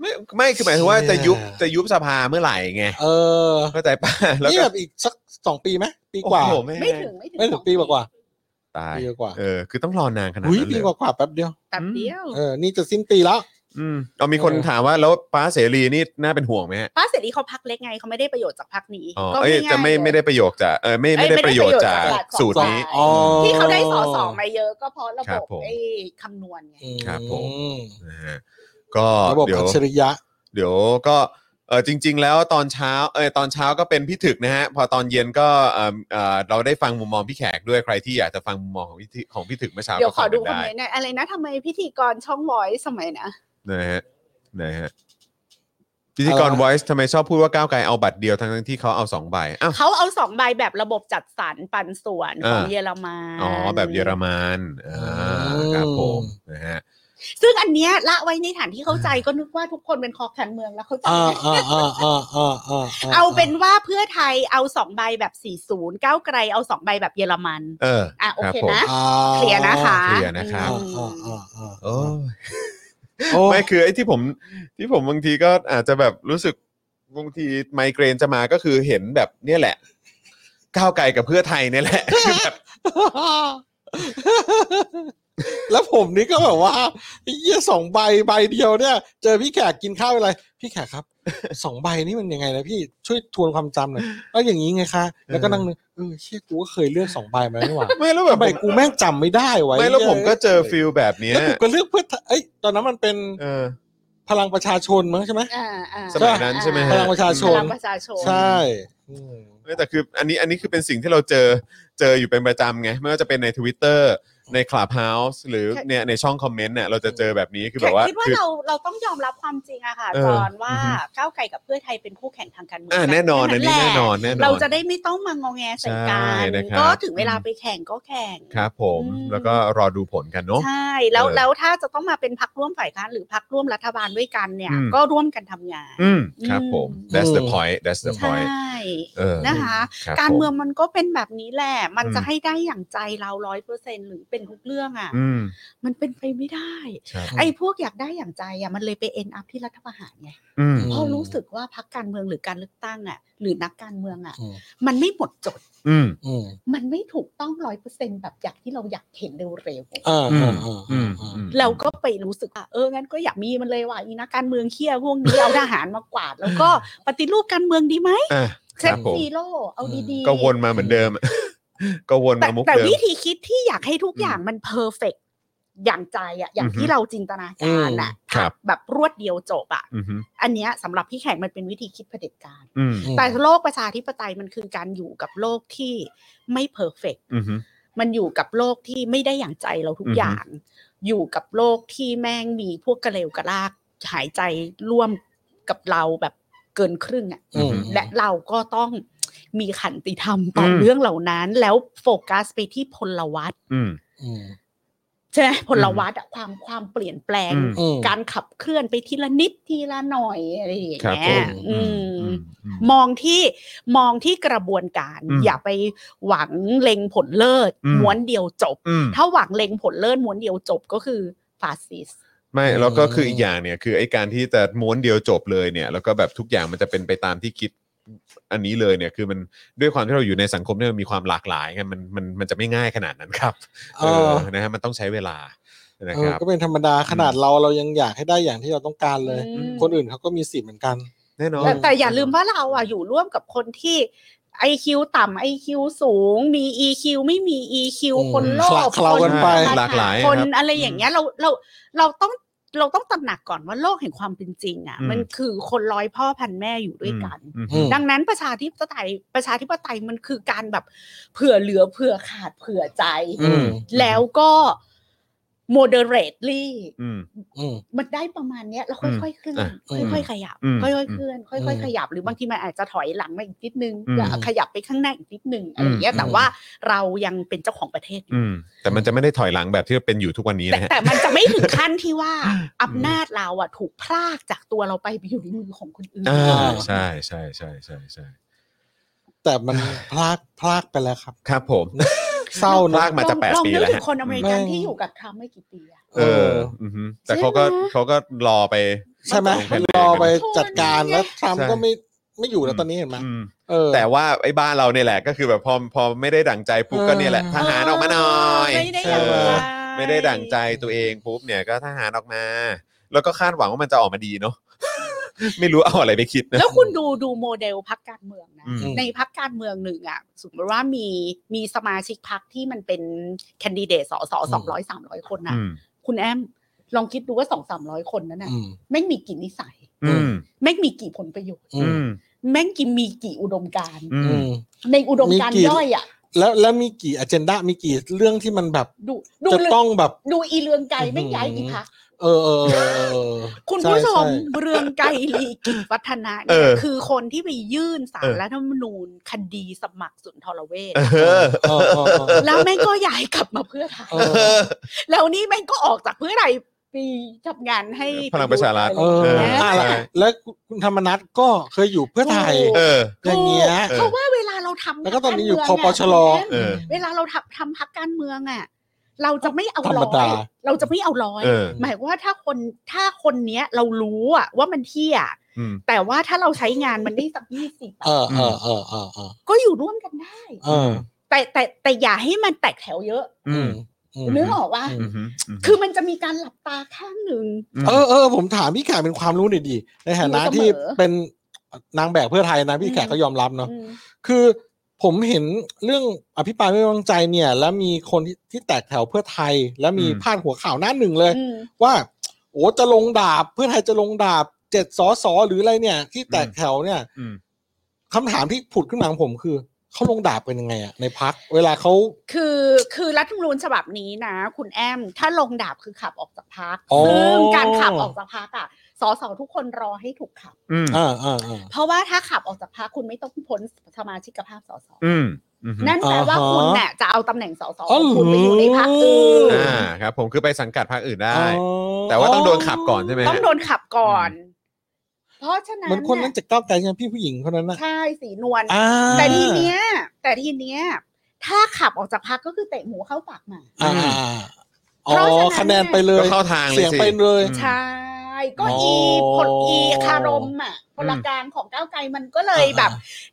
ไม่ไม่คือหมายถึงว่าจะยุบ เชี่ย จะยุบสภาเมื่อไหร่ไง เออ เข้าใจ ป่ะแล้ว นี่ ก็ แบบอีกสักสองปีไหมปีกว่า โอ้โหแม่ ไม่ถึงไม่ถึง ไม่ถึงปีกว่า ตาย ปีกว่า เออคือต้องรอนานขนาด อุ้ย นั้นเล ปี ย กว่ากว่าแป๊บเดียว แต่เดียว เออ นี่จะสิ้นปีแล้ว อืมเอามีคน เออ ถามว่าแล้วป้าเสรีนี่น่าเป็นห่วงไหมฮะ ป้าเสรีเขาพักเล็กไงเขาไม่ได้ประโยชน์จากพรรคนี้ อ๋อ ก็ เอ้ย ง่ายๆ จะไม่ เลย ไม่ได้ประโยชน์จากเออไม่ไม่ได้ เอ้ยไม่ได้ ประโยชน์จาก ประโยชน์จาก สูตรนี้ จาก อ๋อ ที่เขาได้สอสอมาเยอะก็เพราะระ ครับ บบ ผม ไอ้คำนวณไง ครับผม อื นะฮะก็ ระบบ เดี๋ย อั ว จฉริยะ เดี๋ยวก็เออจริง ๆ แล้วตอนเช้าเออตอนเช้าก็เป็นพี่ถึกนะฮะพอตอนเย็นก็เออเออเราได้ฟังมุมมองพี่แขกด้วยใครที่อยากจะฟังมุมมองของพี่ถึกของพี่ถึกเมื่อเช้า เดี๋ยว ก็ ขอ ฟัง ดู กัน คอม ได้ เมนต์หนะอะไรนะทำไมพิธีกรช่องร้อยสมัยนะ นะฮะนะฮะพิธีกร อะไรวะ Voice ทำไมชอบพูดว่าก้าวไกลเอาบัตรเดียวทั้งๆที่เขาเอาสองใบอ้าว เขาเอาสองใบแบบระบบจัดสรรปันส่วนของ อ่า เยอรมัน อ๋อแบบเยอรมันอ่าครับผมนะฮะ ซึ่งอันเนี้ยละไว้ในฐานที่เข้าใจก็นึกว่าทุกคนเป็นคอการเมืองแล้วเข้าใจ อ่าอ่าอ่าอ่าอ่าอ่า เอาเป็นว่าเพื่อไทยเอาสองใบแบบ 40ก้าวไกลเอาสองใบแบบเยอรมัน เออ อ่ะโอเค ครับผม นะ อ่า เคลียร์นะคะ เคลียร์นะครับ อ่า อื อ่าม อ่าอ่า โอ้ย โอ้ ไม่คือไอ้ที่ผมที่ผมบางทีก็อาจจะแบบรู้สึกบางทีไมเกรนจะมาก็คือเห็นแบบเนี่ยแหละ ก้าวไกลกับเพื่อไทยเนี่ยแหละ แล้วผมนี่ก็แบบว่าเยี่ยสองใบใบเดียวเนี่ย เจอพี่แขกกินข้าวอะไร พี่แขกครับ สองใบนี่มันยังไงนะพี่ช่วยทวนความจำหน่อยแล้วอย่างนี้ไงคะ แล้วก็นั่งนึกเออเชี่ยกูก็เคยเลือกสองใบมาแล้วนี่หว่า ไม่แล้วแบ ทำ บ ไมกูแม่งจำไม่ได้ไว้ ไม่แล้วผมก็เจอฟิลแบบเนี้ย แล้วผมก็เลือกเพื่อไทยเอ้ยตอนนั้นมันเป็น เออ พลังประชาชนมั้งใช่ไหม อ่าอ่า สมัยนั้นใช่ไหมฮ พลังประชาช พ น ลังประชาชน ใช่อืม เออแต่คืออันนี้อันนี้คือเป็นสิ่งที่เราเจอเจออยู่เป็นประจำไง ไม่ว่าจะเป็นใน Twitter ใน Clubhouse หรือ ค่ะ เนี่ยในช่องคอมเมนต์เนี่ยเราจะเจอแบบนี้คือแบบ แข ว่า กคิดว่าเราเราต้องยอมรับความจริงอะค่ะ เออ จอนว่า อือฮึ ก้าวไกลกับเพื่อไทยเป็นคู่แข่งทางการเมือง อ่า กั แน่นอนอันนี้ หละ แน่นอนแน่นอน เราจะได้ไม่ต้องมางองแงใส่กัน ใช่นะครับ ก็ถึงเวลาไปแข่งก็แข่ง ครับผม อืม แล้วก็รอดูผลกันเนาะ ใช่แล้ว เออ แล้วถ้าจะต้องมาเป็นพักร่วมฝ่ายค้านหรือพักร่วมรัฐบาลด้วยกันเนี่ย อืม ก็ร่วมกันทำงาน อืมครับผม that's the อืม point that's the ใช่ point เออ นะคะ คบ การเมือง ผ มันก็เป็นแบบนี้แหละ มัน อืม จะให้ได้อย่างใจเราร้อยเปอร์เซ็นหรือเป็นทุกเรื่องอ่ะ อืม มันเป็นไปไม่ได้ ครับ ไอ้พวกอยากได้อย่างใจอ่ะมันเลยไปเอ็นอัพที่รัฐประหารไง อืม เพราะรู้สึกว่าพักการเมืองหรือการเลือกตั้งอ่ะ หรือนักการเมืองอ่ะ อืม มันไม่หมดจด อืม อืม มันไม่ถูกต้องร้อยเปอร์เซ็นแบบอย่างที่เราอยากเห็นเร็ว อ่า อื อ่าม อ่า อืม อ่า อืม ๆเราก็ไปรู้สึกว่าเอองั้นก็อยากมีมันเลยว่ะอีนักการเมืองเคี้ยพวกนี้ เอาทหารมากวาด แล้วก็ปฏิรูปการเมืองดีไหม อ่ะค เซ็ รับ ต ผม ซีโร่เอาดีๆ ก็วนมาเหมือนเดิม ก็วน แต่ มามุก แต่ เดิม วิธีคิดที่อยากให้ทุกอย่างมันเพอร์เฟก อย่างใจอะอย่าง อือฮึ ที่เราจินตนาการน่ะ ครับ แบบรวดเดียวจบอะ อืมฮึ อันเนี้ยสำหรับพี่แขกมันเป็นวิธีคิดเผด็จการ อืม แต่โลกประชาธิปไตยมันคือการอยู่กับโลกที่ไม่เพอร์เฟก อืมฮึ มันอยู่กับโลกที่ไม่ได้อย่างใจเราทุก อือฮึ อย่าง อยู่กับโลกที่แม่งมีพวกกระเลวกระลากหายใจร่วมกับเราแบบเกินครึ่งอะ อืม และเราก็ต้องมีขันติธรรมต่ออ ม เรื่องเหล่านั้น แล้วโฟกัสไปที่พลวัต อืม อืม ใช่ไหมพลวัตอะความความเปลี่ยนแปลง อืม อืม การขับเคลื่อนไปทีละนิดทีละหน่อยอะไรอย่าง ครับผ เงี้ย ม อืม อืมอืม มองที่มองที่กระบวนการ อืม อย่าไปหวังเล็งผลเลิศ อืม ม้วนเดียวจบ อืม ถ้าหวังเล็งผลเลิศม้วนเดียวจบก็คือฟาสซิสต์ ไม่แล้วก็ อืม คืออีกอย่างเนี่ยคือไอ้การที่จะม้วนเดียวจบเลยเนี่ย แล้วก็แบบทุกอย่างมันจะเป็นไปตามที่คิดอันนี้เลยเนี่ย คือมันด้วยความที่เราอยู่ในสังคมที่มันมีความหลากหลายไงมันมันมันจะไม่ง่ายขนาดนั้นครับ เออ นะฮะมันต้องใช้เวลานะ เอ ค อ รับ ก็เป็นธรรมดาขนาดเราเรายังอยากให้ได้อย่างที่เราต้องการเลย อืม คนอื่นเขาก็มีสิทธิ์เหมือนกัน แน่นอน แต่แต่อย่าลืมว่าเราอะอยู่ร่วมกับคนที่ไอคิวต่ำไอคิวสูง มี EQ ไม่มี EQ อืม คนโลภ คลา ค ๆกันไป ปัญ หลากหลาย คน ครับ อะไรอย่างเงี้ยเราเราเราต้องเราต้องตระหนักก่อนว่าโลกแห่งความเป็นจริงอะ อืม มันคือคนร้อยพ่อพันแม่อยู่ด้วยกัน อืม อืม ดังนั้นประชาธิปไตยประชาธิปไตยมันคือการแบบเผื่อเหลือเผื่อขาดเผื่อใจ อืม แล้วก็ moderately อืม อืม มันได้ประมาณเนี้ยแล้วค่อยๆเคลื่อน อ่ะ ค่อยๆขยับ อืม ค่อยๆเคลื่อน ค่อย อื ๆ ม ขยับ หรือบางทีมันอาจจะถอยหลังมาอีกนิดนึง อืม แล้วขยับไปข้างหน้าอีกนิดนึงอะไรอย่างเงี้ อื ย ม แต่ว่าเรายังเป็นเจ้าของประเทศอยู่ อืมแต่มันจะไม่ได้ถอยหลังแบบที่เป็นอยู่ทุกวันนี้ แต่ นะฮะ แต่มันจะไม่ถึงขั้นที่ ว่าอำนาจเราอะถูกพรากจากตัวเราไปไปอยู่ในมือของคนอื่น อ่า า ใช่ใช่ใช่ใช่ใช่ แต่มันพลากพลากไปแล้วครับ ครับผม เศร้า พลา นะ กมาจะแปด ลอง ปี นึก แล้ว ถึ ฮะ งคนอเมริกัน แม่ง ที่อยู่กับทรัมป์ไม่กี่ปีอะ เอออืมแต่เขาก็ ใช่ไหม เขาก็รอไป ใช่ไหม มันเป็น รอไปจัดการ มันเป็น แล้วทรัมป์ ใช่ ก็ไม่ไม่อยู่แล้วตอนนี้เห็นไหม อืม เออ แต่ว่าไอ้บ้านเราเนี่ยแหละก็คือแบบพอพอไม่ได้ดั่งใจปุ๊บก็เนี่ยแหละ เออ ทหารออกมาหน่อย ไม่ได้ เอ ดั่งใจ อไม่ได้ดั่งใจตัวเองปุ๊บเนี่ยก็ทหารออกมา แล้วก็คาดหวังว่ามันจะออกมาดีเนาะ ไม่รู้เอาอะไรไปคิดนะ แล้วคุณดูดูโมเดลพักการเมืองนะ อืม ในพักการเมืองหนึ่งอ่ะสมมติว่ามีมีสมาชิกพักที่มันเป็นแคนดิเดตสสสองร้อยสามร้อยคนนะ อืม คุณแอมลองคิดดูว่าสองสามร้อยคนนั้นน่ะ อืม แม่งมีกี่นิสัย อืม แม่งมีกี่ผลประโยชน์ อื อื ม ม แม่งกี่มีกี่อุดมการณ์ อื อื ม ม ในอุดมการณ์ มีกี่ ย่อยอ่ะ แล้วแล้วมีกี่อเจนดามีกี่เรื่องที่มันแบบ ดูดู จะ เรื่ ต้องแบบ ดูอีเรืองไกรแม่งย้ายกี่ อืม พัก เออเออเออเออเออ คุณผู้ชม ใใ เรืองไกรลีกิจวัฒนะ เอ เนี่ย อ คือคนที่ไปยื่นสา เอ ร อ รัฐธรรมนูญคดีสมัครสุนทรเวช เออ เออเออเออ แล้วแม่งก็ย้ายกลับมาเพื่อไทย เอ เออ แล้วนี่แม่งก็ออกจากเพื่อไทยไปทำงานให้ พลังประชารัฐ อะ เอองไอย่าเงี้ย อ่ะ ใช่ แล้วแล้วคุณธรรมนัทก็เคยอยู่เพื่อไทย เออ อย่างเงี้ย เออ เพราะว่าเวลาเราทำ แล้วก็ตอนนี้อยู่ค าร อป เมืงะ ชรอ เออ เวลาเราทำทำพักการเมืองอ่ะ เราจะไม่เอา ธร ร้ รม อ ดา ยเราจะไม่เอาร้อย เออ หมายความว่าถ้าคนถ้าคนเนี้ยเรารู้อ่ะว่ามันเที่ย อืม แต่ว่าถ้าเราใช้งานมันได้สักยี่สิบ เออเออเออเออเออ ก็อยู่ร่วมกันได้ เออ แต่แต่แต่อย่าให้มันแตกแถวเยอะ อืม อืม นึกออกว่า อืมอืม คือมันจะมีการหลับตาข้างหนึ่ง เออเออผมถามพี่แขกเป็นความรู้หน่อยดีในฐานะที่ อยู่เสมอ เป็นนางแบบเพื่อไทยนะพี่แขก อืม ก็ยอมรับเนาะ อืม คือผมเห็นเรื่องอภิปรายไม่ไว้วางใจเนี่ย แล้วมีคนที่ที่แตกแถวเพื่อไทย แล้วมีพาดหัวข่าวหน้าหนึ่งเลย อืม ว่าโอ้จะลงดาบเพื่อไทยจะลงดาบเจ็ดสอสอหรืออะไรเนี่ย ที่แตกแถวเนี่ย อืม คำถามที่ผุดขึ้นมาของผมคือ เขาลงดาบเป็นยังไงอะในพักเวลาเขา คือคือรัฐธรรมนูญฉบับนี้นะ คุณแอม ถ้าลงดาบคือขับออกจากพัก อ๋อ ซึ่งการขับออกจากพักอ่ะสสทุกคนรอให้ถูกขับ อืม อ่าอ่าอ่า เพราะว่าถ้าขับออกจากพักคุณไม่ต้องพ้นสมาชิกภาพสส อืมอืม นั่นแปลว่า อ่าฮะ คุณเนี่ยจะเอาตำแหน่งสส อ๋อ คุณไปอยู่ในพักอื่น อ่าครับ ผมคือไปสังกัดพรรคอื่นได้ แต่ว่าต้องโดนขับก่อนใช่ไหมฮะ ต้องโดนขับก่อน เพราะฉะนั้ เหมือน นคน เย นั้นจากก้าวไกลใช่ไหมพี่ผู้หญิงคนนั้นนะ ใช่สีนวล อ่า แต่ทีเนี้ย แต่ทีเนี้ย ถ้าขับออกจากพักก็คือเตะหมูเข้าปากหมา อ่าอ่าอ่าอ๋อ เพราะฉะนั้น คะแนนไปเล ก็ ย เข้าทางเลย เสียง สิ ไปเลย อืม ใช่ ก็ อ๋ออี อีผลอีคารมอ่ะพลการของก้าวไกลมันก็เลย อ่า แบบ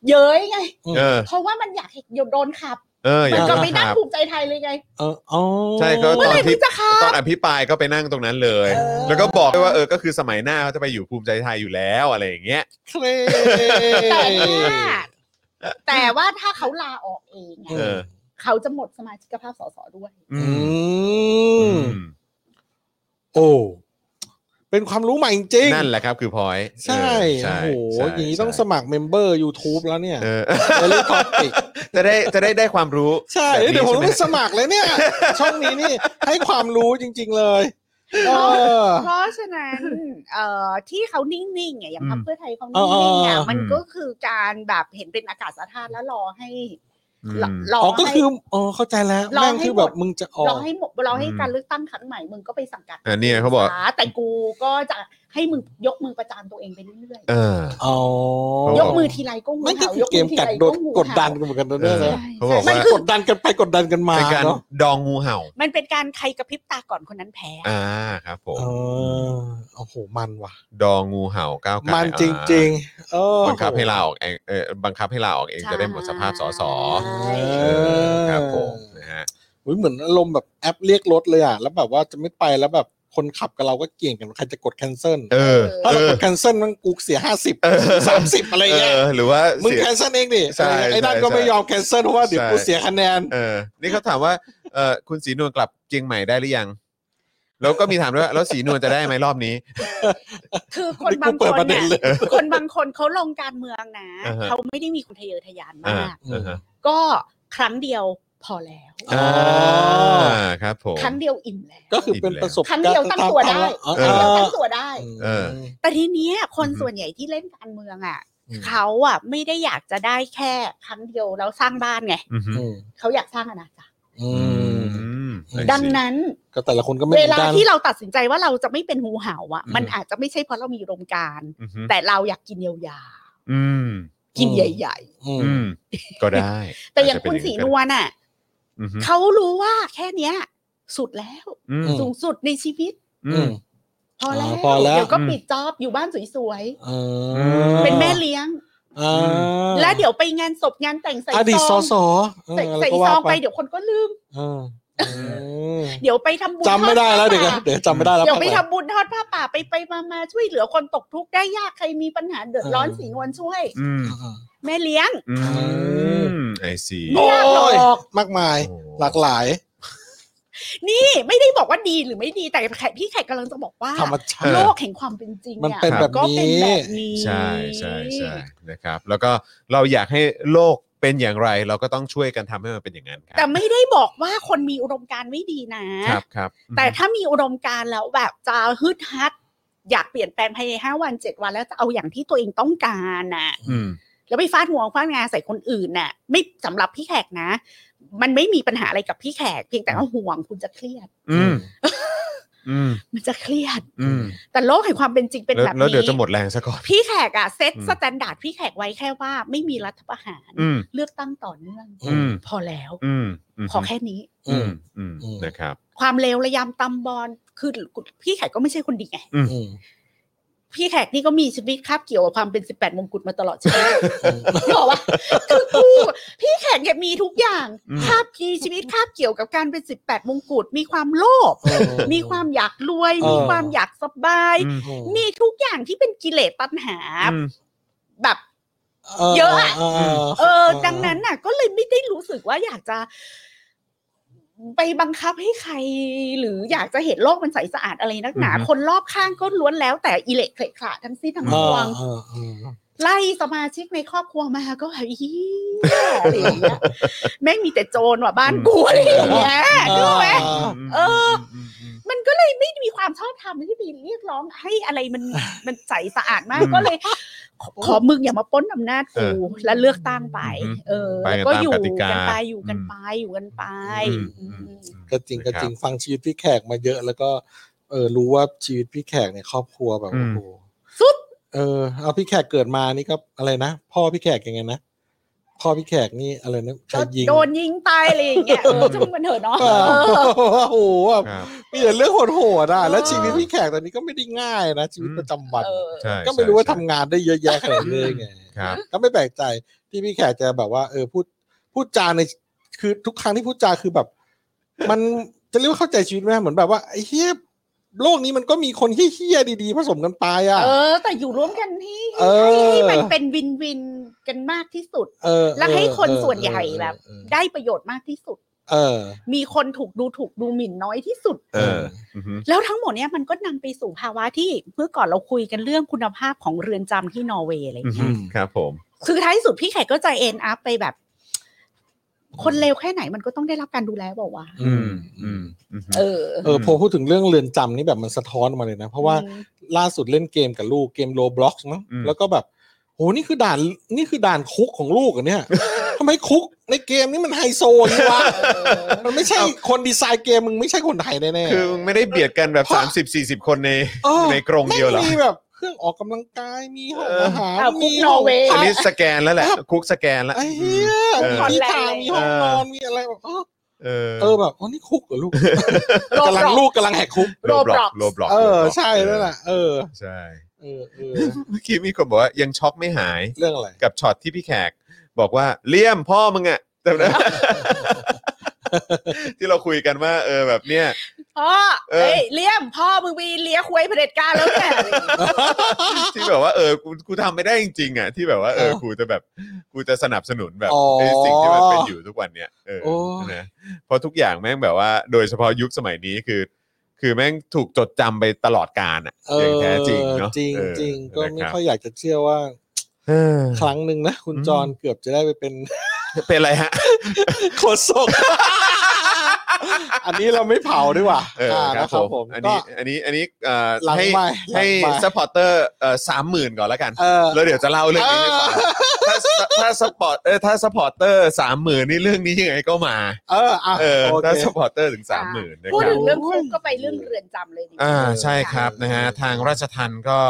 เย้ยไง เออ เพราะว่ามันอยากเห็นโดนขับ เอออ มั ยาน ก ก็ จะ ไปนั่ง ขับ ภูมิใจไทยเลยไง เอออ๋อ ใช่ก็ต เมื่อ อ ไห น ร่มึงจะขั ตอน บ อภิปรายก็ไปนั่งตรงนั้นเลย เออ แล้วก็บอกด้วยว่าเออ ก็คือสมัยหน้าเขาจะไปอยู่ภูมิใจไทยอยู่แล้วอะไรอย่างเงี้ย เคลย แต่ว่าแต่ว่าถ้าเขาลาออกเอง เอ อะ อ เขาจะหมดสมาชิกภาพสสด้วย อื อื ม ม โอ้ เป็นความรู้ใหม่จริงๆ นั่นแหละครับคือพอย ใช่โอ้โหอย่างนี้ต้องสมัครเมมเบอร์ YouTube แล้วเนี่ย เออ Daily Topic จะได้จะได้ได้ความรู้ ใช่ แบบนี้ เดี๋ยวผม ใช่ ต้ ไห องสมัครเลยเนี่ย ช่องนี้นี่ให้ความรู้จริง ๆ เลยเออ เพราะฉะนั้น เอ่อที่เขานิ่งๆอ่ะอย่างพรรคเพื่อไทยเขา เอ นิ่ง อ ๆ เอ อ่ะ อ มัน อืม ก็คือการแบบเห็นเป็นอากาศธาตุแล้วรอให้ อื ร ม รอ อ๋อก็ ให้ คืออ๋อเข้าใจแล้ว รอ แม่ง ให้ คือแบบ หมด มึงจะออก รอให้หมดรอให้ อืม การเลือกตั้งครั้งใหม่มึงก็ไปสังกัด อันนี้เขาบอก สแต่กูก็จะให้มึงยกมือประจานตัวเองไปเรื่อย เออ อ๋อ อ ๆยกมือทีไรก็งู มันก็ เห่า คื ย อกเก มื ม อที กัด ไร โด ก็ น งู กดดันกัเห่านเหมือนกันนะเนี่ย เออ นะ เขาบอก มัน ว่า กดดันกันไปกดดันกันมา เป็นการ เนาะ ดองงูเห่า มันเป็นการใครกระพริบตาก่อนคนนั้นแพ้ อ่าครับผม เออโอ้โหมันว่ะ ดองงูเห่าก้าวไกล มันจริง ๆ เออ อ่าบังคับให้ลาออกเองเออบังคับให้ลาออกเอง ใช่ จะได้หมดสภาพสส ใช่ เออครับผมนะฮะ อุ๊ยเหมือนอารมณ์แบบแอปเรียกรถเลยอ่ะ แล้วแบบว่าจะไม่ไปแล้วแบบคนขับกับเราก็เกี่ยงกันว่าใครจะกดแคนเซิล เออ ถ้า เอ เรา อก ดแคนเซิลมันกูเสียห้าสิบ เออ สามสิบอะไรเงี้ย เออหรือว่า มึง เสีย แคนเซิลเองดิ ใช่ ไอ้นั่น ใช่ ก็ไม่ ใช่ ยอมแคนเซิลเพราะว่าเดี๋ยว ใช่ กูเสียคะแนน เออ นี่เขาถามว่าเออคุณสีนวลกลับเชียงใหม่ได้หรือยัง แล้วก็มีถามด้วยว่าแล้วสีนวลจะได้ไหมรอบนี้ คือคน นี่กู บาง เปิ ค ด น ประเด็น เนี่ย เลย คนบางคนเขาลงการเมืองนะ อ่าฮะ เขาไม่ได้มีคุณทะเยอทะยาน อ่าม าก อ่าฮะ ก็ครั้งเดียวพอแล้ว อ่าครับผม ครั้งเดียวอิ่มแล้ว ก็คือเป็นประสบ ครั้งเดียวตั้งตัวได้ อ๋อ เออ ตั้งตัวได้ เออ แต่ทีเนี้ยคน อือฮึ ส่วนใหญ่ที่เล่นการเมืองอ่ะ อืม เขาอ่ะไม่ได้อยากจะได้แค่ครั้งเดียวแล้วสร้างบ้านไง อืม อืม เขาอยากสร้างอาณาจักร อื อื ม ม ดังนั้น ก็แต่ละคนก็ไม่ เว เหมือน ลา กัน ที่เราตัดสินใจว่าเราจะไม่เป็นงูเห่าอ่ะ อืม มันอาจจะไม่ใช่เพราะเรามีอุดมการณ์ อืม แต่เราอยากกินยาว อืม ๆกินใหญ่ อืม อืมก็ได้ ๆ แต่อย่างคุณ จจะ สี เป็น นวลอ่ะ อืม เขารู้ว่าแค่เนี้ย สุดแล้ว อืม สูงสุดในชีวิต อื อื ม ม พอ อ๋ แล้ อ ว พอแล้ว เดี๋ยวก็ อืม ปิดจอบอยู่บ้านสวย เอ ม ๆเป็นแม่เลี้ยง อ่า แล้วเดี๋ยวไปงานศพงานแต่งใส่ อดีต ซ ส อง สเออ ใส่ แล้ว ใส่ ก็ว่า ซองไปเดี๋ยวคนก็ลืม เออเออ เดี๋ยวไปทำบุญ จำไม่ได้แล้ว ท เดี๋ อ ยว ผ้า ก่อนเดี๋ยวจำไม่ได้ ป่า แล้ว เดี๋ยวไปทำ ปั๊บ บุญทอดผ้าป่าไปไปมามาช่วยเหลือคนตกทุกข์ได้ยากใครมีปัญหาเดือดร้อน เออ สีนวลช่วย อืม อืม แม่เลี้ยง อืมไอซี โอ้ ยากหรอก มากมาย หลากหลาย นี่ไม่ได้บอกว่าดีหรือไม่ดีแต่แขกพี่แขกกำลังจะบอกว่า ธรรมชา โล ติ กแห่งความเป็นจริง มัน ย เป็นแบบ ก็เป็น นี้ แบบนี้ ใช่ใช่ใช่นะครับ แล้วก็เราอยากให้โลกเป็นอย่างไร เราก็ต้องช่วยกันทำให้มันเป็นอย่างนั้นครั แต่ไม่ได้บอกว่าคนมีอุดมการณ์ไม่ดีนะ ครับครับ แต่ถ้ามีอุดมการณ์แล้วแบบจะฮึดฮัด อยากเปลี่ยนแปลงภายในห้าวันเจ็ดวัน แล้วจะเอาอย่างที่ตัวเองต้องการน่ะ อืม แล้วไปฟาดหัวฟาดงานใส่คนอื่นน่ะ ไม่สำหรับพี่แขกนะ มันไม่มีปัญหาอะไรกับพี่แขก เพียงแต่ว่าห่วงคุณจะเครียด อืมอืม มันจะเครียด อืม แต่โลกแห่งความเป็นจริงเป็น แล้ว แบบ แล้วเดี๋ยว นี้ จะหมดแรงซะก่อน พี่แขกอะเซต อืม สแตนดาร์ดพี่แขกไว้แค่ว่าไม่มีรัฐประหาร อืม เลือกตั้งต่อเนื่อง อืม พอแล้ว อืม ขอแค่นี้ อืมอืมนะครับ ความเลวระยำตำบอลคือพี่แขกก็ไม่ใช่คนดีไง อืม พี่แขกนี่ก็มีชีวิตคาบเกี่ยวกับความเป็น 18 มงกุฎมาตลอดชีวิต บอกว่าคือกูพี่แขกเนี่ยมีทุกอย่าง อืม คาบมีชีวิตคาบเกี่ยวกับการเป็น 18 มงกุฎมีความโลภ เออ มีความอยากรวย เออ มีความอยากสบาย อืม มีทุกอย่างที่เป็นกิเลสตัณหา อืม แบบ เยอะอะ เ เออ ดังนั้นน่ะ ก็เลยไม่ได้รู้สึกว่าอยากจะ ไปบังคับให้ใคร หรืออยากจะเห็นโลกมันใสสะอาดอะไรนักหนา อือฮึ คนรอบข้างก็ล้วนแล้วแต่อิเละเขละขละทั้งสิ้นทั้ง เอ ป อ วง เออเออ ไล่สมาชิกในครอบครัวมาก็แบบอีอะไรอย่างเงี้ยแม่งมีแต่โจรว่ะบ้านกูอะไรอย่างเงี้ยรู้ไหม เออ มันก็เลยไม่มีความชอบธรรมที่มีเรียกร้องให้อะไร มันมันใสสะอาดมาก อืม ก็เลย ขอขอมึงอย่ามาป้นอำนาจ เอ กู อ แล้วเลือกตั้งไป อือฮึ เออ ไปกัน แล้วก็ ตาม อยู่ กติกา กันไปอยู่กันไปอยู่กันไป อืม อืม ก็จริงก็จริงฟังชีวิตพี่แขกมาเยอะแล้วก็ เออรู้ว่าชีวิตพี่แขกเนี่ยครอบครัวแบบ อื โอ้ ม โห สุด เออเอาพี่แขกเกิดมานี่ก็อะไรนะพ่อพี่แขกยังไงนะพ่อพี่แขกนี่อะไรนะใคร ก็ ยิง โดนยิงตายอะไรอย่างเงี้ยเออช่างมันเถอะเนาะ เปล่า เออ โอ้โหแบบ ครับ มีแต่เรื่องโหดๆอ่ะแล้ว เออ ชีวิตพี่แขกตอนนี้ก็ไม่ได้ง่ายนะชีวิตประจำวัน เออ ใช่ ก็ไม่รู้ว่าทำ ใช่ งานได้เยอะแยะขนาดนี้ไง ครับ ก็ไม่แปลกใจที่พี่แขกจะแบบว่า เออพูดพูดจาในคือทุกครั้งที่พูดจาคือแบบ มันจะเรียกว่าเข้าใจชีวิตไหมเหมือนแบบว่าไอ้เฮียโลกนี้มันก็มีคนเฮี้ยๆดีๆผสมกันไปอ่ะ เออ แต่อยู่ร่วมกันให้ เอ ให้ อ ให้มันเป็นวินวินกันมากที่สุด เออ แล้วให้คนส่วน เออ ใหญ่แบบ เออเออ ได้ประโยชน์มากที่สุด เออ มีคนถูกดูถูกดูหมิ่นน้อยที่สุด เอออือฮึ แล้วทั้งหมดเนี่ยมันก็นำไปสู่ภาวะที่เมื่อก่อนเราคุยกันเรื่องคุณภาพของเรือนจำที่นอร์เวย์อะไรอย่าง อือ เงี้ย ฮึครับผม คือท้ายที่สุดพี่แขกก็จะเอ็นอัพไปแบบ คนเลวแค่ไหนมันก็ต้องได้รับการดูแลบอกว่าวะ อืมอืม อือฮึ เออ เออพอพูดถึงเรื่องเรือนจำนี่แบบมันสะท้อนมาเลยนะ เพราะว่า อืม ล่าสุดเล่นเกมกับลูกเกมโลบล็อกมั้ง อืม แล้วก็แบบโหนี่คือด่านนี่คือด่านคุกของลูกเหรอะ เนี่ย ทำไมคุกในเกมนี่มันไฮโซอย่างนี่วะมันไม่ใช่คนดีไซน์เกมมึงไม่ใช่คนไทยแน่ๆ คือมึงไม่ได้เบียดกันแบบ 30 40 คนใน เออ ในกรงเดียวเหรอ แม่งมีแบบเครื่องออกกำลังกายมีห้อง เอออ อาหาร อ่ะคุ มี กนอร์เวย์ อันนี้สแกนแล้วแหละ คุกสแกนแล้ว ไอ้เหี้ย เออ มีทางมีห้องนอนมีอะไรแบบอ๋อ เออ เออแบบอ๋อนี่คุกเหรอลูก โลบกำล็อกลังลูกกำลังแหกคุก โลบล็อก Roblox โลบล็อก เออใช่นั่นแหละเออ ใช่ เออเออ เมื่อกี้มีคนบอกว่ายังช็อกไม่หาย เรื่องอะไร กับช็อตที่พี่แขก บอกว่าเลี่ยมพ่อมึงอะจำได้ ไหม ที่เราคุยกันว่า เออแบบเนี้ย พ่อ เออ เอ้ยเลี้ยมพ่อมึงมีเลี้ยควยเผด็จการแล้วแหละอะไรอย่างเงี้ย ที่แบบว่าเออกูกูทำไม่ได้จริงๆอ่ะที่แบบว่าเออ เออ กูจะแบบกูจะสนับสนุนแบบ อ๋อ ไอ้สิ่งที่มันเป็นอยู่ทุกวันเนี้ยเออ โอ้ นะเพราะทุกอย่างแม่งแบบว่า โดยเฉพาะยุคสมัยนี้คือ คือแม่งถูกจดจำไปตลอดกาลอ่ะ เอ อ อย่าง แท้จริงเนาะ จริง เออ จริงก็ไม่ นะครับ ค่อยอยากจะเชื่อว่า เออ ครั้งหนึ่งนะ คุณจรเกือบจะได้ไปเป็น เป็นอะไรฮะ โคศกอันนี้เราไม่เผาดีกว่า เออ อ่า ครับ นะ ผ ครับ ม ผม อัน ก็ นี้อันนี้อันนี้เอ่อ หลัง ให้ ไปหลั ให้ งไป สปอร์เตอร์เอ่อสามหมื่นก่อนแล้วกัน เออ แล้วเดี๋ยวจะเล่าเรื่องนี้ให้ฟังถ้าถ้าสปอร์ตเออถ้าสปอร์เตอร์สามหมื่นนี่เรื่องนี้ยังไงก็มา เอออ่ะ เออ โอเค ถ้าสปอร์เตอร์ถึงสามหมื่นนะ พูด ครับ ถึงเรื่องคุกก็ไปเรื่องเรือนจำเลยดีกว่า อ่าใช่ครับนะฮะ เออ ทางราชทันก็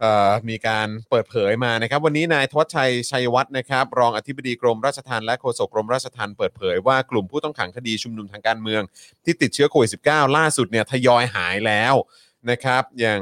เอ่อมีการเปิดเผยมานะครับ วันนี้นายทวัชชัยชัยวัฒน์นะครับ รองอธิบดีกรมราชทัณฑ์และโฆษกกรมราชทัณฑ์เปิดเผยว่ากลุ่มผู้ต้องขังคดีชุมนุมทางการเมือง ที่ติดเชื้อโควิด -19 ล่าสุดเนี่ยทยอยหายแล้วนะครับ อย่าง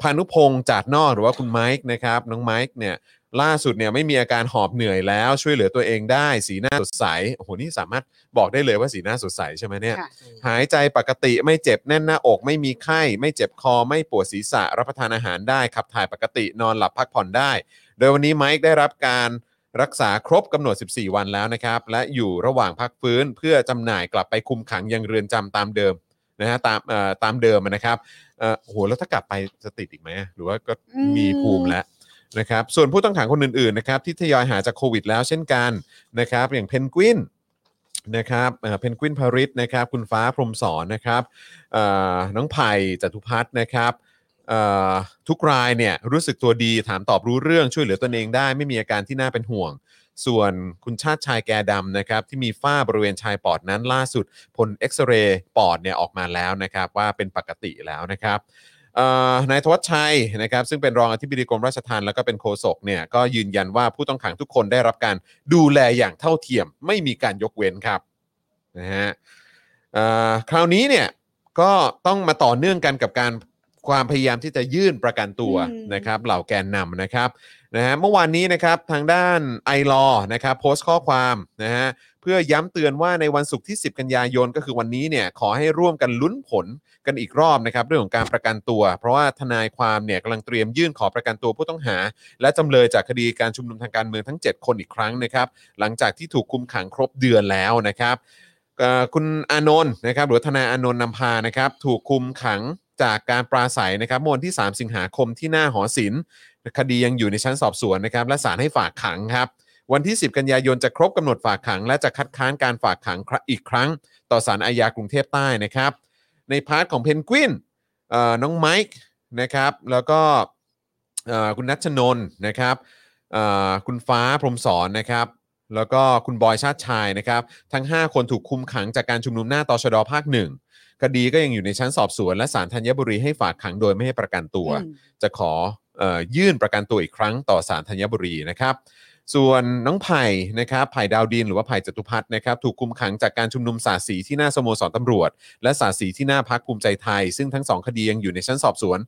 พานุพงศ์จาดนอกหรือว่าคุณไมค์นะครับน้องไมค์เนี่ยล่าสุดเนี่ยไม่มีอาการหอบเหนื่อยแล้ว ช่วยเหลือตัวเองได้ สีหน้าสดใสโอ้โหนี่สามารถบอกได้เลยว่าสีหน้าสดใสใช่ไหมเนี่ย ค่ะ หายใจปกติไม่เจ็บแน่นหน้าอกไม่มีไข้ ไม่เจ็บคอไม่ปวดศีรษะรับประทานอาหารได้ขับถ่ายปกตินอนหลับพักผ่อนได้ โดยวันนี้ไมค์ได้รับการรักษาครบกำหนด 14 วันแล้วนะครับ และอยู่ระหว่างพักฟื้นเพื่อจำหน่ายกลับไปคุมขังยังเรือนจำตามเดิมนะฮะตามเอ่อตามเดิมนะครับเอ่อโอ้โหแล้วถ้ากลับไปจะติดอีกไหมหรือว่าก็มีภูมิแล้วนะครับส่วนผู้ต้องขังคนอื่นๆนะครับที่ทยอยหายจากโควิดแล้วเช่นกัน นะครับอย่างเพนกวินนะครับเอ่อเพนกวินพาริสนะครับคุณฟ้าพรหมสอนนะครับเอ่อน้องไผ่จตุพัฒน์นะครับเอ่อทุกรายเนี่ยรู้สึกตัวดีถามตอบรู้เรื่องช่วยเหลือตนเองได้ ไม่มีอาการที่น่าเป็นห่วง ส่วนคุณชาติชายแกดำนะครับที่มีฝ้าบริเวณชายปอดนั้นล่าสุดผลเอ็กซเรย์ปอดเนี่ยออกมาแล้วนะครับว่าเป็นปกติแล้วนะครับ เอ่อนายธวัชชัยนะครับซึ่งเป็นรองอธิบดีกรมราชทัณฑ์แล้วก็เป็นโฆษกเนี่ยก็ยืนยันว่าผู้ต้องขังทุกคนได้รับการดูแลอย่างเท่าเทียม ไม่มีการยกเว้นครับนะฮะเอ่อคราวนี้เนี่ยก็ต้องมาต่อเนื่องกันกับการความพยายามที่จะยื่นประกันตัว อืม นะครับเหล่าแกนนำนะครับนะฮะเมื่อวานนี้นะครับทางด้านไอรอนะครับโพสต์ข้อความนะฮะเพื่อย้ำเตือนว่าในวันศุกร์ที่ 10 กันยายนก็คือวันนี้เนี่ยขอให้ร่วมกันลุ้นผล กันอีกรอบนะครับเรื่องของการประกันตัว เพราะว่าทนายความเนี่ยกำลังเตรียมยื่นขอประกันตัวผู้ต้องหา และจำเลยจากคดีการชุมนุมทางการเมืองทั้ง 7 คนอีกครั้งนะครับหลังจากที่ถูกคุมขังครบเดือนแล้วนะครับเอ่อคุณอานนท์นะครับหรือว่าทนายอานนท์นำพานะครับถูกคุมขังจากการปราศัยนะครับเมื่อวันที่ 3 สิงหาคมที่หน้าหอศิลป์คดียังอยู่ในชั้นสอบสวนนะครับและศาลให้ฝากขังครับวันที่ 10 กันยายนจะครบกำหนดฝากขัง และจะคัดค้านการฝากขังครั้งอีกครั้ง ต่อศาลอาญากรุงเทพใต้นะครับ ในพาร์ทของเพนกวินเอ่อน้องไมค์นะครับ แล้วก็เอ่อคุณนัชนนท์นะครับเอ่อคุณฟ้าพรหมสอนนะครับ แล้วก็คุณบอยชาติชายนะครับ ทั้ง 5 คนถูกคุมขังจากการชุมนุมหน้าตชดภาคหนึ่งคดีก็ยังอยู่ในชั้นสอบสวน และศาลธัญบุรีให้ฝากขังโดยไม่ให้ประกันตัว อืม จะขอเอ่อยื่นประกันตัวอีกครั้งต่อศาลธัญบุรีนะครับ ส่วนน้องไผ่นะครับไผ่ดาวดินหรือว่าไผ่จตุพัฒน์นะครับถูกคุมขังจากการชุมนุมสาสีที่หน้าสโมสรตำรวจ และสาสีที่หน้าพักภูมิใจไทย ซึ่งทั้งสองคดียังอยู่ในชั้นสอบสวน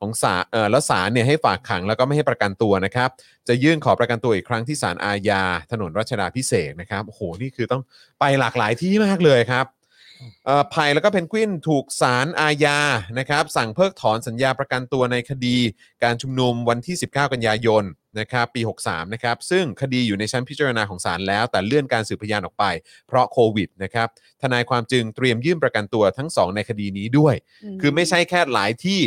ของศาลเอ่อแล้วศาลเนี่ยให้ฝากขังแล้วก็ไม่ให้ประกันตัวนะครับ จะยื่นขอประกันตัวอีกครั้งที่ศาลอาญา ถนนรัชดาพิเศษกนะครับโอ้โหนี่คือต้องไปหลากหลายที่มากเลยครับเอ่อไผ่แล้วก็เพนกวินถูกศาลอาญานะครับสั่งเพิกถอนสัญญาประกันตัวในคดี การชุมนุมวันที่ 19 กันยายน นะครับปี 63นะครับซึ่งคดีอยู่ในชั้นพิจารณาของศาลแล้ว แต่เลื่อนการสืบพยานออกไป เพราะโควิดนะครับทนายความจึงเตรียมยื่นประกันตัวทั้งสองในคดีนี้ด้วย คือไม่ใช่แค่หลายที่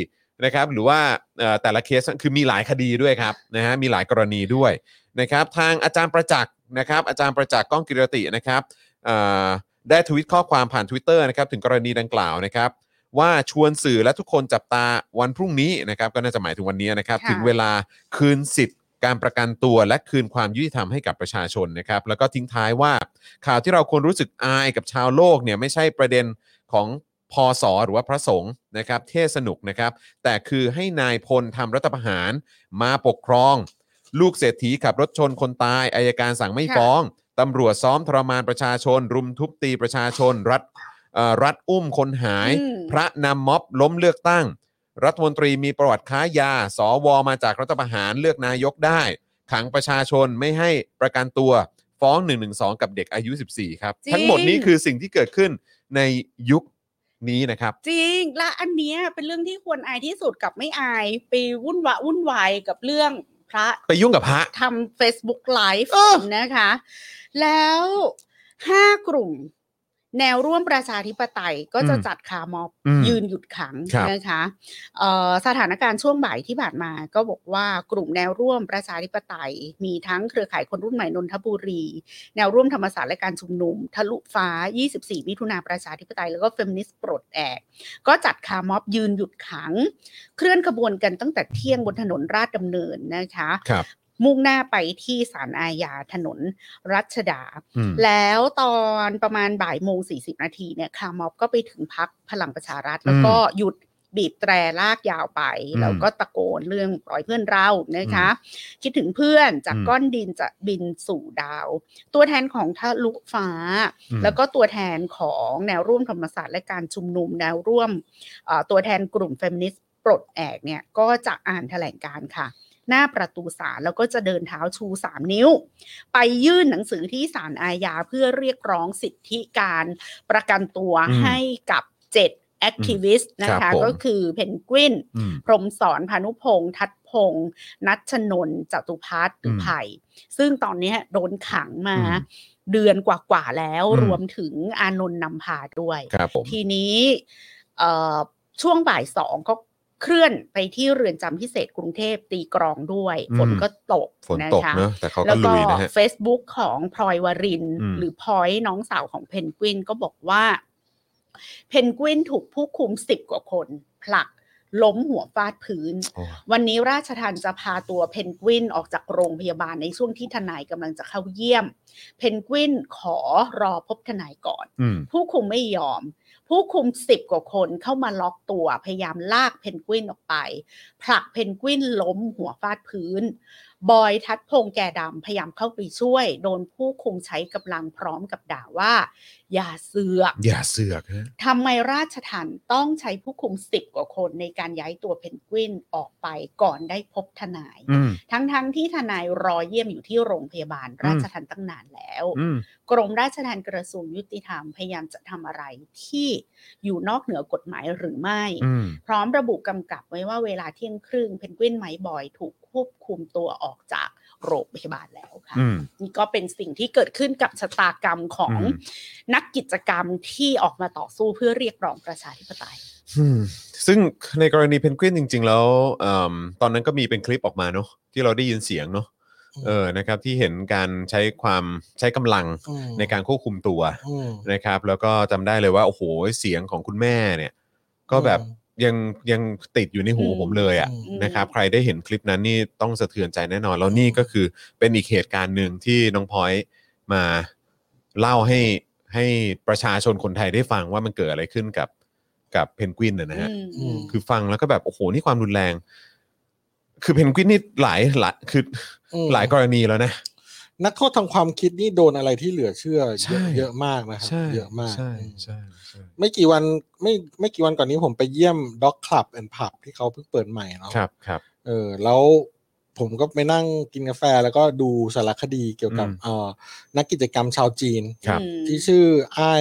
นะครับหรือว่าเอ่อแต่ละเคสคือมีหลายคดีด้วยครับนะฮะมีหลายกรณีด้วยนะครับทางอาจารย์ประจักษ์นะครับอาจารย์ประจักษ์ก้องกิรตินะครับเอ่อได้ทวิตข้อความผ่าน Twitter นะครับถึงกรณีดังกล่าวนะครับ ว่าชวนสื่อและทุกคนจับตาวันพรุ่งนี้นะครับก็น่าจะหมายถึงวันนี้นะครับ ค่ะ ถึงเวลาคืนสิทธิ์ การประกันตัวและคืนความยุติธรรมให้กับประชาชนนะครับ แล้วก็ทิ้งท้ายว่าข่าวที่เราควรรู้สึกอายกับชาวโลกเนี่ยไม่ใช่ประเด็นของพอสอหรือว่าพระสงฆ์นะครับ เทศนุกนะครับ แต่คือให้นายพลทำรัฐประหาร มาปกครอง ลูกเศรษฐีขับรถชนคนตายอายการสั่งไม่ ค่ะ ฟ้องตำรวจซ้อมทรมานประชาชน รุมทุบตีประชาชน รัฐเอ่อรัฐอุ้มคนหาย อืม พระนำม็อบล้มเลือกตั้ง รัฐมนตรีมีประวัติค้ายา สวมาจากรัฐประหารเลือกนายกได้ ขังประชาชนไม่ให้ประกันตัว ฟ้อง 112 กับเด็กอายุ 14 ครับ จริง ทั้งหมดนี้คือสิ่งที่เกิดขึ้นในยุคนี้นะครับ จริง และอันเนี้ยเป็นเรื่องที่ควรอายที่สุดกับไม่อาย ไปวุ่นวะวุ่นวายกับเรื่องพระ ไปยุ่งกับพระ ทำ Facebook Live เออ นะคะ แล้วห้ากลุ่ม แนวร่วมประชาธิปไตยก็จะ อืม จัดคาร์มอบ อืม ยืนหยุดขัง ครับ นะคะเอ่อสถานการณ์ช่วงบ่ายที่ผ่านมา ก็บอกว่ากลุ่มแนวร่วมประชาธิปไตย มีทั้งเครือข่ายคนรุ่นใหม่นนทบุรี แนวร่วมธรรมศาสตร์และการชุมนุม ทะลุฟ้า 24 มิถุนาประชาธิปไตย แล้วก็เฟมินิสต์ปลดแอก ก็จัดคาร์มอบยืนหยุดขัง เคลื่อนขบวนกันตั้งแต่เที่ยงบนถนนราชดำเนินนะคะ ครับ มุ่งหน้าไปที่ศาลอาญาถนนรัชดา อืม แล้วตอนประมาณบ่ายโมงสี่สิบนาทีเนี่ยคาร์มอบก็ไปถึงพักพลังประชารัฐ แล้วก็หยุดบีบแตรลากยาวไป อืม แล้วก็ตะโกนเรื่องปล่อยเพื่อนเรานะคะ คิดถึงเพื่อนจาก อืม ก้อนดินจะบินสู่ดาว ตัวแทนของทะลุฟ้า อืม แล้วก็ตัวแทนของแนวร่วมธรรมศาสตร์และการชุมนุมแนวร่วมเอ่อตัวแทนกลุ่มเฟมินิสต์ปลดแอกเนี่ยก็จะอ่านแถลงการณ์ค่ะ หน้าประตูศาลแล้วก็จะเดินเท้าชู 3 นิ้ว ไปยื่นหนังสือที่ศาลอาญาเพื่อเรียกร้องสิทธิการประกันตัว อืม ให้กับ7แอคทิวิสต์นะ ครั คะ บผม ก็คือเพนกวิน อืม พรหมสอนพานุพงษ์ทัดพงษ์นัชนนท์จตุพัฒน์หรืออ ม ไผ่ซึ่งตอนเนี้ยโดนขังมา อืม เดือนกว่าๆแล้ว อืม รวมถึงอานนท์นำพาด้วย ครับผม ทีนี้เอ่อช่วงบ่ายสองก็เคลื่อนไปที่เรือนจำพิเศษกรุงเทพตีกรองด้วยฝนก็ตก ฝนตก ค เนอะแต่เขา แล้ ก็ วก็ ลุยนะฮะ Facebook ของพลอยวรินทร์ อืม หรือพลอยน้องสาวของเพนกวินก็บอกว่า เพนกวินถูกผู้คุมสิบกว่าคน ผลักล้มหัวฟาดพื้น โอ้ วันนี้ราชทันจะพาตัวเพนกวินออกจากโรงพยาบาลในช่วงที่ทนายกำลังจะเข้าเยี่ยม เพนกวินขอรอพบทนายก่อน อืม ผู้คุมไม่ยอม ผู้คุมสิบกว่าคนเข้ามาล็อกตัวพยายามลากเพนกวินออกไปผลักเพนกวินล้มหัวฟาดพื้น บอยทัดพงษ์แก่ดำพยายามเข้าไปช่วย โดนผู้คุมใช้กำลังพร้อมกับด่าว่า อย่าเสือก อย่าเสือกฮะ ทำไมราชทันต้องใช้ผู้คุมสิบกว่าคนในการย้ายตัวเพนกวินออกไปก่อนได้พบทนาย อืม ทั้งๆทที่ทนายรอเยี่ยมอยู่ที่โรงพยาบาลราชทันตั้งนานแล้ว อืม กรมราชทัณฑ์กระทรวงยุติธรรมพยายามจะทำอะไรที่อยู่นอกเหนือกฎหมายหรือไม่ อืม พร้อมระบุกำกับไว้ว่าเวลาเที่ยงครึ่งเพนกวินไมค์บอยถูกควบคุมตัวออกจากโรงพยาบาลแล้วค่ะ อืม นี่ก็เป็นสิ่งที่เกิดขึ้นกับชะตากรรมของ อืม นักกิจกรรมที่ออกมาต่อสู้เพื่อเรียกร้องประชาธิปไตย อืมซึ่งในกรณีเพนกวินจริง ๆ แล้วเอิ่มตอนนั้นก็มีเป็นคลิปออกมาเนาะที่เราได้ยินเสียงเนาะ อืม เออนะครับที่เห็นการใช้ความใช้กำลัง อืม ในการควบคุมตัว อืม นะครับ แล้วก็จำได้เลยว่าโอ้โหเสียงของคุณแม่เนี่ย ก็แบบยังยังติดอยู่ในหู อืม ผมเลยอะ่ะ อืม นะครับ ใครได้เห็นคลิปนั้นนี่ต้องสะเทือนใจแน่นอน แล้วนี่ก็คือเป็นอีกเหตุการณ์หนึ่งที่น้องพลอยมาเล่าให้ให้ประชาชนคนไทยได้ฟังว่ามันเกิดอะไรขึ้นกับกับเพนกวินนะนะฮะ อืม อืม คือฟังแล้วก็แบบ โอ้โห นี่ความรุนแรง คือเพนกวินนี่หลายหลายคือ อืม หลายกรณีแล้วนะ นักโทษทางความคิดนี่โดนอะไรที่เหลือเชื่อ ใช่ เยอะเยอะมากนะครับเยอะมาก ใช่ อืม ใช่ใช่ ไม่กี่วันไม่ไม่กี่วันก่อนนี้ผมไปเยี่ยมด็อกคลับแอนด์ผับที่เขาเพิ่งเปิดใหม่เนาะ ครับครับ เออแล้ว ผมก็ไปนั่งกินกาแฟแล้วก็ดูสารคดีเกี่ยวกับ อืม เอ่อนักกิจกรรมชาวจีน ครับ อืม ที่ชื่อไอ้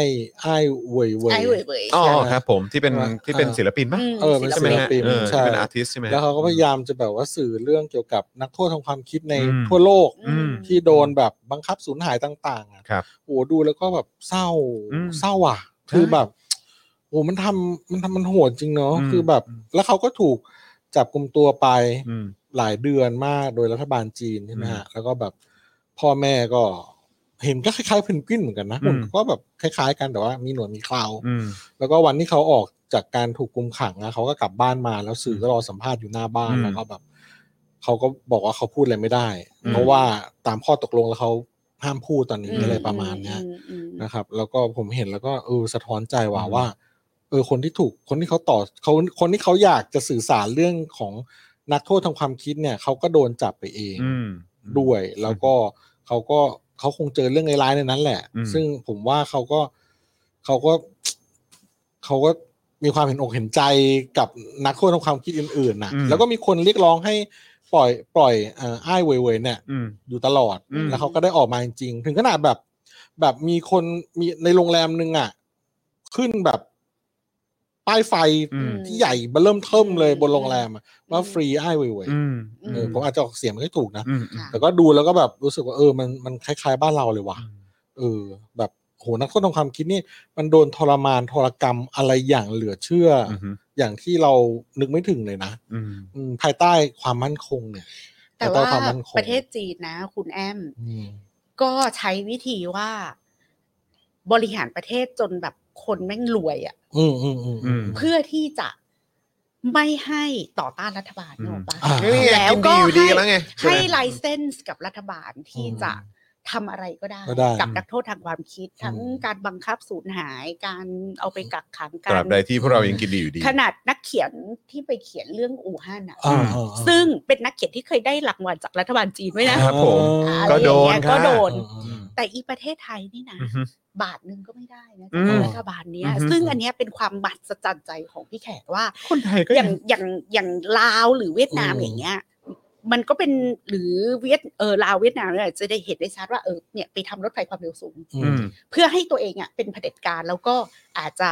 ไอ้เว่ยเว่ย ไอ้เว่ยเว่ย อ๋อ ใช่ไหม ครับผมที่เป็น ใช่ไหม ที่เป็น เออ ศิลปินมั้ย ม เออมัน ใช่ไหม ศิลปิน ฮะ ศิลปิน เออ ใช่ ที่เป็นอาร์ติสใช่ไหมฮะ แล้วเขาก็พยายามจะแบบว่าสื่อเรื่องเกี่ยวกับนักโทษทางความคิดใน อืม ทั่วโลก อืม ที่โดนแบบบังคับสูญหายต่างๆอะ ครับ โอ้ดูแล้วก็แบบเศร้า อืม เศร้าอ่ะ คือแบบโอ้มันทำมันทำมันโหดจริงเนาะ อืม คือแบบ แล้วเขาก็ถูกจับกลุ่มตัวไป อืม หลายเดือนมากโดยรัฐบาลจีนใช่ไหมฮะแล้วก็แบบพ่อแม่ก็เห็นก็คล้ายๆเพนกวินเหมือนกันนะ อืม ผมก็แบบคล้ายๆกันแต่ว่ามีหนวดมีเครา อืม แล้วก็วันที่เขาออกจากการถูกกุมขังนะเขาก็กลับบ้านมาแล้วสื่อก็รอสัมภาษณ์อยู่หน้าบ้าน อืม แล้วก็แบบเขาก็บอกว่าเขาพูดอะไรไม่ได้ อืม เพราะว่าตามข้อตกลงแล้วเขาห้ามพูดตอนนี้ อืม อะไรประมาณเนี้ย อืมอืมอืม นะครับแล้วก็ผมเห็นแล้วก็เออสะท้อนใจว่า อืม ว่าเออคนที่ถูกคนที่เขาต่อเขาคนที่เขาอยากจะสื่อสารเรื่องของนักโทษทางความคิดเนี่ยเขาก็โดนจับไปเอง อืม ด้วย แล้วก็เขาก็เขาคงเจอเรื่องร้ายๆในนั้นแหละ อืม ซึ่งผมว่าเขาก็เขาก็เขาก็มีความเห็นอกเห็นใจกับนักโทษทางความคิดอื่นๆนะ อืม แล้วก็มีคนเรียกร้องให้ปล่อยปล่อยเอ่ออ้ายเว่ยเว่ยเนี่ย อืม อยู่ตลอด อืม แล้วเขาก็ได้ออกมาจริงๆ ถึงขนาดแบบ แบบมีคนมีในโรงแรมหนึ่งอ่ะ ขึ้นแบบ ป้ายไฟ อืม ที่ใหญ่เบอเริ่มเทิมเลย อืม บนโรงแรมอะว่า อืม ฟรีไอ้เว่ย อืม อื ๆเออผมอาจจะออกเสียงไม่ค่อยถูกนะ อืมอืม ค่ะ แต่ก็ดูแล้วก็แบบรู้สึกว่าเออมันมันคล้ายๆบ้านเราเลยว่ะ เออ แบบโหนักโทษทางความคิดนี่ มันโดนทรมานทรกรรมอะไรอย่างเหลือเชื่ออ อืม อย่างที่เรานึกไม่ถึงเลยนะ อืม อืมภายใต้ความมั่นคงเนี่ย แต่ ภายใต้ ว่า ความมั่นคง ประเทศจีนนะ คุณแอม อืม ก็ใช้วิธีว่า บริหารประเทศจนแบบคนแม่งรวยอะ่ะ อืมอืมอืมอืม เพื่อที่จะไม่ให้ต่อต้านรัฐบาล อืม เนกอะปะ อ่า นี่ไง แล้ว กินดี ก็ อยู่ดี ให้ กันแล้วไง ให้ ช่ไหม ไลเซนส์กับรัฐบาลที่ อืม จะทำอะไรก็ได้ ก็ได้ กับ อืม นักโทษทางความคิด ทั้ง อืม การบังคับสูญหาย การเอาไปกักขัง ต การ าร บใดที่พวกเรายังกินดีอยู่ดี ขนาดนักเขียนที่ไปเขียนเรื่องอู่ฮั่นอ่ะ อ่า อืม ซึ่งเป็นนักเขียนที่เคยได้รางวัลจากรัฐบาลจีนด้วยนะครับ ผม อะไร ก็โดน อย่างเงี้ย ค่ะ ก็โด อ่าน อ่า แต่อีประเทศไทยนี่นะ อือฮึ บาทหนึ่งก็ไม่ได้นะ อื จาก ม รัฐบาลเนี้ย อือฮึ ซึ่งอันเนี้ยเป็นความบัดสะจันใจของพี่แขกว่า คนไทยก็ อ ยั ย่าง งอย่างอย่างลาวหรือเวียดนาม อืม อย่างเงี้ย มันก็เป็นหรือเวียดเออลาวเวียดนามเนี่ยจะได้เห็นได้ชัดว่าเออเนี่ยไปทำรถไฟความเร็วสูง อื อื ม ม เพื่อให้ตัวเองอ่ะเป็นเผด็จการแล้วก็อาจจะ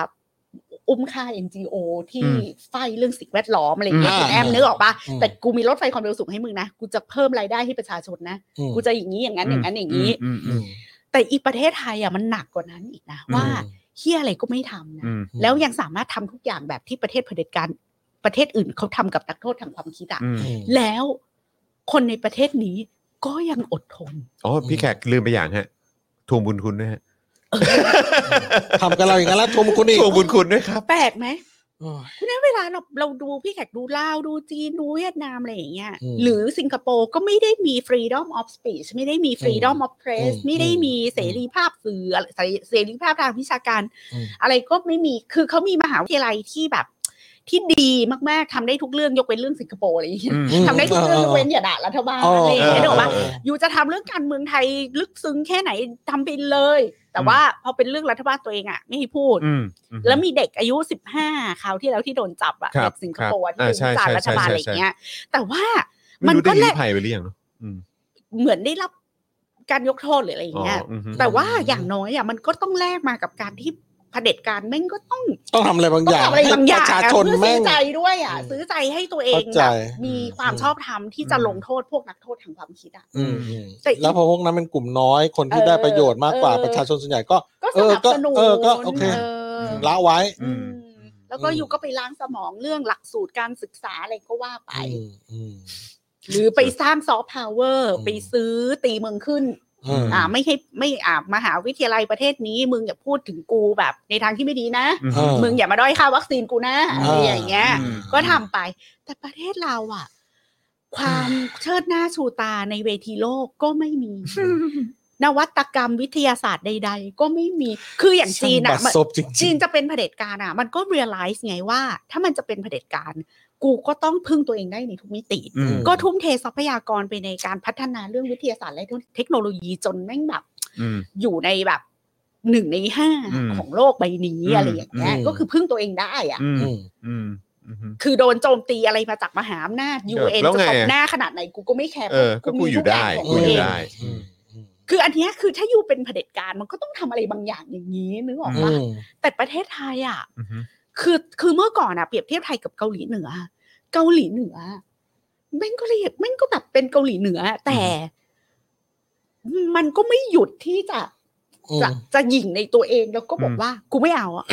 อุ้มค่า NGO ที่ อืม ไฟเรื่องสิ่งแวดล้อมอะไรอย่างเงี้ย อ่า คุณแอมนึกออกปะ อืม แต่กูมีรถไฟความเร็วสูงให้มึงนะ กูจะเพิ่มรายได้ให้ประชาชนนะ อืม กูจะอย่างนี้อย่างนั้นอย่างนั้นอย่างนี้ อืม อื อืม ม แต่อีประเทศไทยอ่ะมันหนักกว่านั้นอีกนะ ว่าเฮียอะไรก็ไม่ทำนะ อืม แล้วยังสามารถทำทุกอย่างแบบที่ประเทศเผด็จการประเทศอื่นเขาทำกับนักโทษทางความคิดอ่ะ อืม อืม แล้วคนในประเทศนี้ก็ยังอดทน อ๋อพี่แขกลืมไปอย่างฮะทวงบุญคุณด้วยฮะ ทำกับเราอย่างนั้นแล้วทวงบุญคุณอีก ทวงบุญคุณด้วยครับ แปลกไหม โอ้ย เวลาเราเราดูพี่แขกดูลาวดูจีนดูเวียดนามอะไรอย่างเงี้ย อืม หรือสิงคโปร์ก็ไม่ได้มี freedom of speech ไม่ได้มี freedom of press อืม ไม่ได้มี อืม เสรีภาพสื่ออะไรเสรีภาพทางวิชาการ อืม อะไรก็ไม่มีคือเขามีมหาวิทยาลัยที่แบบ ที่ดีมากๆทำได้ทุกเรื่องยกเว้นเรื่องสิงคโปร์อะไรอย่างเงี้ย อืม ทำได้ทุกเรื่องยกเว้นอย่าด่ารัฐบาลอะไรอย่างเงี้ย เออ เดี๋ยวว่า เออ อยู่จะทำเรื่องการเมืองไทยลึกซึ้งแค่ไหนทำไปเลย แต่ว่าพอเป็นเรื่องรัฐบาลตัวเองอ่ะไม่ให้พูด อืม แล้วมีเด็กอายุ 15คราวที่แล้วที่โดนจับอะ ครับ เด็กสิงคโปร์อะ ครับ ที่เป็นสาร อ่า รั ใช่ ฐบาล ใช่ใช่ อะไรอย่างเงี้ย แต่ว่า มั มันน ก็ ก็ แล แล กภัยไปหรือยังเนอะอืม เหมือนได้รับการยกโทษหรืออะไรอย่างเงี้ย อืม แต่ว่าอย่างน้อยอะมันก็ต้องแลกมากับการที่เผด็จการแม่งก็ต้อง ต้องทำอะไรบาง ต้ อ อง ย่าง ทำอะไรบางอปย่าง ระชา อะ ชน เพื่อซื้ แม่ อง ใจด้วยอะ อืม ซื้อใจให้ตัวเอง เข้าใจ แบบมี อืม ความชอบธรรมที่จะลงโทษพวกนักโทษทางความคิดอะ อืมอืม แต่อีก แล้วพอพวกนั้นเป็นกลุ่มน้อย คนที่ เออ ได้ประโยชน์มากกว่า เออ ประชาชนส่วนใหญ่ก็ ก็ เอ ส อ นับ ก็ สนุน เออก็โอเค เออ ละไว้ อืมแล้วก็อยู่ก็ไปล้างสมองเรื่องหลักสูตรการศึกษาอะไรก็ว่าไป อืมอืม หรือไปสร้างซอฟต์พาวเวอร์ อืม ไปซื้อตีเมืองขึ้น อืม อ่าไม่ให้ไม่อ่ามหาวิทยาลัยประเทศนี้ มึงอย่าพูดถึงกูแบบในทางที่ไม่ดีนะ อืม เออ มึงอย่ามาด้อยค่าวัคซีนกูนะอะไรอย่างเงี้ย อืม ก็ทำไป แต่ประเทศเราอ่ะ ความเชิดหน้าชูตาในเวทีโลกก็ไม่มี นวัตกรรมวิทยาศาสตร์ใด ๆ ก็ไม่มีคืออย่างจีน ช่าง อ่ะ บัด มัน ซบจริงๆ จีนจะเป็นเผด็จการอ่ะ มันก็เรียลไลซ์ไงว่า ถ้ามันจะเป็นเผด็จการ กูก็ต้องพึ่งตัวเองได้ในทุกมิติ อืม ก็ทุ่มเททรัพยากรไปในการพัฒนาเรื่องวิทยาศาสตร์และเทคโนโลยีจนแม่งแบบ อืม อยู่ในแบบหนึ่งในห้า อืม ของโลกใบนี้ อืม อะไรอย่างเงี้ย อืม ก็คือพึ่งตัวเองได้อะ อืม อืม อืม อือฮึ คือโดนโจมตีอะไรมาจากมหาอำนาจยูเอ็น แล้ว จะ ไง ตบ อะ หน้าขนาดไหนกูก็ไม่แคร์ เออ ก็กู มี อยู่ได้ทุางของ กูอยู่ได้ อืมอืม คืออันเนี้ยคือถ้าอยู่เป็นเผด็จการมันก็ต้องทำอะไรบางอย่างอย่างนี้นึกออก อื ปะ ม แต่ประเทศไทยอ่ะ อือฮึ คือคือเมื่อก่อนอะเปรียบเทียบไทยกับเกาหลีเหนือ เกาหลีเหนือแม่งก็เรียกแม่งก็แบบเป็นเกาหลีเหนือ แต่ มันก็ไม่หยุดที่จะจะจะหยิ่งในตัวเองแล้วก็บอก อืม ว่า กูไม่เอาอะ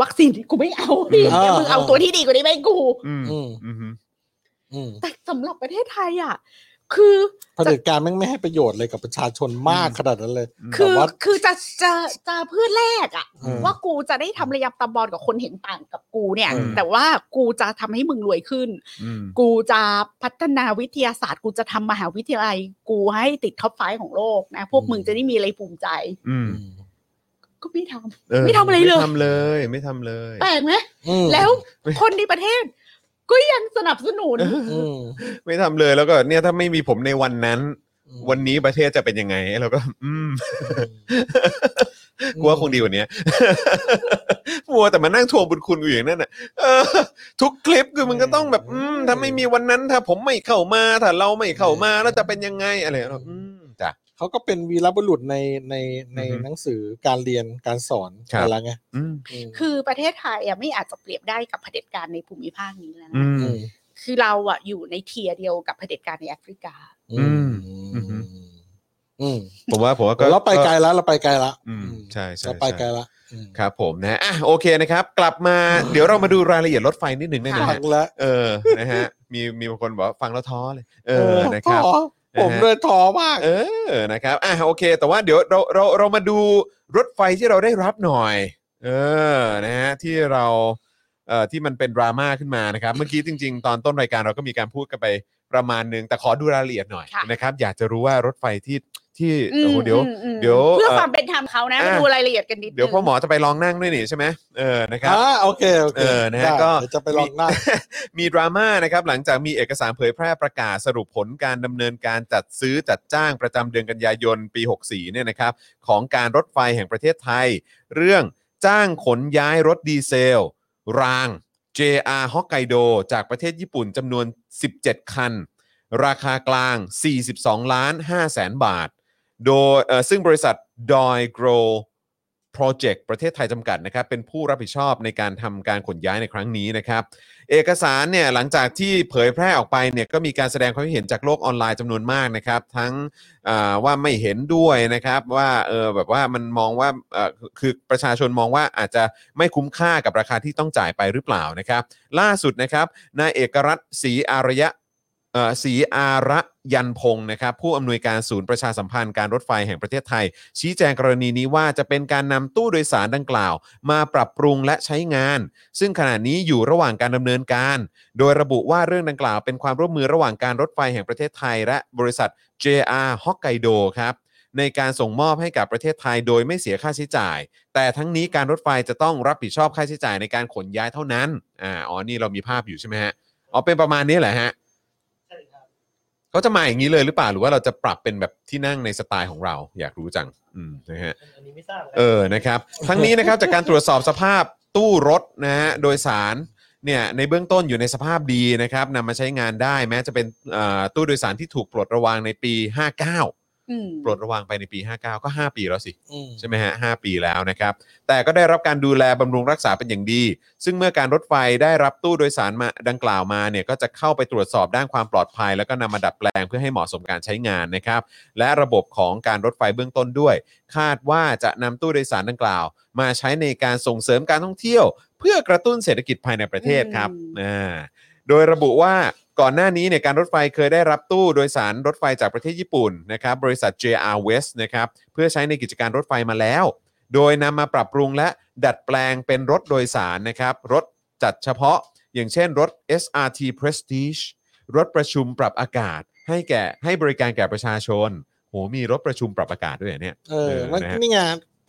วัคซีนกูไม่เอาดิ อ่า มึงเอา อ่า ตัวที่ดีกว่านี้ไปกู อืม อืม อือฮึ อืม แต่สำหรับประเทศไทยอะคือ เผด็จการแม่งไม่ให้ประโยชน์เลยกับประชาชนมากขนาดนั้นเลย อืม คือ แต่ว่า คือจะจะจะเพื่อแลกอะ อืม ว่ากูจะได้ทำระยำตำบอลกับคนเห็นต่างกับกูเนี่ย อืม แต่ว่ากูจะทำให้มึงรวยขึ้น อืม กูจะพัฒนาวิทยาศาสตร์ กูจะทำมหาวิทยาลัย กูให้ติดท็อปไฟของโลกนะ พวก อืม มึงจะได้มีอะไรภูมิใจ อืม ก็ไม่ท เออ ไม่ทำอะไรเลย ไม่ทำเลย ไม่ทำเลย ำแปลกไหม อืม แล้วคนในประเทศ ก็ยังสนับสนุน อืม ไม่ทำเลยแล้วก็เนี่ยถ้าไม่มีผมในวันนั้น วันนี้ประเทศจะเป็นยังไงเราก็ อืมกูว่าคงดีกว่านี้ มัวแต่มานั่งทวงบุญคุณกูอย่างนั้นน่ะเออ ทุกคลิปคือมันก็ต้องแบบ อืมถ้าไม่มีวันนั้นถ้าผมไม่เข้ามาถ้าเราไม่เข้ามาแล้วจะเป็นยังไงอะไรเราอืมจ้ะ เขาก็เป็นวีรบุรุษในในใน อือฮึ หนังสือการเรียนการสอน ครับ อะไรไง อืม อืม คือประเทศไทยอ่ะไม่อาจจะเปรียบได้กับเผด็จการในภูมิภาคนี้แล้ว อื นะ ม อืม คือเราอ่ะอยู่ในเทียร์เดียวกับเผด็จการในแอฟริกา อืมอืม อืม ผมว่าผมว่าก็ เราไปไกลแล้วเราไปไกลละ อืมใช่ใช่ เราไป ใช่ ไกลละอืม ครับผมนะอ่ะโอเคนะครับ กลับมาเดี๋ยวเรามาดูรายละเอียดรถไฟนิดหนึ่งได้ไหม พั ฮะ กแล้ว เออนะฮะมีมีบางคนบอกว่าฟังแล้วท้อเลย เออนะครับ ท้อผม นะฮะ เลยท้อมาก เออ นะครับ อ่ะ โอเค แต่ว่าเดี๋ยวเรา เรา เรามาดูรถไฟที่เราได้รับหน่อย เออ นะฮะ ที่เรา เอ่อ ที่มันเป็นดราม่าขึ้นมา นะครับ เมื่อกี้จริง ๆ ตอนต้นรายการเราก็มีการพูดกันไปประมาณหนึง แต่ขอดูรายละเอียดหน่อย ค่ะ นะครับ อยากจะรู้ว่ารถไฟที่ ที่ อื โอ้ ม โหเดี๋ยว อืมอืม เดี๋ยว เพื่อ เอ่อ ความเป็นธรรมเขานะ อ่ะ มาดูรายละเอียดกันนิดนึง เดี๋ยวพ่อหมอจะไปลองนั่งด้วยนี่ใช่ไหมเออ นะครับ อ่าโอเคโอเค เออนะฮะ ได้ ก็ เดี๋ยวจะไปลองหน้า มีดราม่านะครับหลังจากมีเอกสารเผยแพร่ประกาศสรุปผลการดำเนินการจัดซื้อจัดจ้างประจำเดือนกันยายนปี 64เนี่ยนะครับ ของการรถไฟแห่งประเทศไทย เรื่องจ้างขนย้ายรถดีเซล ราง JR ฮอกไกโดจากประเทศญี่ปุ่นจำนวน 17 คัน ราคากลาง 42 ล้าน5แสนบาท โดยเอ่อซึ่งบริษัทดอยโกร Project ประเทศไทยจำกัดนะครับ เป็นผู้รับผิดชอบในการทำการขนย้ายในครั้งนี้นะครับ เอกสารเนี่ยหลังจากที่เผยแพร่ออกไปเนี่ยก็มีการแสดงความคิดเห็นจากโลกออนไลน์จำนวนมากนะครับ ทั้งอ่าว่าไม่เห็นด้วยนะครับ ว่าเออแบบว่ามันมองว่าเอ่อคือประชาชนมองว่าอาจจะไม่คุ้มค่ากับราคาที่ต้องจ่ายไปหรือเปล่านะครับ ล่าสุดนะครับนายเอกรัตน์ศรีอารยะเอ่อศรีอาระยันพงศ์นะครับ ผู้อำนวยการศูนย์ประชาสัมพันธ์การรถไฟแห่งประเทศไทย ชี้แจงกรณีนี้ว่าจะเป็นการนำตู้โดยสารดังกล่าว มาปรับปรุงและใช้งาน ซึ่งขณะนี้อยู่ระหว่างการดำเนินการ โดยระบุว่าเรื่องดังกล่าวเป็นความร่วมมือระหว่างการรถไฟแห่งประเทศไทย และบริษัท JR ฮอกไกโดครับในการส่งมอบให้กับประเทศไทยโดยไม่เสียค่าใช้จ่าย แต่ทั้งนี้การรถไฟจะต้องรับผิดชอบค่าใช้จ่ายในการขนย้ายเท่านั้นอ่าอ๋อนี่เรามีภาพอยู่ใช่ไหมฮะอ๋อเป็นประมาณนี้แหละฮะ ใช่ครับ เขาจะมาอย่างนี้เลยหรือเปล่าหรือว่าเราจะปรับเป็นแบบที่นั่งในสไตล์ของเรา อยากรู้จังอืมนะฮะ อันนี้ไม่ทราบครับ เออ นะครับ ทั้งนี้นะครับ จากการตรวจสอบสภาพตู้รถนะฮะ โดยสาร เนี่ย ในเบื้องต้นอยู่ในสภาพดีนะครับนำมาใช้งานได้แม้จะเป็นเอ่อตู้โดยสารที่ถูกปลดระวางในปี 59 อืม ปลดระวางไปในปี 59 ก็ 5 ปีแล้วสิ อืม ใช่ไหมฮะหปีแล้วนะครับ แต่ก็ได้รับการดูแลบำรุงรักษาเป็นอย่างดี ซึ่งเมื่อการรถไฟได้รับตู้โดยสารมาดังกล่าวมาเนี่ยก็จะเข้าไปตรวจสอบด้านความปลอดภัย แล้วก็นำมาดัดแปลงเพื่อให้เหมาะสมการใช้งานนะครับ และระบบของการรถไฟเบื้องต้นด้วย คาดว่าจะนำตู้โดยสารดังกล่าว มาใช้ในการส่งเสริมการท่องเที่ยว เพื่อกระตุ้นเศรษฐกิจภายในประเทศครับ อืม อ่า โดยระบุว่าก่อนหน้านี้เนี่ยการรถไฟเคยได้รับตู้โดยสารรถไฟจากประเทศญี่ปุ่นนะครับบริษัท JR West นะครับเพื่อใช้ในกิจการรถไฟมาแล้ว โดยนำมาปรับปรุงและดัดแปลงเป็นรถโดยสารนะครับรถจัดเฉพาะ อย่างเช่นรถ SRT Prestige รถประชุมปรับอากาศ ให้แก่ให้บริการแก่ประชาชนโหมีรถประชุมปรับอากาศด้วยเหรอเนี่ย เออ นะฮะ นี่ไง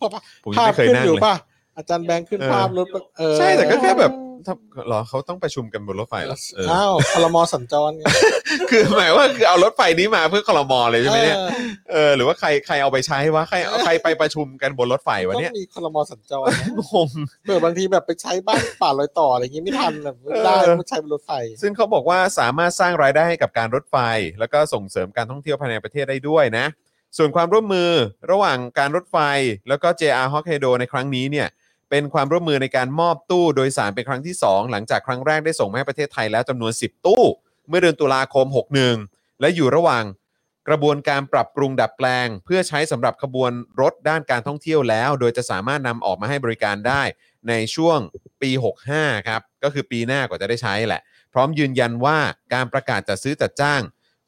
พอ ผมยัง ภาพ ไม่เคย ขึ้น นั่ง อยู่ เลย ป่ะอาจารย์แบงค์ขึ้น เออ ภาพรถเออ ใช่แต่ก็แค่แบบ ทำเหรอเขาต้องประชุมกันบนรถไฟเหรอเออ อ้าวคลมอสัญจรไง คือหมายว่าคือเอารถไฟนี้มาเพื่อคลมอเลยใช่ไหมเนี่ย ออ เออหรือว่าใครใครเอาไปใช้วะใครเอาใครไปประชุมกันบนรถไฟวะ ต้อ เนี่ย งมีคลมอสัญจรนะ งง เผื่อบางทีแบบไปใช้บ้านป่าลอยต่ออะไรอย่างงี้ไม่ทันแบบไม่ได้ เออ มันใช้บนรถไฟ ซึ่งเขาบอกว่าสามารถสร้างรายได้ให้กับการรถไฟ แล้วก็ส่งเสริมการท่องเที่ยวภายในประเทศได้ด้วยนะ ส่วนความร่วมมือระหว่างการรถไฟ แล้วก็ JR Hokkaido ในครั้งนี้เนี่ยเป็นความร่วมมือในการมอบตู้โดยสารเป็นครั้งที่ 2 หลังจากครั้งแรกได้ส่งมาให้ประเทศไทยแล้วจำนวน 10 ตู้ เมื่อเดือนตุลาคม 61 และอยู่ระหว่างกระบวนการปรับปรุงดัดแปลง เพื่อใช้สำหรับขบวนรถด้านการท่องเที่ยวแล้ว โดยจะสามารถนำออกมาให้บริการได้ในช่วงปี 65 ครับก็คือปีหน้ากว่าจะได้ใช้แหละ พร้อมยืนยันว่าการประกาศจัดซื้อจัดจ้าง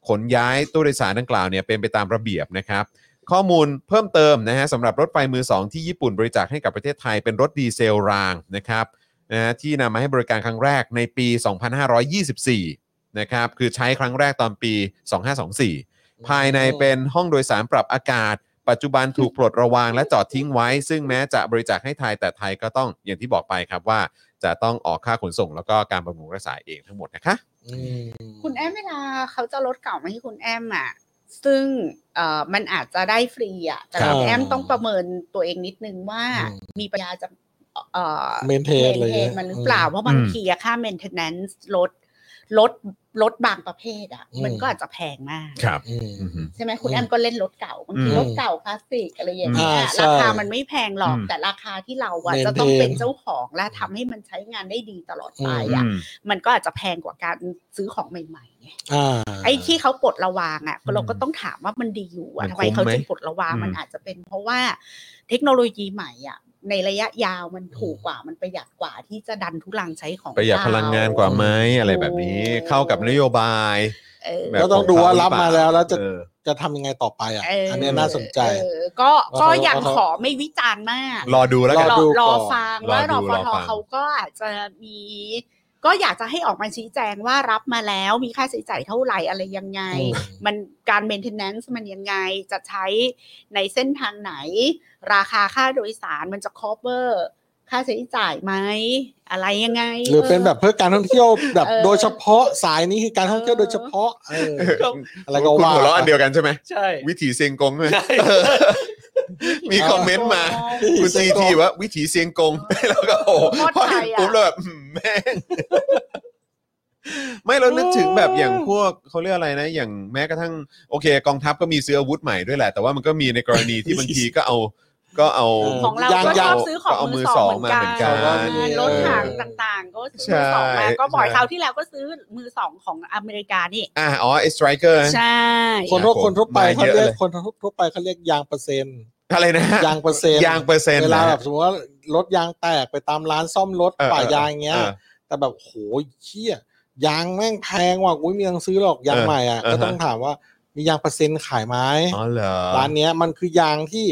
ขนย้ายตู้โดยสารดังกล่าวเนี่ยเป็นไปตามระเบียบนะครับ ข้อมูลเพิ่มเติมนะฮะสำหรับรถไฟมือ 2 ที่ญี่ปุ่นบริจาคให้กับประเทศไทยเป็นรถดีเซลรางนะครับนะฮะที่นำมาให้บริการครั้งแรกในปี 2524 นะครับคือใช้ครั้งแรกตอนปี 2524 ภายในเป็นห้องโดยสารปรับอากาศ ปัจจุบันถูกปลดระวางและจอดทิ้งไว้ ซึ่งแม้จะบริจาคให้ไทยแต่ไทยก็ต้องอย่างที่บอกไปครับว่า จะต้องออกค่าขนส่ง แล้วก็การบำรุงรักษาเองทั้งหมดนะคะ คุณแอมเวลาเขาจะลดเก่ามาให้คุณแอมอ่ะ ซึ่งเอ่อมันอาจจะได้ฟรีอ่ะ แต่ ครับ คุณแอมต้องประเมินตัวเองนิดนึงว่า อืม มีปัญญาจะเอ่อ เมนเทนอะไรอย่าง เท เงี้ น ย มันหรือเปล่า เพราะบางทีอะค่า maintenance ลดลดลดบางประเภทอะมันก็อาจจะแพงมาก ครับ อืม ใช่ไหมคุณ อืม แอมก็เล่นรถเก่าบางที อืม รถเก่าคลาสสิกอะไรอย่างเงี้ย อ่าใช่ ราคามันไม่แพงหรอก อืม แต่ราคาที่เราอะ Maintain จะต้องเป็นเจ้าของและทำให้มันใช้งานได้ดีตลอดไปอะ อืม มันก็อาจจะแพงกว่าการซื้อของใหม่ๆไง อ่า ไอ้ที่เขาปลดระวางอะ อืม เราก็ต้องถามว่ามันดีอยู่อะ มัน ทำไม คุ้ม เขา ไหม จึงปลดระวาง อืม มันอาจจะเป็น เพราะว่าเทคโนโลยีใหม่อะในระยะยาวมันถูกกว่ามันประหยัดกว่าที่จะดันทุลังใช้ของ ประหยัดพลังงานกว่าไหมอะไรแบบนี้เข้ากับนโยบาย เออ แบบ ก็ต้องดูว่ารับมาแล้วแล้วจะ เออ จะทำยังไงต่อไปอ่ะ เ อันเนี้ยน่าสนใจ เออก็ ว่าเขา ก็ยัง ว่าเขา ขอไม่วิจารณ์มาก รอดูแล้ว ร กั อน ดูก่ รอ อน ฟัง รอ ว่า ดู รอฟ รอ ท ฟัง เขาก็อาจจะมี ก็อยากจะให้ออกมาชี้แจงว่ารับมาแล้วมีค่าใช้จ่ายเท่าไหร่อะไรยังไง อืม มันการ maintenance มันยังไงจะใช้ในเส้นทางไหน ราคาค่าโดยสารมันจะ cover ค่าใช้จ่ายไหมอะไรยังไง หรือเป็นแบบเพื่อการท่องเที่ยวแบบ เออ โดยเฉพาะสายนี้คือการท่องเที่ยว เออ โดยเฉพาะเออ ก็ อะไรก็ คุณ ว่า หัวเราะอันเดียวกันใช่ไหม ใช่ วิถีเซียงกงใช่ไหม ใช่ เออ มีคอมเมนต์มา คุณซีทีว่าวิถีเซียงกง แล้วก็โอ้โหพ โค อ ตรไท เห็น ยอะ ปุ๊บแล้ว แบบอืมแม่งไม่เรานึกถึงแบบอย่างพวกเขาเรียกอะไรนะ อย่างแม้กระทั่งโอเค กองทัพก็มีซื้ออาวุธใหม่ด้วยแหละ แต่ว่ามันก็มีในกรณีที่บาง ทีก็เอาก็เอา ของเรา ย่าง ก็ช ยา อ ว บซื้อของมือสองเหมือนกัเอามือสองมาเหนมือนกัน รถถังต่างๆ ก็ซื้อมือสองมา ใช่ ก็บ่อยคราวที่แล้วก็ซื้อมือสองของอเมริกานี่ อ่าอ๋อไอสไตรเกอร์ ใช่ คนทั่วคนทั่วไป มา เขา เยอะ เรีย เล ก ย คนทั่วไปเขาเรียกยางเปอร์เซ็นต์ อะไรนะฮะ ยางเปอร์เซ็นต์ ยางเปอร์เซ็นต์ เวลา นะ แบบสมมติว่ารถยางแตกไปตามร้านซ่อมรถ เออ ป่ายางเงี้ย เออ แต่แบบโหเชี่ยยางแม่งแพงว่ะกูไม่มีเงินซื้อหรอกยางใหม่อ่ะ เออ ก็ต้องถามว่ามียางเปอร์เซ็นต์ขายไหม อ๋อเหรอ ร้านเนี้ยมันคือยางที่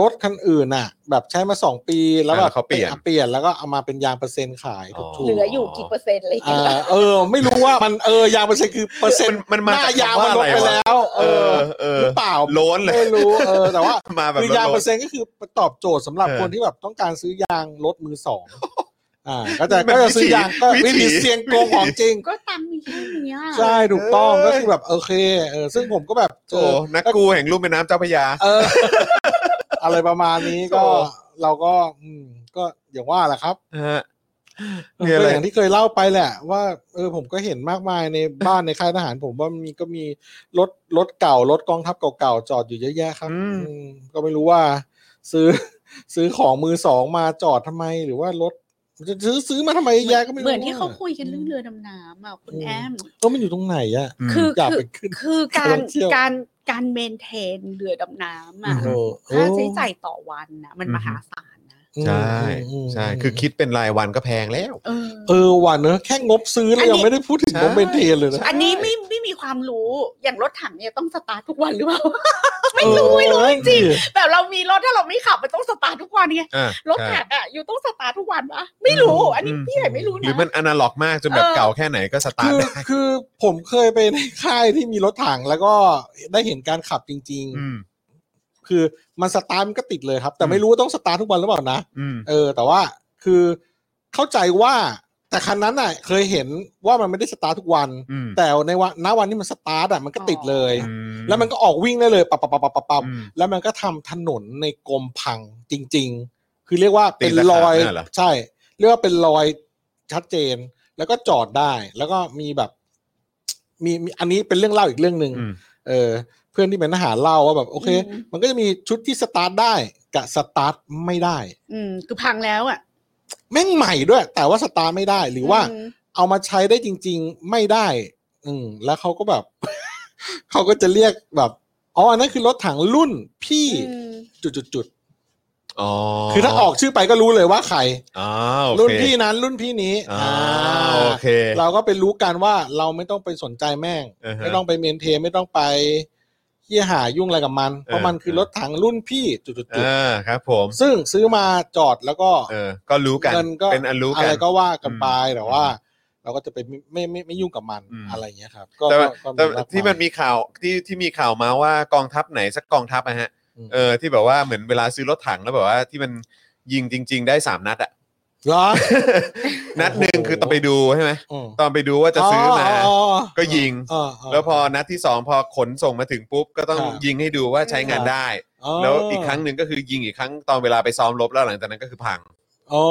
รถคันอื่นน่ะ แบบใช้มาสองปีแล้ว อ่า แบ แล้ บ วเขาเปลี่ยน เปลี่ยนแล้วก็เอามาเป็นยางเปอร์เซ็นต์ขายถูก อ๋ เหลืออยู่กี่เปอร์เซ็นต์อะไรอย่าง อ่า เลย เออ ไม่รู้ว่ามันเออยางเปอร์เซ็นต์คือเปอร์เซ็นต์ มัน ห มา น้ายาง จกคำ มัอะนลดไร ไป วะ แล้ว เอ เอ อ อ เออ หรือเปล่า โล้นเลย ไม่รู้เออแต่ว่า มาแบบ คือยาง โล้น เปอร์เซ็นต์ก็คือตอบโจทย์สำหรับ เออ คนที่แบบต้องการซื้อยางรถมือ สองอ่าก็ มั จะ นเป็น ก็จะซื้อยางก็ วิ วิ ถี ธีเสียงโกงของจริง ก็ตังค์มีแค่เนี้ย ใช่ถูกต้อง เอ้ย ก็คือแบบโอเคเออซึ่งผมก็แบบเจ โอ้ อ นักกูแห่งลุ่มแม่น้ำเจ้าพระยา เออ อะไรประมาณนี้ก็ โอ้ เราก็ อืม ก็อย่างว่าแหละครับ ฮะมีอะไร ก็อย่างที่เคยเล่าไปแหละ ว่าเออผมก็เห็นมากมายใน บ้านในค่ายทหาร ผมว่ามีก็มีรถรถเก่ารถกองทัพเก่าๆจอดอยู่เยอะแยะครับ อืม อืมก็ไม่รู้ว่า ซื้อ ซื้อของมือสองมาจอดทำไม หรือว่ารถจะซื้อซื้อมาทำไมเยอะแยะก็ไม่รู้ เหมือนที่เขาคุยกันเรื่องเรือดำน้ำอ่ะคุณแอม ก็มันอยู่ตรงไหนอ่ะ คือ อยาก คื ไป อ ขึ้น คือการ เที่ยว การการเมนเทนเรือดำน้ำอ่ะ อืม โอ้ ค่าใช้จ่ายต่อวันนะมันมหาศาลนะ อืม ใช่ ม ใช่ คือคิดเป็นรายวันก็แพงแล้ว เออ เออว่ะเนอะแค่งบซื้อเรา อันนี้ ยังไม่ได้พูดถึง ใช่ งบเบนเทนเลยนะ อันนี้ไม่ไม่มีความรู้อย่างรถถังเนี่ยต้องสตาร์ททุกวันหรือเปล่า ไม่ เอ รู้ อ ไม่รู้จริง เออ ๆแบบเรามีรถถ้าเราไม่ขับมันต้องสตาร์ททุกวันไง อ่ะ รถ ใช่ ถังอ่ะอยู่ต้องสตาร์ททุกวันปะไม่รู้ อืม อันนี้ อืม พี่ใหญ่ไม่รู้ ห นะ รือมันอนาล็อกมากจนแบบ เออ เก่าแค่ไหนก็สตา คื ร์ท อ ได้ คือผมเคยไปในค่ายที่มีรถถังแล้วก็ได้เห็นการขับจริง อืม ๆ คือมันสตาร์ทมันก็ติดเลยครับ แต่ อืม ไม่รู้ว่าต้องสตาร์ททุกวันหรือเปล่านะ อืม เออแต่ว่าคือเข้าใจว่า แต่คันนั้นน่ะเคยเห็นว่ามันไม่ได้สตาร์ททุกวัน อืม แต่ในวันณวันที่มันสตาร์ทอ่ะมันก็ติดเลย อื แล้วมันก็ออกวิ่งได้เลยปับปับปับปับปับปับ อืม แล้วมันก็ทำถนนในกรมพังจริง ๆ คือเรียกว่าเป็นรอย ตีนตะขาบเนี่ยเหรอ ใช่ เรียกว่าเป็นรอยชัดเจน แล้วก็จอดได้ แล้วก็มีแบบมีมีอันนี้เป็นเรื่องเล่าอีกเรื่องหนึ่ง อืม เออ เพื่อนที่เป็นทหารเล่าว่าแบบโอเค มันก็จะมีชุดที่สตาร์ทได้กับสตาร์ทไม่ได้ อืมคือพังแล้วอ่ะ แม่งใหม่ด้วย แต่ว่าสตาร์ทไม่ได้หรือว่า ม เอามาใช้ได้จริง ๆ ไม่ได้ อืม แล้วเขาก็แบบ เขาก็จะเรียกแบบอ๋ออันนั้นคือรถถังรุ่นพี่ อืม จุดๆ อ๋อ ๆคือถ้าออกชื่อไปก็รู้เลยว่าใคร อ๋อโอเค รุ่นพี่นั้นรุ่นพี่นี้ อ๋อ อ่า โอเค เราก็ไปรู้กันว่าเราไม่ต้องไปสนใจแม่ง อือฮะ ไม่ต้องไปเมนเทนไม่ต้องไปเฮียหายุ่งอะไรกับมัน เพราะมันคือ เออ รถถังรุ่นพี่จุด เอ ๆ อครับผม ๆซึ่งซื้อมาจอดแล้วก็ เออก็รู้กัน เงินก็ เป็นอันรู้ อะ กั ไร น ก็ว่ากันไป อืม แต่ว่า เราก็จะไปไม่ไม่ไม่ไม่ยุ่งกับมัน อืม อะไรอย่างเงี้ยครับ ก็ แต่ว่าแต่ก็ากาย ที่มันมีข่าวที่ที่มีข่าวมาว่ากองทัพไหนสักกองทัพอะฮะ อืม เออที่แบบว่าเหมือนเวลาซื้อรถถังแล้วแบบว่าที่มันยิงจริง ๆ ได้สามนัดอะ เหรอ นัดหนึ่ง โอ้โห คือตอนไปดูใช่ไหม อืม ตอนไปดูว่าจะซื้อมา ก็ยิง อ๋ออ๋อ แล้วพอนัดที่สองพอขนส่งมาถึงปุ๊บ ก็ต้อง ครับ ยิงให้ดูว่าใช้งานได้ แล้วอีกครั้งหนึ่งก็คือยิงอีกครั้งตอนเวลาไปซ้อมรบแล้วหลังจากนั้นก็คือพัง โอ้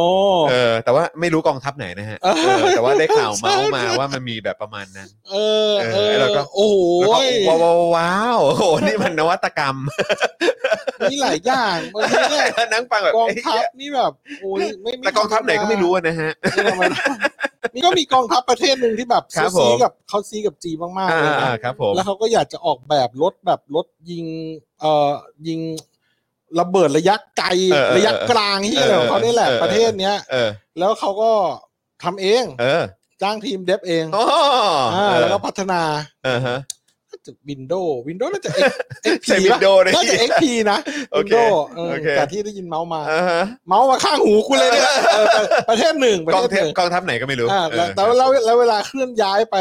เออแต่ว่าไม่รู้กองทัพไหนนะฮะ เออ เออแต่ว่าได้ข่าวเมาส์มาว่ามันมีแบบประมาณนั้น เออ เออ เออ แล้วก็ โอ้โห แล้วก็ว้าวว้าวว้าวโอ้โหนี่มันนวัตกรรม มีหลายอย่างบางทีเนี่ย นั่งฟังแบบ กอง เอ้ย ทัพนี่แบบโอ้ยไม่ไม่ แต่กองทัพไหนก็ไม่รู้อะนะฮะ ไม่ธรรมดา นี่ก็มีกองทัพประเทศหนึ่งที่แบบ ครับ เขา ผม ซีกับเขาซีกับจีนมากๆเลยนะ อ่าๆครับผม แล้วเขาก็อยากจะออกแบบรถแบบรถยิงเอ่อยิงระเบิดระยะไกล เออเออ ระยะกลางที่อะไรของเขาเนี่ยแหละ เออเออ ประเทศเนี้ย เออ แล้วเขาก็ทำเอง เออ จ้างทีมเดฟเอง อ๋อ อ่าแล้วก็พัฒนา เออฮะ น่าจะวินโดว์วินโดว์น่าจะเอ็ก ใช่ พี Windows เลย น่าจะเอ็กพีนะ โอ วิน เค โดว์ โอเค แต่ที่ได้ยินเมาส์มา เออฮะ เมาส์มาข้างหูคุณเลยเนี่ยเออประเทศหนึ่งประ กอง เทเทศห พ นึ่ง กองทัพไหนก็ไม่รู้ อ่าแล้ว เอ แล้ว อ แล้วแล้วเวลาเคลื่อนย้ายไป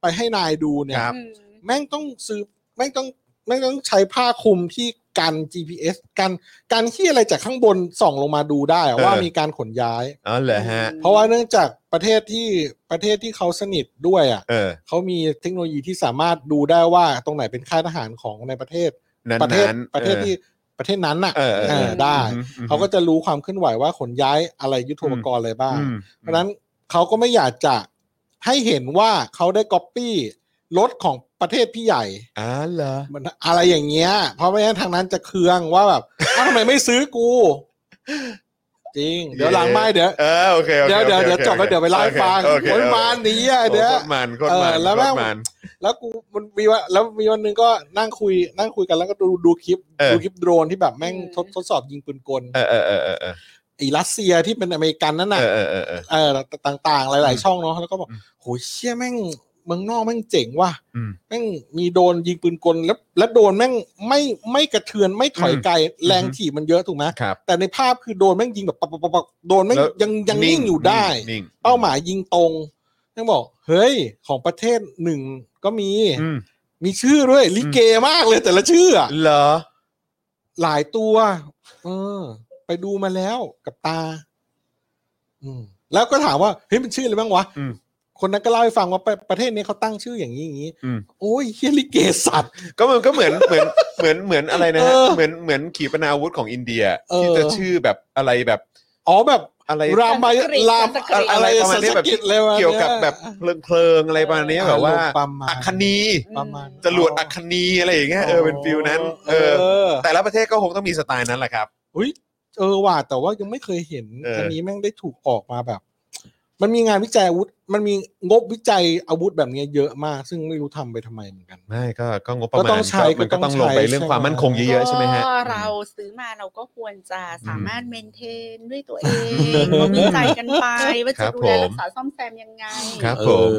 ไปให้นายดูเนี่ย ครับ อืม แม่งต้องซื้อแม่งต้องแม่งต้องใช้ผ้าคลุมที่กัน GPS กันกันที่อะไรจากข้างบนส่องลงมาดูได้อะ เออ ว่ามีการขนย้าย อ๋อเหรอฮะ เพราะว่าเนื่องจากประเทศที่ประเทศที่เขาสนิทด้วยอ่ะ เออ เขามีเทคโนโลยีที่สามารถดูได้ว่าตรงไหนเป็นค่ายทหารของในประเทศ นั้น ประเทศ นั้น ประเทศที่ประเทศนั้นน่ะ เออเออ เอ เอ อ อ ได้ อืมอืม เขาก็จะรู้ความเคลื่อนไหวว่าขนย้ายอะไรยุทโธปกรณ์อะไรบ้าง เพราะฉะนั้นเขาก็ไม่อยากจะให้เห็นว่าเขาได้ก๊อปปี้รถของประเทศพี่ใหญ่ อ๋อเหรอ มันอะไรอย่างเงี้ย เพราะไม่งั้นทางนั้นจะเคืองว่าแบบ อ้าวทำไมไม่ซื้อกู จริง เดี๋ยวหลังไม่เดี๋ยว เออโอเคโอค เดี๋ยวเดี๋ยว โอค เดี๋ยวจบแล้วเดี๋ยวไปไล่าให้ฟัง โอเค คนมาหนีอ่ะเดี๋ยว โคตรมันโคตรมัน เออแล้วแม่ง โคตรมัน แล้วกูมันมีว่าแล้วมีวันหนึงก็นั่งคุย นั่งคุยกันแล้วก็ดูดูคลิป เออ ดูคลิปโดรนที่แบบแม่งทดทดสอบยิงปืนกล เออเออเออเออเออ ไอ้รัสเซียที่เป็นอเมริกันนั่นน่ะ เออเออเออ เออต่างๆ หลาย อืม ๆ ช่องเนาะแล้วก็บอก อืม โหเชี่ยแม่งเมืองนอกแม่งเจ๋งว่ะ อืม แม่งมีโดรนยิงปืนกลแล้วและโดรนแม่งไม่ไม่กระเทือนไม่ถอย อืม ไกลแรงถีบมันเยอะถูกไหม ครับ แต่ในภาพคือโดรนแม่งยิงแบบปักปักปักปักโดรนแม่ง แล้ว ยังยังนิ่งอยู่ได้ นิ่ง เป้าหมายยิงตรงแม่งบอก เฮ้ย ของประเทศหนึ่งก็มี อืม มีชื่อด้วยลิเกมากเลยแต่ละชื่ออะ เหรอ หลายตัวเออ ไปดูมาแล้วกับตา อืม แล้วก็ถามว่าเฮ้ยมันชื่ออะไรบ้างวะ อืม คนนั้นก็เล่าให้ฟังว่าประประเทศนี้เขาตั้งชื่ออย่างนี้อย่างนี้ อืม โอ้ยเฮียลิเกสัตว์ ก็มันก็เหมือนเหมือนเหมือนเหมือนอะไรนะฮะ เออ เหมือนเหมือนขีปนาวุธของอินเดีย เออ ที่จะชื่อแบบอะไรแบบ อ๋อแบบ อะไร รามายราม สันสกฤต อะไร อะไรประมา สั ณ น นี้ ส แบบ กิตเลยวะ เกี่ยวกับแบบเพลิงเพลิงๆอะไรประมาณนี้แบบว่า อารมณ์ประมา อั ณ คคณี ประมาณ จรวดอัคคณีอะไรอย่างเงี้ยเออเป็นฟิลนั้น เออ อ แต่ละประเทศก็คงต้องมีสไตล์นั้นแหละครับ อุ้ยเออว่ะแต่ว่ายังไม่เคยเห็น เอออั อันนี้แม่งได้ถูกออกมาแบบ มันมีงานวิจัยอาวุธ มันมีงบวิจัยอาวุธแบบเนี้ยเยอะมาก ซึ่งไม่รู้ทำไปทำไมเหมือนกัน ไม่ก็ก็งบประ ก็ มาณ ต้องใช้ ก็มันก็ ก็ต้ ต้อ องง ลงไป ใช้ เรื่อง ใช่ไหม ความมั่นคงเยอะๆใช่ไหมฮะ ก็เราซื้อมาเราก็ควรจะสามารถเมนเทนด้วยตัวเอง อืม ก็วิจัยกันไปว่า ครั จะ บ ดูแล ผม รักษาซ่อมแซมยังไง ครับ เออ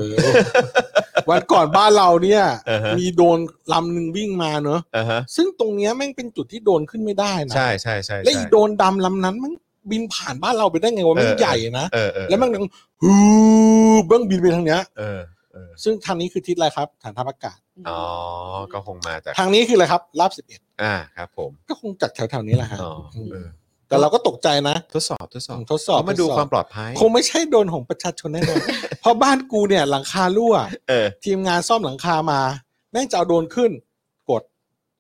วันก่อนบ้านเราเนี่ย เออฮะ มีโดนลำหนึ่งวิ่งมาเนอะ อ่าฮะ ซึ่งตรงเนี้ยแม่งเป็นจุดที่โดรนขึ้นไม่ได้นะ ใช่ใช่ใช่ และ ใช่ อีโดรนดำลำนั้นมันบินผ่านบ้านเราไปได้ไงวะ เออ แม่งใหญ่นะ เออเออ แล้วมันดังฮือเบื้องบินไปทางเนี้ย เออเออ ซึ่งทางนี้คือทิศอะไรครับ ฐานทัพอากาศ อ๋อก็คงมาจาก ทางนี้คืออะไรครับลาบสิบเอ็ด อ่าครับ ผม ก็คงจากแถวๆนี้แหละฮะ อ๋อ อืม เออ แต่เราก็ตกใจนะ ทดสอบทดสอบ ทดสอบ เขามาดู ทดสอบ ความปลอดภัย คงไม่ใช่โดนของประชาชนแน่น อนเพราะบ้านกูเนี่ยหลังคารั่ว เออ ทีมงานซ่อมหลังคามาแม่งจะเอาโดรนขึ้น กด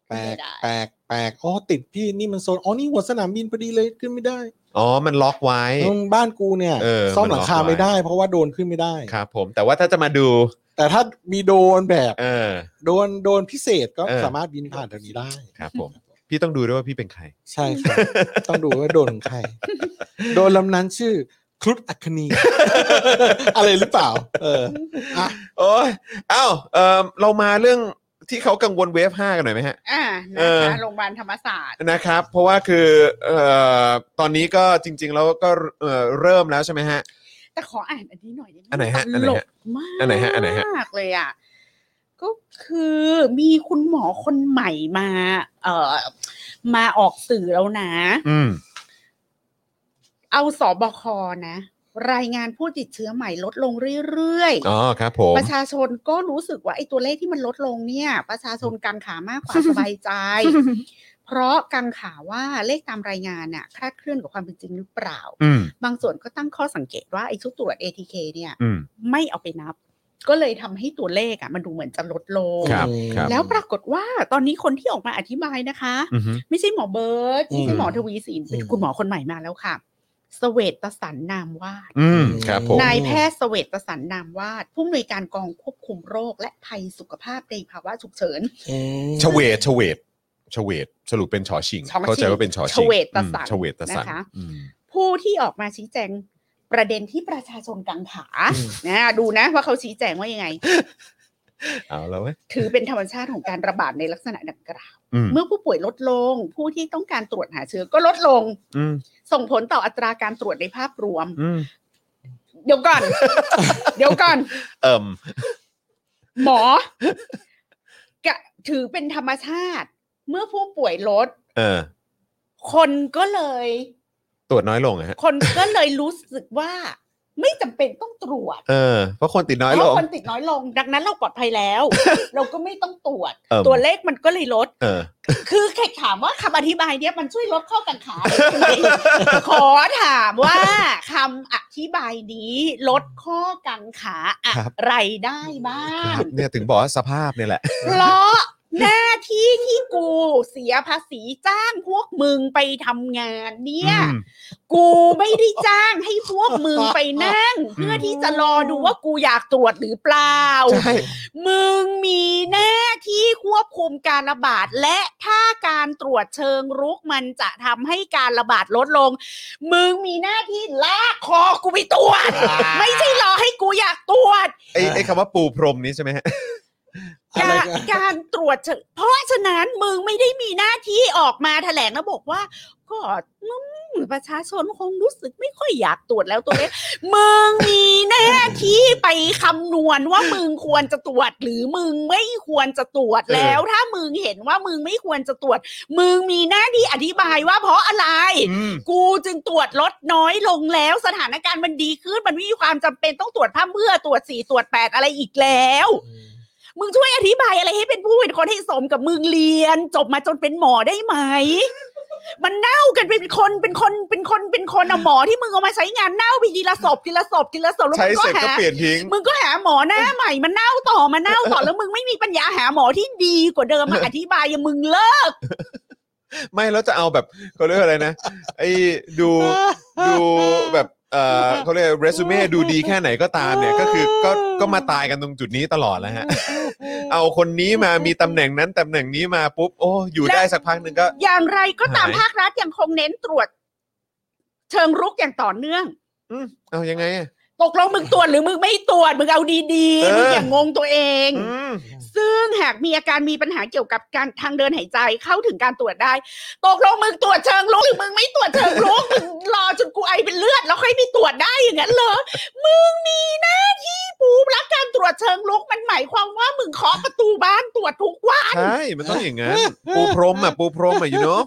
แปลก ไม่ได้ แปลกแปลกอ๋อติดพี่นี่มันโซนอ๋อนี่หัวสนามบินพอดีเลยขึ้นไม่ได้ อ๋อ มันล็อกไว้ อืมบ้านกูเนี่ย เออ ซ่อมหลังคา มันล็อกไว้ ไม่ได้ เพราะว่าโดรนขึ้นไม่ได้ ครับผม แต่ว่าถ้าจะมาดู แต่ถ้ามีโดรนแบบ เออ โดรนโดรนพิเศษก็ เออ สามารถบินผ่านแถวนี้ได้ ครับผ ม พี่ต้องดูด้วยว่าพี่เป็นใคร ใช่ ครับ ต้องดูว่าโดรนของใคร โดรนลำนั้นชื่อครุฑอัคคณี อะไรหรือเปล่า เอออ่ะ โอ้ยเอ้าเออเรามาเรื่องที่เขากังวลเวฟ5กันหน่อยไหมฮะ อ่า เอ นะ อ คะโรงพยาบาลธรรมศาสตร์ นะครับ เพราะว่าคือเอ่อตอนนี้ก็จริง ๆ แล้วก็เอ่อเริ่มแล้วใช่ไหมฮะ แต่ขออ่านอันนี้หน่อยด้หม อันไหนฮะ ตลกมาก อันไหนฮะอันไหนฮะ เลยอ่ะก็คือมีคุณหมอคนใหม่มา เอ่อ มาออกสื่อแล้วนะ อืม เอาสบคนะ รายงานผู้ติดเชื้อใหม่ลดลงเรื่อย อ๋อ ครับผม ประชาชนก็รู้สึกว่าไอ้ตัวเลขที่มันลดลงเนี่ย ประชาชนกังขา มากกว่า สบายใจ เพราะกังขาว่าเลขตามรายงานน่ะคลาดเคลื่อนกับความเป็นจริงหรือเปล่า อืม บางส่วนก็ตั้งข้อสังเกตว่าไอ้ชุดตรวจ ATK เนี่ย อืม ไม่เอาไปนับ ก็เลยทำให้ตัวเลขอ่ะมันดูเหมือนจะลดลง ครับ อืม ครับ แล้วปรากฏว่าตอนนี้คนที่ออกมาอธิบายนะคะ อือฮึ ไม่ใช่หมอเบิร์ตไม่ใช่ อืม หมอทวีสินเป็น อืม คุณหมอคนใหม่มาแล้วค่ะ สเวตสันนามวาด อืม ครับผม นายแพทย์สเวตสันนามวาดผู้อำนวยการกองควบคุมโรคและภัยสุขภาพในภาวะฉุกเฉิน อืม ชเวตชเวตชเวตสรุปเป็นชอชิง ชอชิง เข้าใจว่าเป็นชอชิง ชเวตสัน อืมชเวตสัน นะคะ อืม ผู้ที่ออกมาชี้แจงประเด็นที่ประชาชนกังขา อืม นะดูนะว่าเขาชี้แจงว่ายังไง เอาแล้วเว้ย ถือเป็นธรรมชาติของการระบาดในลักษณะดังกล่าว อืม เมื่อผู้ป่วยลดลง ผู้ที่ต้องการตรวจหาเชื้อก็ลดลง อืม ส่งผลต่ออัตราการตรวจในภาพรวม อืม เดี๋ยว ก่อน เดี๋ยวก่อน เอิ่ม หมอกะถือเป็นธรรมชาติ เมื่อผู้ป่วยลด เออ คนก็เลย ตรวจน้อยลงอะฮะ คนก็เลยรู้สึกว่า ไม่จำเป็นต้องตรวจ เออ เพราะคนติดน้อย เพ ลง ราะคนติดน้อยลง ดังนั้นเราปลอดภัย แล้ว เราก็ไม่ต้องตรวจ เอิ่ม ตัวเลขมันก็เลยลด เออ คือแขกถามว่าคำอธิบายเนี้ยมันช่วยลดข้อกังขาได้ ไหม ขอถามว่าคำอธิบายนี้ลดข้อกังขาอะ ครับ ไรได้บ้าง ครับเนี่ยถึงบอกว่าสภาพเนี่ยแหละ เพราะหน้าที่ที่กูเสียภาษีจ้างพวกมึงไปทำงานเนี่ย อืม กูไม่ได้จ้างให้พวกมึงไปนั่ง เพื่อที่จะรอดูว่ากูอยากตรวจหรือเปล่ า ใช่ มึงมีหน้าที่ควบคุมการระบาด และถ้าการตรวจเชิงรุกมันจะทำให้การระบาดลดลง มึงมีหน้าที่ลากคอกูไปตรวจ ไม่ใช่รอให้กูอยากตรวจ ไอ้ไอ้คำว่าปูพรมนี้ใช่ไหมฮะ อะ กา ไร ร กัน การตรวจเชิงเพราะฉะนั้นมึงไม่ได้มีหน้าที่ออกมาแถลงแล้วบอกว่า ก็อืมประชาชนคงรู้สึกไม่ค่อยอยากตรวจแล้วตัวเล็ก มึง มีหน้าที่ไปคำนวณว่ามึงควรจะตรวจ หรือมึงไม่ควรจะตรวจ เออ แล้ว ถ้ามึงเห็นว่ามึงไม่ควรจะตรวจ มึงมีหน้าที่อธิบายว่าเพราะอะไร อืม กูจึงตรวจลดน้อยลงแล้วสถานการณ์มันดีขึ้นมันไม่มีความจำเป็นต้องตรวจพร่ำเพรื่อตรวจสี่ตรวจแปดอะไรอีกแล้ว มึงช่วยอธิบายอะไรให้เป็นผู้เป็นคนให้สมกับมึงเรียน จบมาจนเป็นหมอได้ไหม มันเน่ากันเป็นคนเป็นคนเป็นคนเป็นคนอะหมอที่มึงเอามาใช้งานเน่าไปทีละศพทีละศพทีละศพแล้ว ใช้ มึงเสร็จก็หา ก็เปลี่ยนทิ้ง มึงก็หาหมอหน้าใหม่มันเน่าต่อมาเน่าต่อแล้วมึงไม่มีปัญญาหาหมอที่ดีกว่าเดิมมาอธิบายอย่ามึงเลิก ไม่แล้วจะเอาแบบเขาเรียกว่าอะไรนะไอ้ดูดูแบบเออเขาเรียกเรซูเม่ดูดีแค่ไหนก็ตามเนี่ยก็คือก็ก็มาตายกันตรงจุดนี้ตลอดแล้วฮะ เอาคนนี้มามีตำแหน่งนั้นตำแหน่งนี้มาปุ๊บโอ้อยู่ได้สักพักหนึ่งก็ อย่างไรก็ตาม หาย ภาครัฐยังคงเน้นตรวจ เชิงรุกอย่างต่อเนื่อง อืมเอายังไงอะ ตกลงมึงตรวจหรือมึงไม่ตรวจมึงเอาดี เออ ๆมึงอย่างงงตัวเอง อืม ซึ่งหากมีอาการมีปัญหาเกี่ยวกับการทางเดินหายใจเข้าถึงการตรวจได้ ตกลงมึงตรวจเชิงลุกหรือมึงไม่ตรวจเชิงลุก มึงรอจนกูไอเป็นเลือดแล้วค่อยไปตรวจได้อย่างนั้นเหรอ มึงมีหน้าที่ปูรับการตรวจเชิงลุกมันหมายความว่ามึงเคาะประตูบ้านตรวจทุกวัน ใช่มันต้องอย่างนั้นปูพรมอ่ะปูพรมอ่ะอยู่เนาะ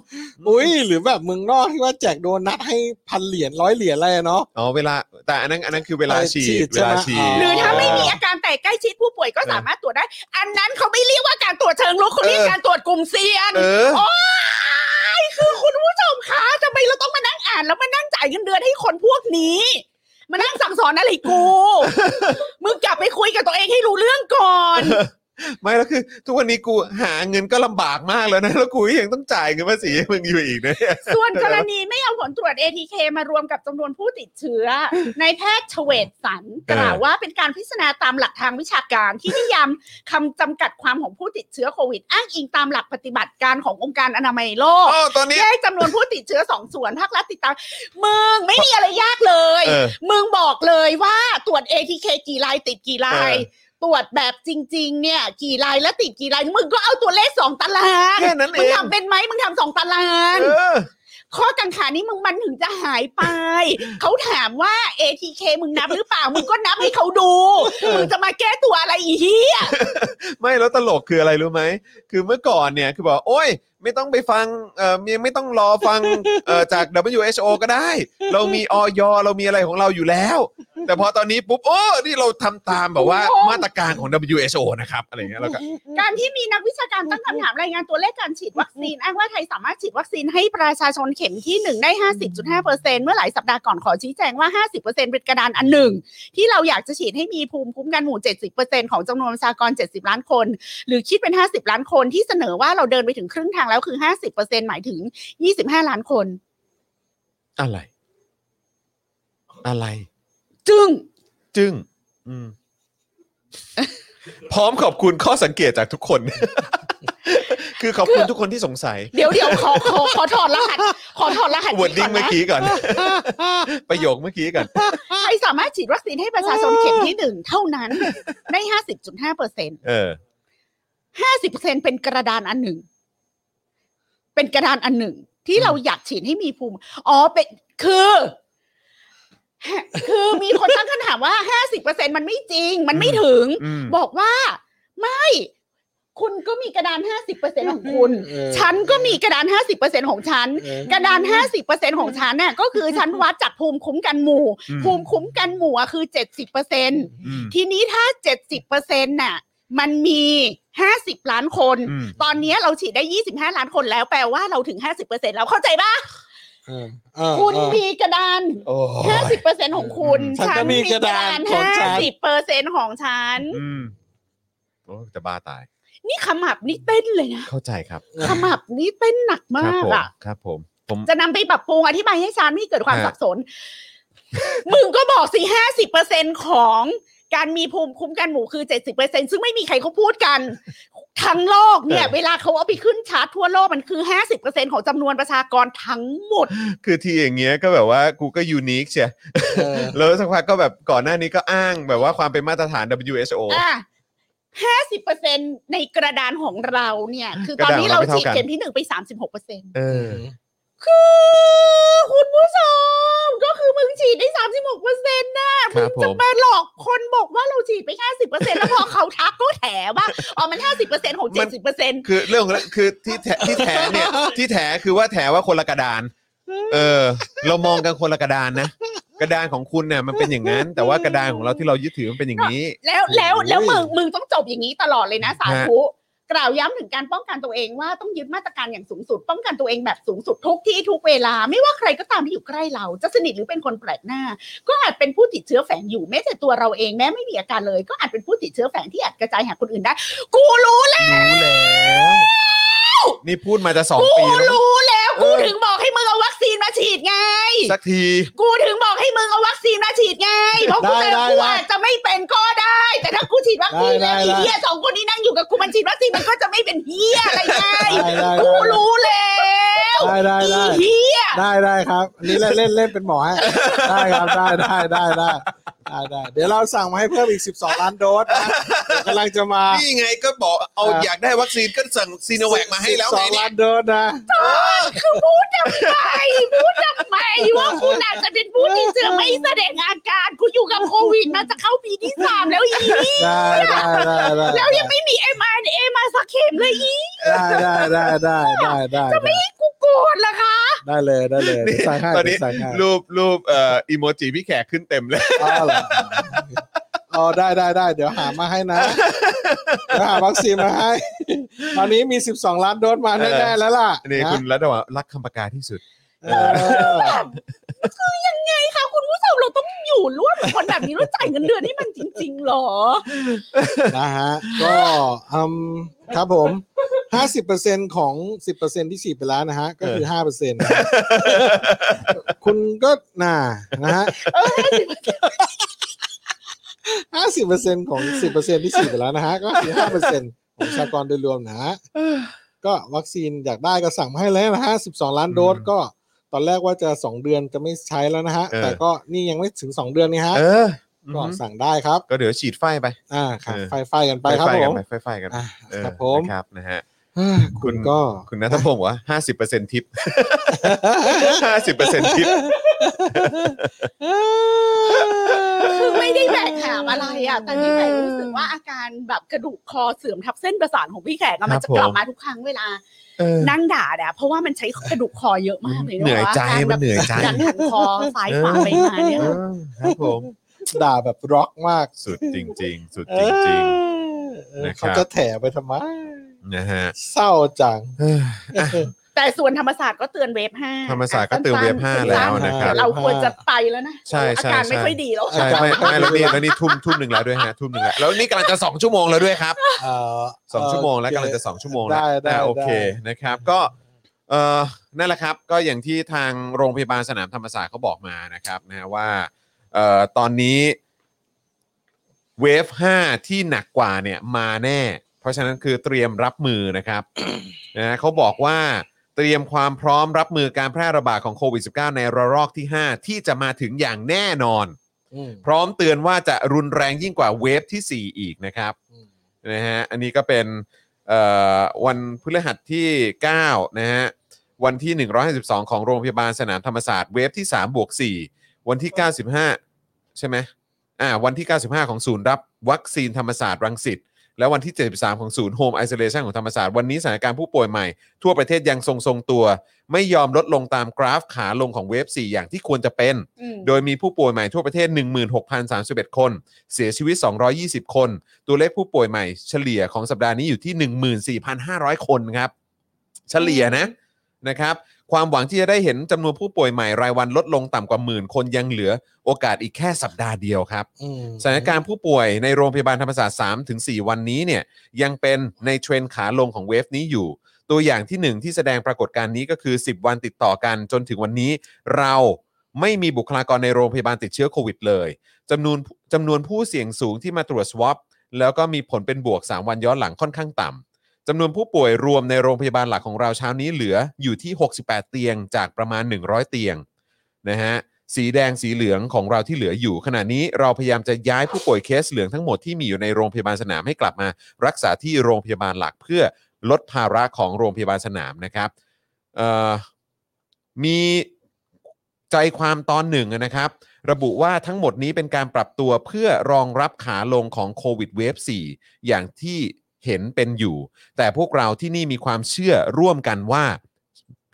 อุ้ยหรือแบบเมืองนอกที่ว่าแจกโดนัทให้พันเหรียญร้อยเหรียญอะไรอะเนาะ อ๋อเวลาแต่อันนั้นอันนั้นคือเวลา ไปฉี ฉี ด ดเวลา ใช่ไหม ฉีด อ๋อ หรือถ้าไม่มีอาการแต่ใกล้ชิดผู้ป่วยก็สามารถตรวจได้ อันนั้นเขาไม่เรียกว่าการตรวจเชิงลุกเขาเรียก เออ การตรวจกลุ่มเสี่ยง เออ โอ้ยคือคุณผู้ชมคะทำไมเราต้องมานั่ง อ่านแล้วมานั่งจ่ายเงินเดือนให้คนพวกนี้ มานั่งสั่งสอนอะไรกู มึงกลับไปคุยกับตัวเองให้รู้เรื่องก่อน ไม่แล้วคือ ทุกวันนี้กูหาเงินก็ลำบากมากแล้วนะแล้วกูยังต้องจ่ายเงินภาษีให้มึงอยู่อีกนะเนี่ย ส่วนกรณีไม่เอาผลตรวจ ATK มารวมกับจำนวนผู้ติดเชื้ อ ในแพทย์เฉวตสันกล่าวว่าเป็นการพิจารณาตามหลักทางวิชาการที่นิยามคำจำกัดความของผู้ติดเชื้อโควิด อ้างอิงตามหลักปฏิบัติการขององค์การอนามัยโลก อ๋อตอนนี้ แยกจำนวนผู้ติดเชื้อสองส่วนภาครัฐติดตาม มึงไม่มีอะไรยากเลย เออ มึงบอกเลยว่าตรวจ ATK กี่รายติดกี่ราย เออ ตรวจแบบจริง ๆ เนี่ย กี่รายและติดกี่ราย มึงก็เอาตัวเลขสองตาราง แค่นั้นเอ มึง ง ทำเป็นไหมมึงทำสองตาราง เออ ข้อกังขานี้มึงมันถึงจะหายไป เขาถามว่า ATK มึงนับหรือเปล่า มึงก็นับให้เขาดู มึงจะมาแก้ตัวอะไรอีเหี้ย ไม่แล้วตลกคืออะไรรู้ไหม คือเมื่อก่อนเนี่ยคือบอกโอ้ย ไม่ต้องไปฟังเอ่อมีไม่ต้องรอฟังเอ่อจาก WHO ก็ได้ เรามีออยเรามีอะไรของเราอยู่แล้ว แต่พอตอนนี้ปุ๊บ โอ้ นี่เราทำตามแบบว่ามาตรการของ WHO นะครับอะไรอย่างเงี้ยแล้วก็ การที่มีนักวิชาการตั้งคำถามรายงานตัวเลขการฉีดวัคซีนอ้างว่าไทยสามารถฉีดวัคซีนให้ประชาชนเข็มที่ 1 ได้ 50.5%เเมื่อหลายสัปดาห์ก่อนขอชี้แจงว่า 50%เป็นกระดานอันหนึ่ง ที่เราอยากจะฉีดให้มีภูมิคุ้มกันหมู่ 70%ของจำนวนประชากร 70 ล้านคน หรือคิดเป็น 50 ล้านคนที่เสนอว่าเราเดินไปถึงครึ่งทางแล้วคือ 50%หมายถึง 25 ล้านคน อะไร อะไร จึง จึงอืมพร้อมขอบคุณข้อสังเกตจากทุกคน คือขอบคุณทุกคนที่สงสัย เดี๋ยวเดี๋ยวขอขอขอถอดรหัส ขอถอดรหัส วอร์ดดิ้ง ก่ เมื่ น อ นะ กี้ก่อน ประโยคเมื่อกี้ก่อน ใครสามารถฉีดวัคซีนให้ประชาชนเข็มที่หนึ่งเท่านั้น ได้ห้าสิบจุดห้าเปอร์เซ็น เออ ห้าสิบเปอร์เซ็นเป็นกระดานอันหนึ่ง เป็นกระดานอันหนึ่ง ที่เราอยากฉีดให้มีภูมิ อ๋อเป็นคือคือมีคนตั้งคำถามว่าห้าสิบเปอร์เซ็นมันไม่จริง มันไม่ถึง อืม บอกว่าไม่ คุณก็มีกระดานห้าสิบเปอร์เซ็นของคุณ เออ ฉันก็มีกระดานห้าสิบเปอร์เซ็นของฉัน เออ กระดาน 50%ของฉันน่ะก็คือฉันวัดจากภูมิคุ้มกันหมู่ อืม ภูมิคุ้มกันหมู่อะคือ 70% อืม ทีนี้ถ้า 70%น่ะมันมี 50 ล้านคน อืม ตอนนี้เราฉีดได้ 25 ล้านคนแล้วแปลว่าเราถึง 50%แล้วเข้าใจป่ะ เออเออ คุณ เออ มีกระดาน โอ้ย 50%ของคุณ ฉันก็มีกระดาน ฉั ของฉัน มีกระดาน50%ของฉัน อืมโอ้ยจะบ้าตาย นี่ขมับนี่เต้นเลยนะ เข้าใจครับ ขมับนี่เต้นหนัก ครั มาก ผม อ่ะ ครับผม ผม จะนำไปปรับปรุงอธิบายให้ชานไม่เกิดความ ฮะ สับสน มึงก็บอกสิห้าสิบเปอร์เซ็นของการมีภูมิคุ้มกันหมู่คือเจ็ดสิบเปอร์เซ็นซึ่งไม่มีใครเขาพูดกัน ทั้งโลกเนี่ย เวลาเขาเอาไปขึ้นชาร์ตทั่วโลกมันคือห้าสิบเปอร์เซ็นของจำนวนประชากรทั้งหมด คือทีอย่างเงี้ยก็แบบว่ากูก็ยูนิคเชีย เออ แล้วสักพักก็แบบก่อนหน้านี้ก็อ้างแบบว่าความเป็นมาตรฐาน WHO อ่ะห้าสิบเปอร์เซ็นในกระดานของเราเนี่ย คือตอนนี้ กระดานของ เรา เราไม่ ฉี เท่ากันดเข็มที่หนึ่งไปสามสิบหกเปอร์เซ็น เออ คือคุณผู้ชมก็คือมึงฉีดได้สามสิบหกเปอร์เซ็น ค มึ รับ ง ผ จะ ม มาหลอกคนบอกว่าเราฉีดไปแค่สิบเปอร์เซ็นแล้วพอ เขาทักก็แถว่าอ๋อมันห้าสิบเปอร์เซ็นของ มั เจ็ด น สิบเปอร์เซ็น คือเรื่องของเรื่องคือที่แถที่แถเนี่ย ที่แถคือว่าแถว่าคนละกระดาน เออ เรามองกันคนละกระดานนะ กระดานของคุณเนี่ยมันเป็นอย่างนั้น แต่ว่ากระดานของเราที่เรายึดถือมันเป็นอย่างนี้ แล้วแล้วแล้ว โอ้ยมึงมึงต้องจบอย่างนี้ตลอดเลยนะ สาธุ กล่าวย้ำถึงการป้องกันตัวเองว่าต้องยึดมาตรการอย่างสูงสุด ป้องกันตัวเองแบบสูงสุดทุกที่ทุกเวลา ไม่ว่าใครก็ตามที่อยู่ใกล้เรา จะสนิทหรือเป็นคนแปลกหน้า ก็อาจเป็นผู้ติดเชื้อแฝงอยู่แม้แต่ตัวเราเองแม้ไม่มีอาการเลย ก็อาจเป็นผู้ติดเชื้อแฝงที่อาจกระจายหาคนอื่นได้ กูรู้แล้ว รู้แล้ว นี่พูดมาจะสอง กู ปีแล้ว รู้แล้วกู เออ ถึงบอกให้มึงเอาวัคซีนมาฉีดไง สักที กูถึงบอกให้มึงเอาวัคซีนมาฉีดไง เพราะกู ได้ จะ ได้ กู ได้ อาจจะไม่เป็นก็ได้ แต่ถ้ากูฉีดวัคซีน ได้ได้แล้วไอ้ ได้ เฮียสองคนนี้นั่งอยู่กับกูมันฉีดวัคซีนมันก็จะไม่เป็นเฮียอะไรไง ได้ได้ กูรู้แล้ว ได้ได้ อี ได้ เฮีย ได้ได้ครับอันนี้เล่นเล่นเล่นเป็นหมอให้ได้ครับได้ได้ได้ได้ได้ได้เดี๋ยวเราสั่งมาให้เพิ่มอีก 12 ล้านโดสนะเดี๋ยวกำลังจะมา นี่ไงก็บอกเอา ครับ อยากได้วัคซีนก็สั่งซีโนแวคมาให้แล้ว ส ไง อง เนี่ ล้าย นโดสนะ คือพูดทำไมพูดทำไมว่าคุณอาจจะเป็นผู้ติดเชื้อไม่แสดงอาการกูอยู่กับโควิดมาจะเข้าปีที่สามแล้วอี ได้ได้ได้ได้ แล้วยังไม่มีเอ็มไอเอมาสักเข็มเลยอี ได้ได้ได้ได้ได้ได้ได้ กูโกรธละคะ ได้เลยได้เลย นี่ สั่งให้ ตอนนี้ สั่งให้ รูปรูปเอ่ออีโมจิพี่แขกขึ้นเต็มเลย อ๋อเหรออ๋อได้ได้ได้เดี๋ยวหามาให้นะเดี๋ยวหาวัคซีนมาให้ ตอนนี้มี 12 ล้านโดสมาแน่ๆแล้วล่ะ นี่ ะ คุณรัตวารักคำปากาที่สุด เออ แบบคือยังไงคะคุณผู้ชมเราต้องอยู่ร่วมกับคนแบบนี้แล้วจ่ายเงินเดือนให้มันจริง ๆ หรอ นะฮะ ก็อืมครับผมห้าสิบเปอร์เซ็นของสิบเปอร์เซ็นที่ฉีดไปแล้วนะฮะ ก็คือห้าเปอร์เซ็นคุณก็น่านะฮะ เออห้าสิบ ห้าสิบเปอร์เซ็นของสิบเปอร์เซ็นที่ฉีดไปแล้วนะฮะ ก็คือห้าเปอร์เซ็นของประชากรโดยรวมนะฮะ ก็วัคซีนอยากได้ก็สั่งมาให้แล้วนะฮะสิบสองล้านโดส อืม ก็ตอนแรกว่าจะสองเดือนจะไม่ใช้แล้วนะฮะ เออ แต่ก็นี่ยังไม่ถึงสองเดือนนี่ฮะ เออ ก็สั่งได้ครับ ก็เดี๋ยวฉีดไฟไป อ่าครับ เออ ไฟไฟกันไปครับ ฟ ผ กัน ม ไปไฟไฟกันไป อ่า เออ ครับผม นะครับนะฮะ เอ้อคุณก็ คุณนัทพงศ์บอกว่าห้าสิบเปอร์เซ็นทิป ห้าสิบเปอร์เซ็นทิป คือไม่ได้แบกแถมอะไรอ่ะ แต่พี่แขกรู้สึกว่าอาการแบบกระดูกคอเสื่อมทับเส้นประสาทของพี่แขกอะมันจะ ครับผม กลับมาทุกครั้งเวลา เออ นั่งด่าเนี่ยเพราะว่ามันใช้กระดูกคอเยอะมากเลยะ เหนื่อยใจ ว่าการ มันเหนื่อยใจ การหันคอซ้ายขวาไปมาเนี่ย เออครับผม ด่าแบบร็อกมาก สุดจริง ๆ สุดจริง เออ นะครับ เขาจะแถไปทำไม ๆนะฮะ เศร้าจัง เออ แต่ส่วนธรรมศาสตร์ก็เตือนเวฟห้า ธรรมศาสตร์ก็เตือนเวฟห้าแล้วนะครับ เราควรจะไปแล้วนะ ใช่ใช่ อาการไม่ ใช่ ค่อยดีแล้ว ใช่ไม่ไม่แล้วนี่แล้วนี่ทุ่มทุ่มหนึ่งแล้วด้วยฮะทุ่มหนึ่งแล้วแล้วนี่กำลังจะสองชั่วโมงแล้วด้วยครับ เออ สองชั่วโมงแล้ว โเค กำลังจะสองชั่วโมงแล้ว ได้ได้ อ่าโอเค ได้ นะครับก็เออนั่นแหละครับก็อย่างที่ทางโรงพยาบาลสนามธรรมศาสตร์เขาบอกมานะครับนะว่าเอ่อตอนนี้เวฟ5ที่หนักกว่าเนี่ยมาแน่ เพราะฉะนั้นคือเตรียมรับมือนะครับ นะเขาบอกว่าเตรียมความพร้อมรับมือการแพร่ระบาดของโควิด -19 ในระลอกที่ 5 ที่จะมาถึงอย่างแน่นอน อืม พร้อมเตือนว่าจะรุนแรงยิ่งกว่าเวฟที่ 4 อีกนะครับ อืม นะฮะอันนี้ก็เป็นเอ่อวันพฤหัสที่9นะฮะวันที่ 152 ของโรงพยาบาลสนามธรรมศาสตร์เวฟที่3บวก4วันที่ 95 ใช่ไหมอ่าวันที่ 95 ของศูนย์รับวัคซีนธรรมศาสตร์รังสิตและวันที่ 73 ของศูนย์โฮมไอโซเลชันของธรรมศาสตร์วันนี้สถานการณ์ผู้ป่วยใหม่ ทั่วประเทศยังทรงๆตัว ไม่ยอมลดลงตามกราฟขาลงของเวฟ4อย่างที่ควรจะเป็น โดยมีผู้ป่วยใหม่ทั่วประเทศ 16,031 คน เสียชีวิต 220 คน ตัวเลขผู้ป่วยใหม่เฉลี่ยของสัปดาห์นี้อยู่ที่ 14,500 คนครับ เฉลี่ยนะนะครับ ความหวังที่จะได้เห็นจำนวนผู้ป่วยใหม่รายวันลดลงต่ำกว่าหมื่นคนยังเหลือโอกาสอีกแค่สัปดาห์เดียวครับ อืม สถานการณ์ผู้ป่วยในโรงพยาบาลธรรมศาสตร์ 3 ถึง 4 วันนี้เนี่ยยังเป็นในเทรนขาลงของเวฟนี้อยู่ ตัวอย่างทีหนึ่1 ที่แสดงปรากฏการณ์นี้ก็คือ 10 วันติดต่อกันจนถึงวันนี้ เราไม่มีบุคลากรในโรงพยาบาลติดเชื้อโควิดเลยจำนวนจำนวนผู้เสี่ยงสูงที่มาตรวจสวอปแล้วก็มีผลเป็นบวก 3 วันย้อนหลังค่อนข้างต่ำจำนวนผู้ป่วยรวมในโรงพยาบาลหลักของเราเช้านี้เหลืออยู่ที่ 68 เตียงจากประมาณ 100 เตียง นะฮะสีแดงสีเหลืองของเราที่เหลืออยู่ ขณะนี้เราพยายามจะย้ายผู้ป่วยเคสเหลืองทั้งหมดที่มีอยู่ในโรงพยาบาลสนามให้กลับมา รักษาที่โรงพยาบาลหลักเพื่อลดภาระของโรงพยาบาลสนามนะครับเอ่อมีใจความตอนหนึ่งนะครับ ระบุว่าทั้งหมดนี้เป็นการปรับตัวเพื่อรองรับขาลงของโควิดเวฟ4อย่างที่เห็นเป็นอยู่ แต่พวกเราที่นี่มีความเชื่อร่วมกันว่า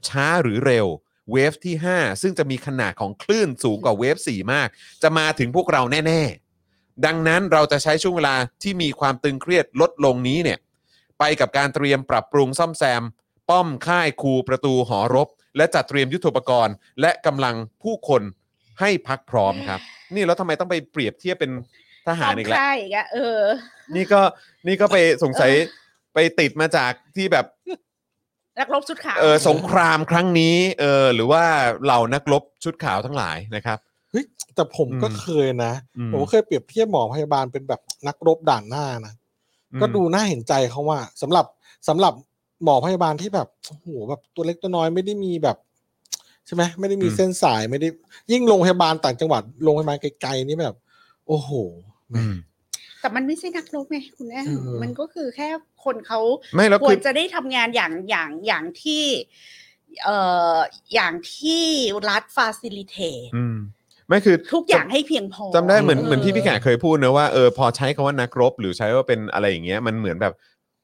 ช้าหรือเร็วเวฟที่ 5 ซึ่งจะมีขนาดของคลื่นสูงกว่าเวฟ4 มาก จะมาถึงพวกเราแน่ ๆ ดังนั้นเราจะใช้ช่วงเวลาที่มีความตึงเครียดลดลงนี้เนี่ย ไปกับการเตรียมปรับปรุงซ่อมแซม ป้อมค่ายคูประตูหอรบ และจัดเตรียมยุทโธปกรณ์ และกำลังผู้คนให้พักพร้อมครับ นี่แล้วทำไมต้องไปเปรียบเทียบเป็นทหารอีกแล้ว ใช่อีกอะเออ นี่ก็นี่ก็ไปสงสัยไปติดมาจากที่แบบ นักรบชุดขาว เออสงครามครั้งนี้เออหรือว่าเหล่านักรบชุดขาวทั้งหลายนะครับ แต่ผมก็ อืม เคยนะ อื ผมเคยเปรียบเทียบหมอพยาบาลเป็นแบบนักรบด่านหน้านะ ก็ดูน่าเห็นใจเขาว่าสำหรับสำหรับหมอพยาบาลที่แบบโอ้โหแบบตัวเล็กตัวน้อยไม่ได้มีแบบ ใช่ไหมไม่ได้มีเส้นสายไม่ได้ ยิ่งโรงพยาบาลต่างจังหวัดโรงพยาบาลไกลๆนี่แบบ โอ้โห อืม แต่มันไม่ใช่นักรบไงคุณแม่ เออ มันก็คือแค่คนเขา ไม่แล้ว คว คื ร อ จะได้ทำงานอย่างอย่างอย่างที่ เอ่ออย่างที่รัฐฟาซิลิเทต อืมไม่คือ ทุกอย่างให้เพียงพอ จำได้เหมือนเหมือนที่ เออ พี่แขกเคยพูดนะว่าเออพอใช้คำว่านักรบหรือใช้ว่าเป็นอะไรอย่างเงี้ยมันเหมือนแบบ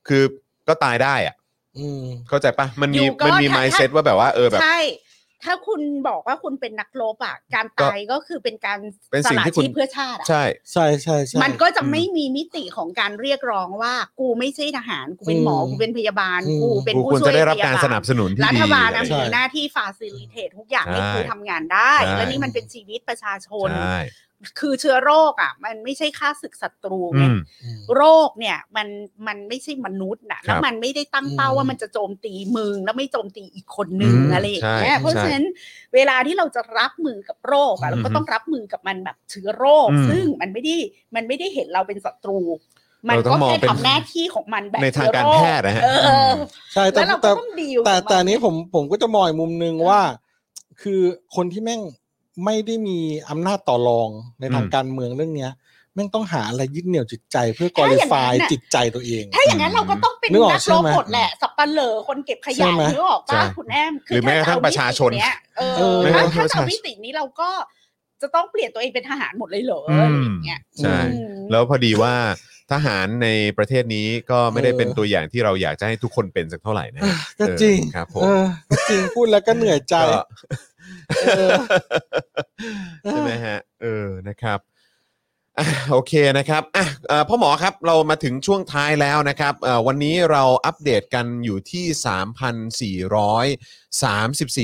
คือก็ตายได้อะ อืม เข้าใจปะมัน อ มี ยู่ก็ มันมี ถ้า ไมเซ็ต ถ้า ว่าแบบว่าเออแบบ ใช่ ถ้าคุณบอกว่าคุณเป็นนักรบอ่ะการตายก็คือเป็นการ เป็นสิ่งที่ สละ คุณ ชีพเพื่อชาติอ่ะ ใช่ ใช่ใช่ใช่ มันก็จะ อืม ไม่มีมิติของการเรียกร้องว่า กูไม่ใช่ทหารกูเป็นหมอ อืม กูเป็นพยาบาล อืม กูเป็น กู ผู้ ควร ช่วย จะได้รับการ พย สนับสนุนที่ รั ดี ฐบาลนะ ใช่ มีหน้าที่ฟาซิลิเทตทุกอย่างให้ ใช่ กูทำงานได้ ใช่ และนี่มันเป็นชีวิตประชาชน ใช่ คือเชื้อโรคอ่ะ มันไม่ใช่ค่าศึกศัตรูไง อืม อืม โรคเนี่ยมันมันไม่ใช่มนุษย์นะแล้ว ครับ มันไม่ได้ตั้งเป้า อืม ว่ามันจะโจมตีมึงแล้วไม่โจมตีอีกคนนึง อืม อะไรอย่างเงี้ ใช่ ยเพราะ ใช่ ฉะนั้นเวลาที่เราจะรับมือกับโรคอะเราก็ อืม ต้องรับมือกับมันแบบเชื้อโรค อืม ซึ่งมันไม่ได้มันไม่ได้เห็นเราเป็นศัตรู มัน เราต้ ก็ องมอง แค่ เป็น ทำหน้าที่ของมันแบบ ในทางการ เชื้อโค แพทย์นะฮะ เออ ใช่ อ แต่ แล้วเราก็ แต่ ต้องดีล แต่ กับมั แต่อันนี้ผมผมก็จะมองอีกมุมหนึ่งว่า คือคนที่แม่งไม่ได้มีอำนาจต่อรองในทาง อืม การเมืองเรื่องเนี้ยแม่งต้องหาอะไรยึดเหนี่ยวจิตใจเพื่อกอ ถ้า ลิ อย่าง ฟายนั้นน่ะ จิตใจตัวเอง ถ้าอย่างนั้นเราก็ต้องเป็น นึกออก นัก ใช่ รบ ไหม หมดแหละสับปะเหร่อคนเก็บข ใช่ ยะ ไหม นึกออก ใช่ ป้าคุณแอมคื หรือแม้กระทั่ง ถ้เอ ประชาชน วิธีเยเอ เออ อถ้าถ้า ประชาช เอา น วิตินี้เราก็จะต้องเปลี่ยนตัวเองเป็นทหารหมดเลยเหรอ อื อะไร ม อย่างเงี้ย ใช่ อืม แล้วพอดีว่าทหารในประเทศนี้ก็ไม่ได้เป็นตัวอย่างที่เราอยากจะให้ทุกคนเป็นสักเท่าไหร่นะฮะ ก็จริง เออครับผม เออก็จริงพูดแล้วก็เหนื่อยใจ ก็ เออ ใช่ไหมฮะ เออ นะครับอ่ะโอเคนะครับอ่ะเอ่อพ่อหมอครับ เรามาถึงช่วงท้ายแล้วนะครับเอ่อวันนี้เราอัปเดตกันอยู่ที่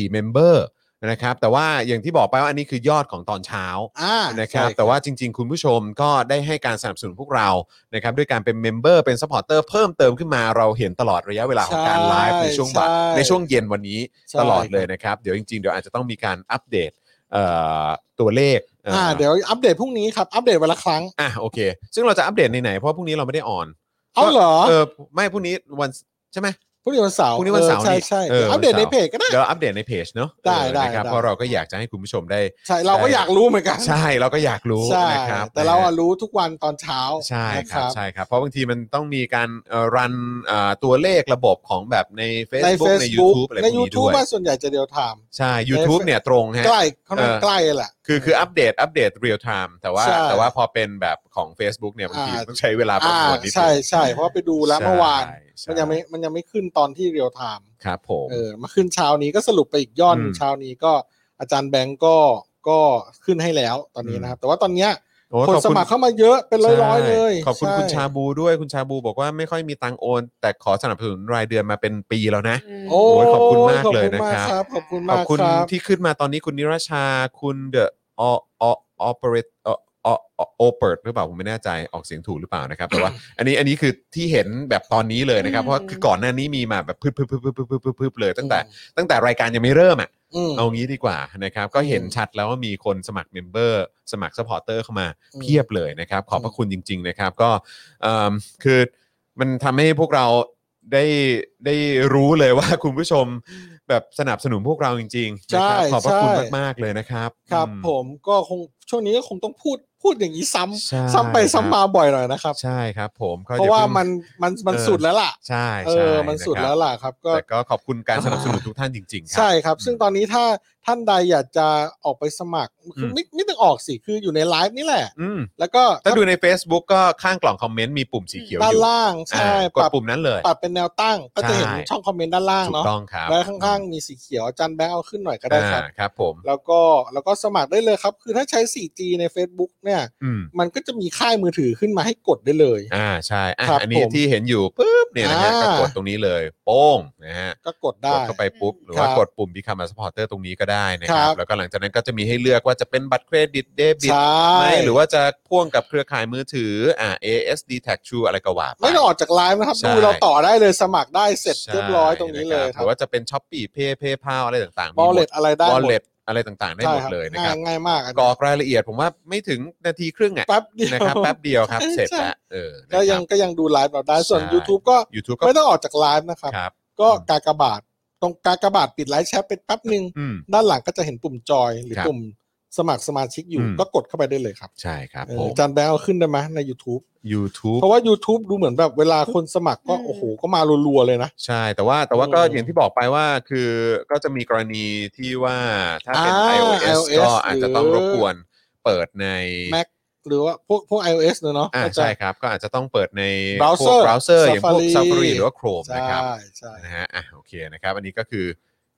3,434 เมมเบอร์นะครับ แต่ว่าอย่างที่บอกไปว่าอันนี้คือยอดของตอนเช้า อ่า นะครับ ใช่ แต่ว่าจริง ๆ คุณผู้ชมก็ได้ให้การสนับสนุนพวกเรานะครับด้วยการเป็นเมมเบอร์เป็นซัพพอร์เตอร์เพิ่มเติมขึ้นมาเราเห็นตลอดระยะเวลาของการไลฟ์ในช่วงบ่าย ใช่ ในช่วงเย็นวันนี้ ใช่ ตลอดเลยนะครับ เดี๋ยวจริง ๆ เดี๋ยวอาจจะต้องมีการอัปเดตเอ่อตัวเลขเอ่อ อ่า เดี๋ยวอัปเดตพรุ่งนี้ครับ อัปเดตวันละครั้ง อ่ะโอเค ซึ่งเราจะอัปเดตในไหนเพราะพรุ่งนี้เราไม่ได้ออน เอาเหรอ เออไม่พรุ่งนี้วันใช่ไหม พรุ่งนี้วันเสาร์ พรุ่งนี้วันเสาร์ ออใช่ใช่ เออ เดี๋ยวอัปเดต วัน ใน เสาร์ เพจก็ได้ เดี๋ยวอัปเดตในเพจเนาะ ได้ได้ เออนะครับ ได้ เพราะเราก็อยากจะให้คุณผู้ชมได้ ใช่เราก็อยากรู้เหมือนกัน ใช่เราก็อยากรู้ ใช่ นะครับ แต่เราอะรู้ทุกวันตอนเช้า ใช่ นะ ครับใช่ครับ เพราะบางทีมันต้องมีการเอ่อรันเอ่อตัวเลขระบบของแบบใน ใน Facebook ใน Facebook YouTube อะไรพ ใน วกนี้ด้ YouTube วย ว่าส่วนใหญ่จะเดียวไทม์ ใช่ YouTube เนี่ยตรงฮะ ใกล้ค่อนข้าง เออ ใกล้แหละ คือคืออัปเดตอัปเดตเรียลไทม์แต่ว่า ใช่ แต่ว่าพอเป็นแบบของ Facebook เนี่ยบางที อ่า ต้องใช้เวลาประ อ่าม วลนิดนึง ใช่ใช่เพราะว่าไปดูแล้ว ใช่ เมื่อวาน ใช่ มันยังไม่มันยังไม่ขึ้นตอนที่เรียลไทม์ ครับผม เออมาขึ้นเช้านี้ก็สรุปไปอีกยอดหนึ่ง อืม เช้านี้ก็อาจารย์แบงก์ก็ก็ขึ้นให้แล้วตอนนี้นะครับ แต่ว่าตอนเนี้ย โอ้ คน ขอบ ส คุณ มัครเข้ามาเยอะเป็นร้อยๆ ใช่ เลย ขอบคุณ ใ คุณชาบูด้วยคุณชาบูบอกว่าไม่ค่อยมีตังค์โอน แต่ขอสนับสนุนรายเดือนมาเป็นปีแล้วนะ โอ้ โอ้ย ย ขอบคุณมากเลยนะครับ ขอบคุณ ข มา อก บ ครับขคุอบคุณณมากครับ ที่ขึ้นมาตอนนี้คุณนิรชาคุณเดอะออออเปเรตออโอเปิดหรือเปล่าผมไม่แน่ใจออกเสียงถูกหรือเปล่านะครับ แต่ ว่า อันนี้อันนี้คือที่เห็นแบบตอนนี้เลยนะครับ อืม เพราะคือก่อนหน้านี้มีมาแบบพึบพึบพึบพึบพึบพึบพึบเลยตั้งแต่ตั้งแต่รายการยังไม่เริ่มอ่ะ อืม เอางี้ดีกว่านะครับ ก็เห็น อืม ชัดแล้วว่ามีคนสมัครเมมเบอร์สมัครสปอร์เตอร์เข้ามา อืม เพียบเลยนะครับ ขอบพระคุณจริง ๆ นะครับ ก็เอิ่มคือมันทำให้พวกเราได้ได้รู้เลยว่า คุณผู้ชมแบบสนับสนุนพวกเราจริงๆนะครับ ใช่ ขอบพระคุณ ใช่ มากๆเลยนะครับ ครับ อืม ผมก็คงช่วงนี้ก็คงต้องพูดพูดอย่างนี้ซ้ ใช่ ำซ้ำไปซ้ำมาบ่อยหน่อยนะครับ ใช่ครับ ผมก็ เพอราะย่ ว่า พิ่ง มันมันมัน เออ สุดแล้วล่ะ ใช่ เอ ใช่ อ มันสุด ะครับ แล้วล่ะครับ ก็ แต่ก็ขอบคุณการสนับสนุนทุกท่านจริงๆครั ใช่ครับ ซึ่งตอนนี้ถ้าท่านใดอยากจะออกไปสมัคร อืม ไม่ไม่ต้องออกสิ คืออยู่ในไลฟ์นี่แหละ อืม แล้วก็ ถ้าดูใน Facebook ก็ข้างกล่องคอมเมนต์มีปุ่มสีเขียว ด้า อน ยู่ ล่าง อ่า ใช่ กดปุ่มนั้นเลย ปรับเป็นแนวตั้ง ก็จะเห็น ใช่ ช่องคอมเมนต์ด้านล่าง ถูก เนาะ ต้องครับ แล้วข้างๆมีสีเขียวอาจันแบงค์เอาขึ้นหน่อยก็ได้ครับ อ่าครับผม แล้วก็แล้วก็สมัครได้เลยครับ คือถ้าใช้ 4G ใน Facebook เนี่ย อืม มันก็จะมีค่ายมือถือขึ้นมาให้กดได้เลย อ่าใช่อ่ะ ครับ อันนี้ ผม ที่เห็นอยู่ปุ๊บเนี่ยนะฮะ อ่า ก็กดตรงนี้เลย โป้งนะฮะ ก็กด ก ได้ ดเข้าไปปุ๊บ หรือ ครั ว่า บ กดปุ่ม Become a supporter ตรงนี้ก็ได้นะครับ ครับ แล้วก็หลังจากนั้นก็จะมีให้เลือกว่าจะเป็นบัตรเครดิตเดบิต ใช่ ไหมหรือว่าจะพ่วงกับเครือข่ายมือถืออ่า ASD tag True อะไรก็ว่าป ไม่ต้องออกจากไลฟ์นะครับ ใช่ ดูเราต่อได้เลยสมัครได้เสร็จเรียบร้อยตรงนี้เลย ใช่ะคบหรือครับว่าจะเป็น s h อ p e e Pay PayPal อะไรต่างๆ บ มี อหลม เล็ ด ตอะไรได้หมด wallet อะไรต่างๆ ได้หมดเลยนะครับ ง่ายมากอัน กร นี้ อกรายละเอียดผมว่าไม่ถึงนาทีครึ่งอ่ะ แป๊บเดียว นะครับแป๊บเดียวครับเสร็จละเออนะ ก็ ค ยั รั ง บ ก็ยังดูไลฟ์เราได้ส่วน ใช่ YouTube ก็ YouTube ก็ ไม่ต้องออกจากไลฟ์นะครับ ครับ ก็ อืม กากบาทตรงกากบาทปิดไลฟ์แชทไปแป๊บหนึ่ง อืม ด้านหลังก็จะเห็นปุ่มจอยหรือ ครับ ปุ่มสมัครสมาชิกอยู่ อืม ก็กดเข้าไปได้เลยครับ ใช่ครับ เออ ผม อาจานแบงค์เอาขึ้นได้ไหมใน YouTube YouTube เพราะว่า YouTube ดูเหมือนแบบเวลาคนสมัครก็ อืม โอ้โหก็มารัวๆเลยนะ ใช่ แต่ว่าแต่ว่าก็ อืม อย่างที่บอกไปว่าคือก็จะมีกรณีที่ว่าถ้าเป็น อ่า iOS ก็ หรืออ อาจจะต้องรบกวนเปิดใน Mac หรือว่าพวกพวก iOS เนอะเนาะ อ่า ก็จะ ใช่ครับ ก็อาจจะต้องเปิดใน Browser พวก browser อย่างพวก Safari Safari หรือว่า Chrome ใช่ นะครับ ใช่ นะฮะอ่ะโอเคนะครับ อันนี้ก็คือ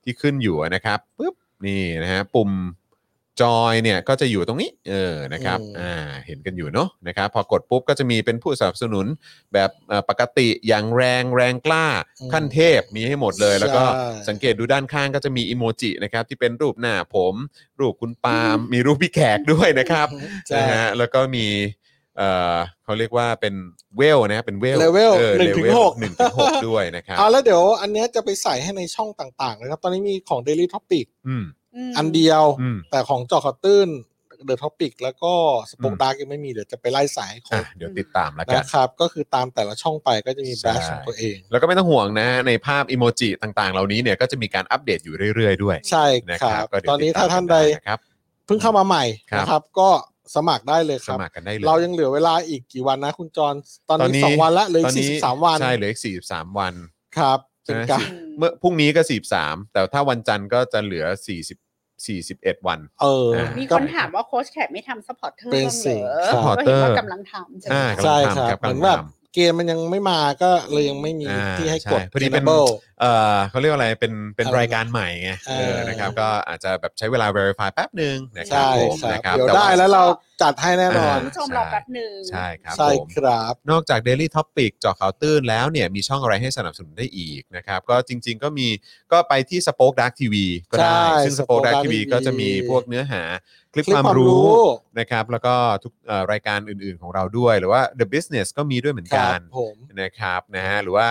ที่ขึ้นอยู่นะครับปุ๊บ นี่นะฮะปุ่มจอยเนี่ยก็จะอยู่ตรงนี้เออนะครับ อืม อ่าเห็นกันอยู่เนาะนะครับพอกดปุ๊บก็จะมีเป็นผู้สนับสนุนแบบเอ่อปกติอย่างแรงแรงกล้าขั้นเทพมีให้หมดเลย แล้วก็ ใช่ สังเกตดูด้านข้างก็จะมีอิโมจินะครับที่เป็นรูปหน้าผม รูปคุณปาล์มมีรูปพี่แขกด้วยนะครับ ใช่ นะฮะแล้วก็มีเอ่อเขาเรียกว่าเป็นเวลนะฮะเป็นเวล level เออ หนึ่งถึง level หก หนึ่งถึงหกด้วยนะครับ เอาแล้วเดี๋ยวอันเนี้ยจะไปใส่ให้ในช่องต่างๆนะครับ ตอนนี้มีของ Daily Topic อืม ม อันเดียว อืม แต่ของเจอข่าวตื้น The Topic แล้วก็สปอื o k ม ดาร์กยังไม่มีเดี๋ยวจะไปไล่สายให้คร อ่ะ บ เดี๋ยวติดตามแล้วกัน นะครับ ก็คือตามแต่ละช่องไปก็จะมีแบรนด์ ใช่ ของตัวเอง แล้วก็ไม่ต้องห่วงนะในภาพอิโมจิต่างๆ เหล่านี้เนี่ยก็จะมีการอัปเดตอยู่เรื่อยๆด้วย ใช่ นะ ค ค รั รับบ ก็เดี๋ยว ตอนนี้ถ้าท่านใด ติตมกันได้นะครับ เพิ่งเข้ามาใหม่ ครับ นะครับ ก็สมัครได้เลยค ส รับ มัครกันได้เลย เรายังเหลือเวลาอีกกี่วันนะคุณจร ตอน ตอน นี้ นี้ สองวันละเหลย ตอน สี่ นี้ สิบสามวัน ใช่เหลืออีกสี่สิบสามวัน ครับเป็นการ อืม เมื่อพรุ่งนี้ก็สี่สามแต่ถ้าวันจันทร์ก็จะเหลือสี่สิบสี่สิบเอ็ดวัน เออ อ่ามี มีคนถามว่าโค้ชแขกไม่ทำ s u p p อร์เตอร์ เป็นสิ่ง ก็เห็นว่ากำลังทำใช่ไหม อ่า ใช่ กำลังทำ ครับ ครับ เหมือนแบบ กำลังทำ เกมมันยังไม่มาก็เลยยังไม่มี อ่า ที่ให้ ใช่ กด พอดีเป็น enable เออเขาเรียกว่าอะไรเป็นเป็น อะไร รายการใหม่ไง เอ เอ อ อนะครับก็อาจจะแบบใช้เวลา verify แป๊บหนึ่งนะครับ ใช่ ผม ครับ นะครับ เดี๋ยว แต่ ได้ ว่า แล้วเราจัดให้แน่นออ่านคุณผู้ชมรอแป๊บหนึ่ง ใช่ครับ ใช่ ผม ครับ นอกจาก Daily Topic เจาะข่าวตื้นแล้วเนี่ยมีช่องอะไรให้สนับสนุนได้อีกนะครับ ก็จริง ๆ ก็มีก็ไปที่ Spoke Dark TV ก็ได้ ใช่ ซึ่ง Spoke Dark Spoke Dark TV TV ก็จะมีพวกเนื้อหาคลิปความรู้นะครับ แล้วก็ทุกเอ่อรายการอื่น ๆของเราด้วย หรือว่า The Business ก็มีด้วยเหมือน ครั กับ น ผม นะครับนะฮะหรือว่า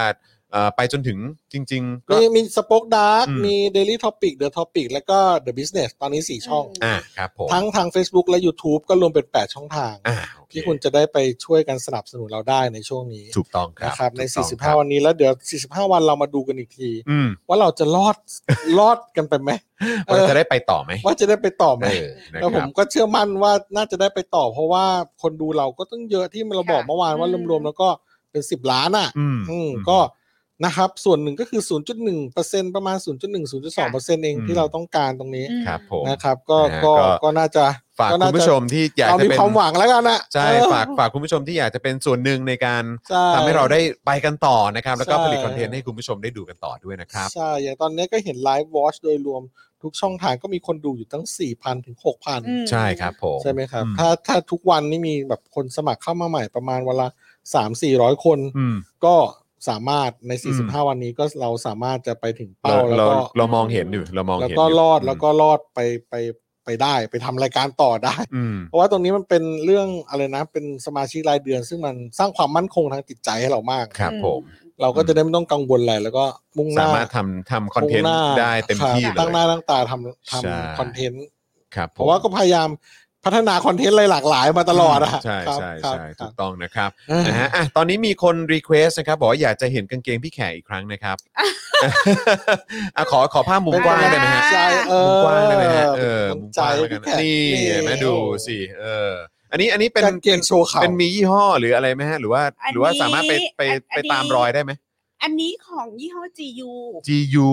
เอ่อไปจนถึงจริง ๆ ก็ มีมีสป็อกดาร์ก อืม มี Daily Topic The Topic แล้วก็ The Business ตอนนี้ 4 ช่อง อืม อ่ะครับผม ทั้งทาง Facebook และ YouTube ก็รวมเป็น 8 ช่องทาง อ่ะโอเ ที่คุณจะได้ไปช่วยกันสนับสนุนเราได้ในช่วงนี้ ถูกต้องครับ นะครับใน ถูกต้องครับ 45 วันนี้แล้วเดี๋ยว 45 วันเรามาดูกันอีกที อืม ว่าเราจะรอด รอดกันไปไหม ว่าจะได้ไปต่อไหม ว่าจะได้ไปต่อไหม เออนะ แล้ว ค ผ รับ มก็เชื่อมั่นว่าน่าจะได้ไปต่อ เพราะว่าคนดูเราก็ต้องเยอะที่เราบอก ค่ะ เมื่อวานว่า อืม รวมๆแล้วก็เป็นสิบล้านอ่ะ อืม อืมก็นะครับ ส่วนหนึ่งก็คือ 0.1%ประมาณ 0.1-0.2%เอง อืม ที่เราต้องการตรงนี้ อืม ครับผม นะครับ ก็ นะฮะ ก็ ก็ ก็น่าจะ ฝาก ก็ คุ น่ ณผู้ชมที่อยาก เรา จะ มี เป็น ความหวังแล้วกันนะ ใช่ เออ ฝากฝากคุณผู้ชมที่อยากจะเป็นส่วนหนึ่งในการ ใช่ ทำให้เราได้ไปกันต่อนะครับ แล้วก็ ใช่ ผลิตคอนเทนต์ให้คุณผู้ชมได้ดูกันต่อด้วยนะครับ ใช่ อย่างตอนนี้ก็เห็นไลฟ์วอชโดยรวมทุกช่องทางก็มีคนดูอยู่ตั้ง 4,000 ถึง อืม 6,000 ใช่ครับผม ใช่ไหมครับ อื ถ้าถ้าทุกวันนี่มีแบบคนสมัครเข้ามาใหม่ประมาณเวนลาสามสี่ร้อยคน อืม ก็สามารถใน อืม 45 วันนี้ก็เราสามารถจะไปถึงเป้า เรา แล้ว เรา ก็ เรามองเห็นอยู่เรามอง แล้ว เห็น ก็ ยู่ รอดแล้วก็รอดไปไปไปได้ไปทำรายการต่อได้ อืม เพราะว่าตรงนี้มันเป็นเรื่องอะไรนะ เป็นสมาชิกรายเดือน ซึ่งมันสร้างความมั่นคงทางจิตใจให้เรามาก ครับ ผม เราก็จะได้ไม่ต้องกังวลอะไรแล้วก็มุ่งห สา น้าม ารถทำทำคอนเทนต์มุ่งหน้า ได้เต็ม ครับ ที่เล ตั้งหน้าย ตั้งตาทำทำ ใช่ คอนเทนต์ ครับ เพราะว่าก็พยายามพัฒนาคอนเทนต์อะไรหลากหลายมาตลอดอะ ใช่ ครับ ใช่ ครับ ใช่ ครั ถู บ กต้องนะครับ เอ้ย นะฮะอ่ะตอนนี้มีคนรีเควสนะครับบอกว่าอยากจะเห็นกางเกงพี่แขกอีกครั้ง นะครับอ่ะขอขอภาพมุมกว้างได้ไหมฮะ ใจเอ มุม อก ว้างได้ไหมฮะเออ มุ มุ ม ม ใจ กว้างแล้วกั พี่ น แขก นี่เห็นไหมดูสิเออ อันนี้อันนี้เป็น กางเกงโชว์เข่า เป็นมียี่ห้อหรืออะไรไหมฮะ หรือว่า อันนี้ หรือว่าสามารถไปไป อัน ไป นี้ ตามรอยได้ไหม อันนี้ของยี่ห้อ GU GU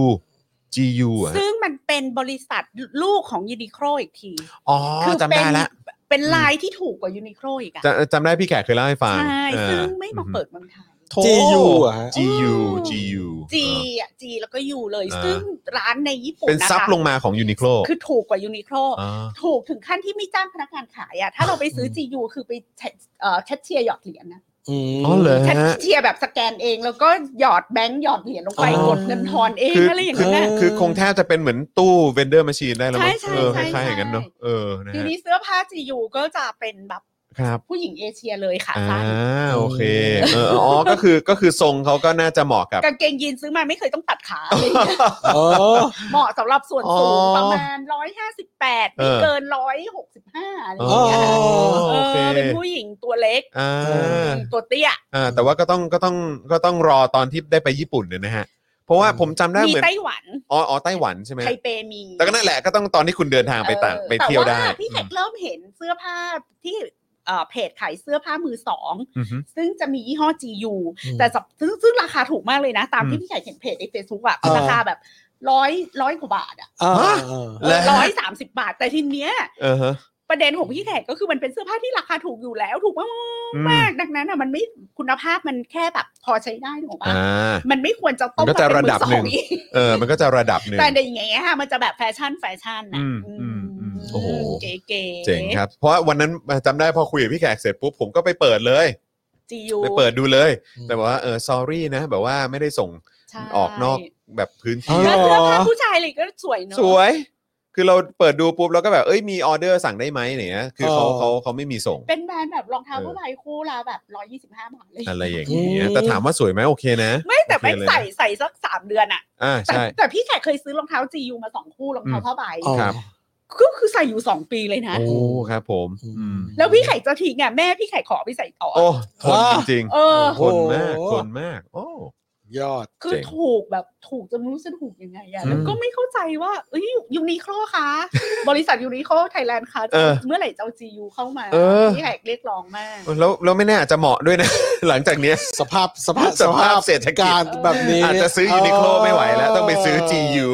GU อ่ะ ซึ่งมันเป็นบริษัทลูกของยูนิโคลอีกที อ๋อ คื จำ เป็ ได้ น ละ เป็นลายที่ถูกกว่ายูนิโคลอีกอะ จำจำได้พี่แขกเคยเล่าให้ฟัง ใช่ เออ ซึ่งไม่มาเปิดเมืองไทย จียูอะฮะ GU อ๋อ GU จี เออ G แล้วก็ยูเลย อ่า ซึ่งร้านในญี่ปุ่น เป็น นะคะ ซับลงมาของยูนิโคล คือถูกกว่ายูนิโคล อ๋อ ถูกถึงขั้นที่ไม่จ้างพนักงานขายอะถ้าเราไปซื้อ GU คือไปแชเอ่อแคชเชียร์หยอดเหรียญนะ อ๋ อเหรอ แค ฮะ ชเชียร์แบบสแกนเอง แล้วก็หยอดแบงค์หยอดเหรียญลงไป อ๋อ กดเงินทอนเอง คือ อะไรอย่าง คือ เงี้ย คือคงแทบจะเป็นเหมือนตู้เวนเดอร์ม i ชีนได้แล้วมั้ง ใช่ใช่ เออ ใช่ คล้ายๆ ใช่ อย่างนั้นเนาะเออนะ เดี๋ยว ฮะ นี้เสื้อผ้า GU ก็จะเป็นแบบ ครับ ผู้หญิงเอเชียเลยค่ะ อ่า สั้น โอเคเอออ๋อ ก็คือก็คือทรงเขาก็น่าจะเหมาะกับ กางเกงยีนซื้อมาไม่เคยต้องตัดขา อะไรอย่างเงี้ย เออ เหมาะสำหรับส่วนสูง อ๋อ ประมาณร้อยห้าสิบแปด เอ ไม่ อ เกินร้อยหกสิบห้าอะไรอ อ๋ ย่า อง เงี้ยค่ะ โอเค เออเป็นผู้หญิงตัวเล็ก อ่า ตัวเตี้ย อ่าแต่ว่าก็ต้องก็ต้องก็ต้องรอตอนที่ได้ไปญี่ปุ่นเนี่ยนะฮะ เพราะว่าผมจำได้ มี เหมือน ไต้หวัน อ๋ออ๋อไต้หวันใช่ไหม ไทเปมี แต่ก็นั่นแหละก็ต้องตอนที่คุณเดินทางไปต่าง ออ ไปเที่ยวได้ แต่าพี่แขกเริ่มเห็นเสื้อผ้าที่เอ่อเพจขายเสื้อผ้ามือสอง อืมอืม ซึ่งจะมียี่ห้อ GU อืม แต่สับซึ่งซึ่งราคาถูกมากเลยนะ ตาม อื ที่ ม พี่แขกเห็นเพจใน Facebook อะ อ่า ราคาแบบร้อยร้อยกว่าบาทอะ อ่า แล้ว ร้อยสามสิบบาท แต่ทีเนี้ย เออฮะ ประเด็นของพี่แขกก็คือมันเป็นเสื้อผ้าที่ราคาถูกอยู่แล้ว ถูกมากมากดังนั้นอ่ะมันไม่คุณภาพมันแค่แบบพอใช้ได้ถูกปะ อ่า มันไม่ควรจะต้อ มั ง นก็จะ มาเป็ ระดับหนึ่ง มือสออีก เออ มันก็จะระดับหนึ่ง แต่ในอย่างเงี้ยค่ะมันจะแบบแฟชั่นแฟชั่นนะ อืมอืมอืมโอ้โห เก๋ๆ เจ๋งครับ เพราะวันนั้นจำได้พอคุยกับพี่แขกเสร็จปุ๊บผมก็ไปเปิดเลย จียู ไปเปิดดูเลย อืม แต่ว่าเออ sorry นะ แบบว่าไม่ได้ส่ง ใช่ ออกนอกแบบพื้นที่ อ๋ แล้ว อ เสื้อผ้าผู้ชายเลยก็สวยเนอะ สวย คือเราเปิดดูปุ๊บเราก็แบบ เอ้ย มีออเดอร์สั่งได้ไหมเนี่ย คือเขา เออ เขาเขาไม่มีส่ง เป็นแบรนด์แบบรองเท้า เออ ผ้าใบคู่ละแบบร้อยยี่สิบห้าบาทเลย อะไรอย่างเงี้ย แต่ถามว่าสวยไหมโอเคนะ ไม่แต่ไม่ โอเคเลย ใส่ใส่สักสามเดือนอ่ะ อ่า แต่ ใช่ แต่พี่แขกเคยซื้อรองเท้าจียูมาสองคู่รองเท้าผ้าใบ อ๋อ ครับ ก็คือใส่อยู่สองปีเลยนะ โอ้ครับผม อืม อืม แล้วพี่ไข่จะทิ้งอ่ะแม่พี่ไข่ขอไปใส่ต่อ โอ้ทน อ่า จริง เออ ๆทนมากทนมาก โอ้ ยอด คือ เจ๋ง ถูกแบบถูกจนไม่รู้จะถูกยังไงอ่ะ อืม แล้วก็ไม่เข้าใจว่าเอ้ยยูนิโคลคะ บริษัทยูนิโคลไทยแลนด์คะ เออ เมื่อไหร่จะเอาจียูเข้ามา เออ พี่ไข่เรียกร้องมาก แล้วแล้วไม่แน่อาจจะเหมาะด้วยนะ หลังจากเนี้ย สภาพสภาพ สภาพเศรษฐกิจ การแบบนี้ อาจจะซื้อยูนิโคลไม่ไหวแล้ว ต้องไปซื้อ GU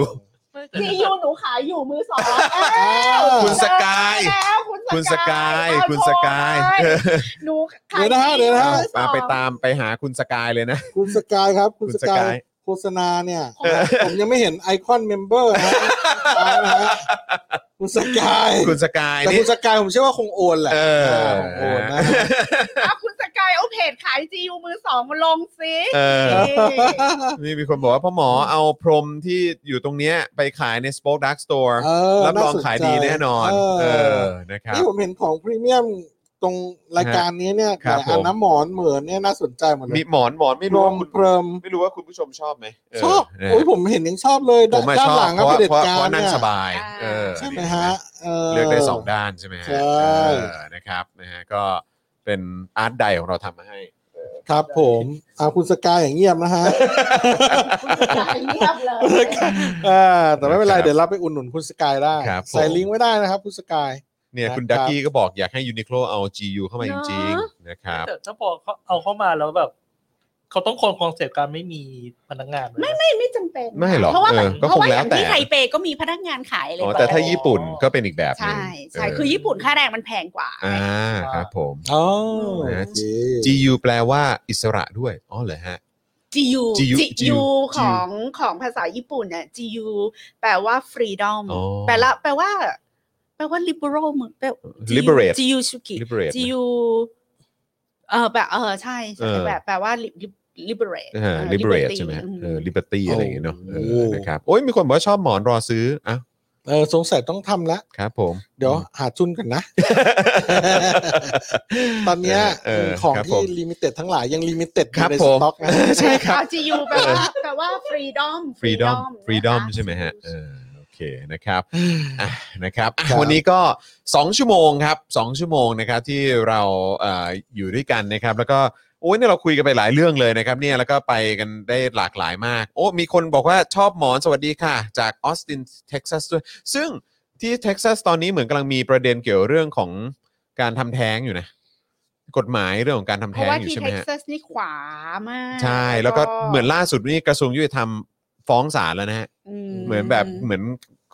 จียูหนูขายอยู่มือสองอ้า อ้าว ว คุณสกาย แล้ว คุณสกาย บ้ คุณสกาย โบ เอ เล อ หนูขาย เดี๋ยวนะฮะเดี๋ยวนะฮะ มือส มา อง ไปตามไปหาคุณสกายเลยนะ คุณสกายครับ คุณ คุณ ส สกาก าย ยโฆษณาเนี่ย เออ ผมยังไม่เห็นไอคอนเมมเบอร์นะฮะเอาละฮะคุณสกาย คุณสกาย แต่ นี่ คุณสกายผมเชื่อว่าคงโอนแหละ เออ คงโอนนะฮะ อ้าวคุณสกายเอาเพจขายจียูมือสองมาลงสิ เออ เอ มีมีคนบอกว่าพ่อหมอเอาพรมที่อยู่ตรงเนี้ยไปขายใน Spoke Dark Store เออ รับรอง น่สนใจ ขายดีแน่นอน เ เออ นะครับ นี่ผมเห็นของพรีเมียมตรงรายการนี้เนี่ย ครับ อ่าผนม น้ำหมอนเหมือนเนี่ยน่าสนใจหมดเล มี ย หมอนหมอนไม่ ร รู้ ว ว่าม คุณ เพิม ไม่รู้ว่าคุณผู้ชมชอบไหมเ ชอบ นะ โอ้ยผมเห็นยังชอบเลย ผมอะ ด้า ช น อบ หลัง เพ ก็ ราะ เป็ ว่านเพราะเพเด็ดการราะนั่ง เนี่ย สบายเออ ใช่ไหมฮะเออ เลือกได้สองด้านใช่ไหมฮะ ใช่ เออนะครับนะฮะก็เป็นอาร์ตไดของเราทำมาให้ ครับผมอาคุณสกายอย่างเงียบนะฮะ คุณสกายเงียบเลย เออแต่ไม่เป็นไร ครับ เดี๋ยวเราไปอุดหนุนคุณสกายได้ ครับผม ใส่ลิงก์ไว้ได้นะครับคุณสกาย เนี่ย นะครับ คุณดักกี้ก็บอกอยากให้ยูนิโคลเอา GU เข้ามาจริง เนอะ ๆนะครับ แต่ถ้าพอเขาเอาเข้ามาแล้วแบบเขาต้องคงคอนเซปต์การไม่มีพนักงานเลยนะ ไม่จำเป็น ไม่หรอก เพราะว่า เออ เพราะก็ว่าคง อ แล้ว ย่าง แต่ ที่ไทเปก็มีพนักงานขายเลย อ๋อแต่ถ้าญี่ปุ่นก็เป็นอีกแบบหนึ ใช่ ง ใช่ เ คือญี่ปุ่นค่าแรงมันแพงกว่า อ่าครับผม อ๋อ นะฮะ โอเค GU แปลว่าอิสระด้วย อ๋อเหรอฮะ GU GU GU ของของภาษาญี่ปุ่นเนี่ย GU แปลว่า freedom อ๋อ แปลละแปลว่า แปลว่า liberal มึงแปล GU liberate GU ชุกิ liberate นะ GU เออแบบเออใช่ใช่ เออ แบบแปลว่า li- li- liberate อ่า เออ liberate liberty ใช่ไหมฮะ อืม เออ liberty อะไรอย่างเงี้ยเนาะเอ โอ้ อนะครับโอ้ยมีคนบอกว่าชอบหมอนรอซื้ออ่ะ เออสงสัยต้องทำละ ครับผม เดี๋ยวหาทุน กันนะ ตอนเนี้ย เ ของ ครับผ ที่ ม ลิมิเต็ดทั้งหลายยังลิมิเต็ดอ ครั ยู่ บ ใน ผ ส ม ต็อกนะ ใช่ครับ อ่า GU แปลว่าแปลว่า freedom freedom นะคะ freedom ใช่ไหมฮะเออโอเคนะครับ อ่ะนะครับอ่ะ ครับ วันนี้ก็ 2 ชั่วโมงครับ 2 ชั่วโมงนะครับที่เราเอ่ออยู่ด้วยกันนะครับ แล้วก็โอ้ยเนี่ยเราคุยกันไปหลายเรื่องเลยนะครับเนี่ยแล้วก็ไปกันได้หลากหลายมาก โอ้มีคนบอกว่าชอบหมอนสวัสดีค่ะ จากออสตินเท็กซัสด้วย ซึ่งที่เท็กซัสตอนนี้เหมือนกำลังมีประเด็นเกี่ยวเรื่องของการทำแท้งอยู่นะ กฎหมายเรื่องของการทำ เพ แท้งราะว่า อยู่ ที่ ใช่ไหม เท็ก ฮะ ซัสนี่ขวามาก ใช่แล้วก็เหมือนล่าสุดนี่กระทรวงยุติธรรมฟ้องศาลแล้วนะฮะ เหมือนแบบเหมือน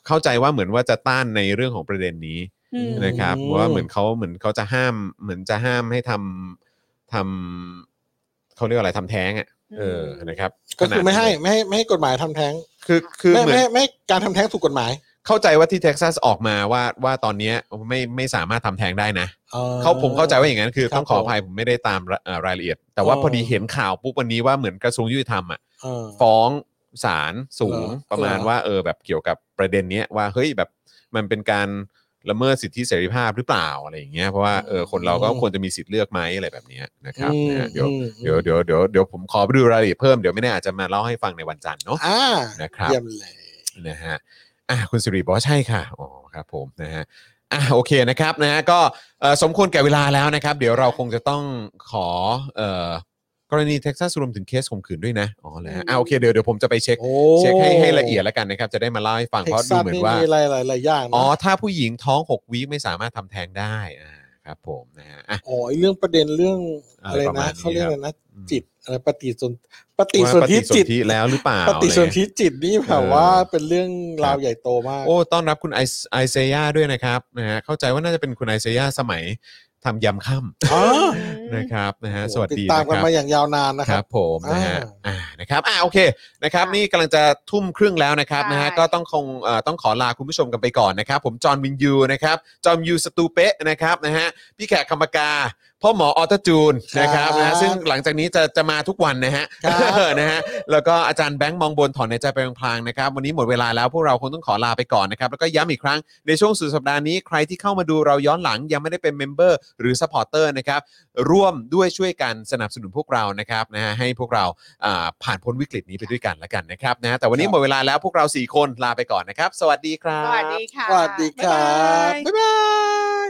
เข้าใจว่าเหมือนว่าจะต้านในเรื่องของประเด็นนี้ อืม นะครับ อืม ว่าเหมือนเขาเหมือนเขาจะห้ามเหมือนจะห้ามให้ทำทำเขาเรียกว่าอะไรทำแท้งอ่ะเออนะครับ ก็คือไม่ให้ ขนาดนั้น ไม่ให้ไม่ให้กฎหมายทำแท้ง คือคือ ไม่ เหมือน ไม่ให้ไม่ให้การทำแท้งถูกกฎหมาย เข้าใจว่าที่เท็กซัสออกมาว่าว่าตอนเนี้ยไม่ไม่สามารถทำแท้งได้นะ ออ เขาผมเข้าใจว่าอย่างนั้นคือ ครับ ต้องขออภัยผมไม่ได้ตามรเอ่อรายละเอียด แต่ว่า อ๋อ พอดีเห็นข่าวปุ๊บวันนี้ว่าเหมือนกระทรวงยุติธรรมอ่ะ เออ ฟ้องศาลสูง เหรอ ประมาณ เหรอ ว่าเออแบบเกี่ยวกับประเด็นเนี้ยว่าเฮ้ยแบบมันเป็นการละเมิดสิทธิเสรีภาพหรือเปล่าอะไรอย่างเงี้ยเพราะว่าเออคนเราก็ควรจะมีสิทธิ์เลือกไหมอะไรแบบเนี้ยนะครับ อืม นะฮะเดี๋ยว อืม เดี๋ยวเดี๋ยวเดี๋ยวเดี๋ยวผมขอไปดูรายละเอียดเพิ่มเดี๋ยวไม่แน่อาจจะมาเล่าให้ฟังในวันจันทร์เนาะ อ่า นะครับ เยี่ยมเลย นะฮะ อ่ะคุณสิริบอกว่าใช่ค่ะ อ๋อครับผมนะฮะ อ่ะโอเคนะครับนะฮะก็เอ่อสมควรแก่เวลาแล้วนะครับ เดี๋ยวเราคงจะต้องขอเอ่อกรณีเท็กซัสรวมถึงเคสข่มขืนด้วยนะ อ๋อแล้วฮะอ่ะโอเคเดี๋ยวเดี๋ยวผมจะไปเช็ค โอ้ เช็คให้ให้ละเอียดแล้วกันนะครับ จะได้มาเล่าให้ฟัง เท็ เพ ก ราะดู ซัส เหมือ นี่ นว่า มีหลายหลายๆอย่างนะ อ๋อ ถ้าผู้หญิงท้อง 6 วีคไม่สามารถทำแท้งได้อ่า ครับผมนะฮะอ่ะ อ๋อไอ้เรื่องประเด็นเรื่อง อะ อะไร ไร ประมา นะ ณนี้ เขาเรียกอะไรนะ อืม จิตอะไรปฏิสนปฏิสนว่าปธิฏิ จิต แล้วหรือเปล่า ปฏิสอะไรนเงี้ย ธิจิตนี่แบบ เออ ว่าเป็นเรื่องราควรับ ใหญ่โตมาก โอ้ต้อนรับคุณไอซ์ไอเซย่าด้วยนะครับนะฮะเข้าใจว่าน่าจะเป็นคุณไอเซย่าสมัยทำยำค่ อ๋อ ำนะครับนะฮะ โอ้ สวัสดีติดตาะมกัน ครับ มาอย่างยาวนานนะ ค ค รั รับ บ ผมนะฮะอ่านะครับอ่าโอเคนะครับ ค่ะ นี่กำลังจะทุ่มครึ่งแล้วนะครับนะฮะ ใช่ ก็ต้องคงเอ่อต้องขอลาคุณผู้ชมกันไปก่อนนะครับ ผมจอห์นวินยูนะครับจอมยูสตูเปะนะครับนะฮะพี่แขกคำปากาพ่อหมอออตจูนนะครับนะฮะ ครับ ซึ่งหลังจากนี้จะจะมาทุกวันนะฮะ ครับ นะฮะแล้วก็อาจารย์แบงค์มองบนถอนในใจไปพลางๆนะครับ วันนี้หมดเวลาแล้วพวกเราคงต้องขอลาไปก่อนนะครับ แล้วก็ย้ำอีกครั้งในช่วงสุดสัปดาห์นี้ใครที่เข้ามาดูเราย้อนหลังยังไม่ได้เป็นเมมเบอร์หรือสปอร์เตอร์นะครับ ร่วมด้วยช่วยกันสนับสนุนพวกเรานะครับนะฮะให้พวกเราอ่าผ่านพ้นวิกฤตนี้ไปด้วยกันละกันนะครับนะฮะแต่วันนี้ ครัหบมดเวลาแล้วพวกเรา 4 คนลาไปก่อนนะครับ สวัสดีครับ สวัสดีค่ะ สวัสดีค บ๊ารับบยาย บ๊ายบาย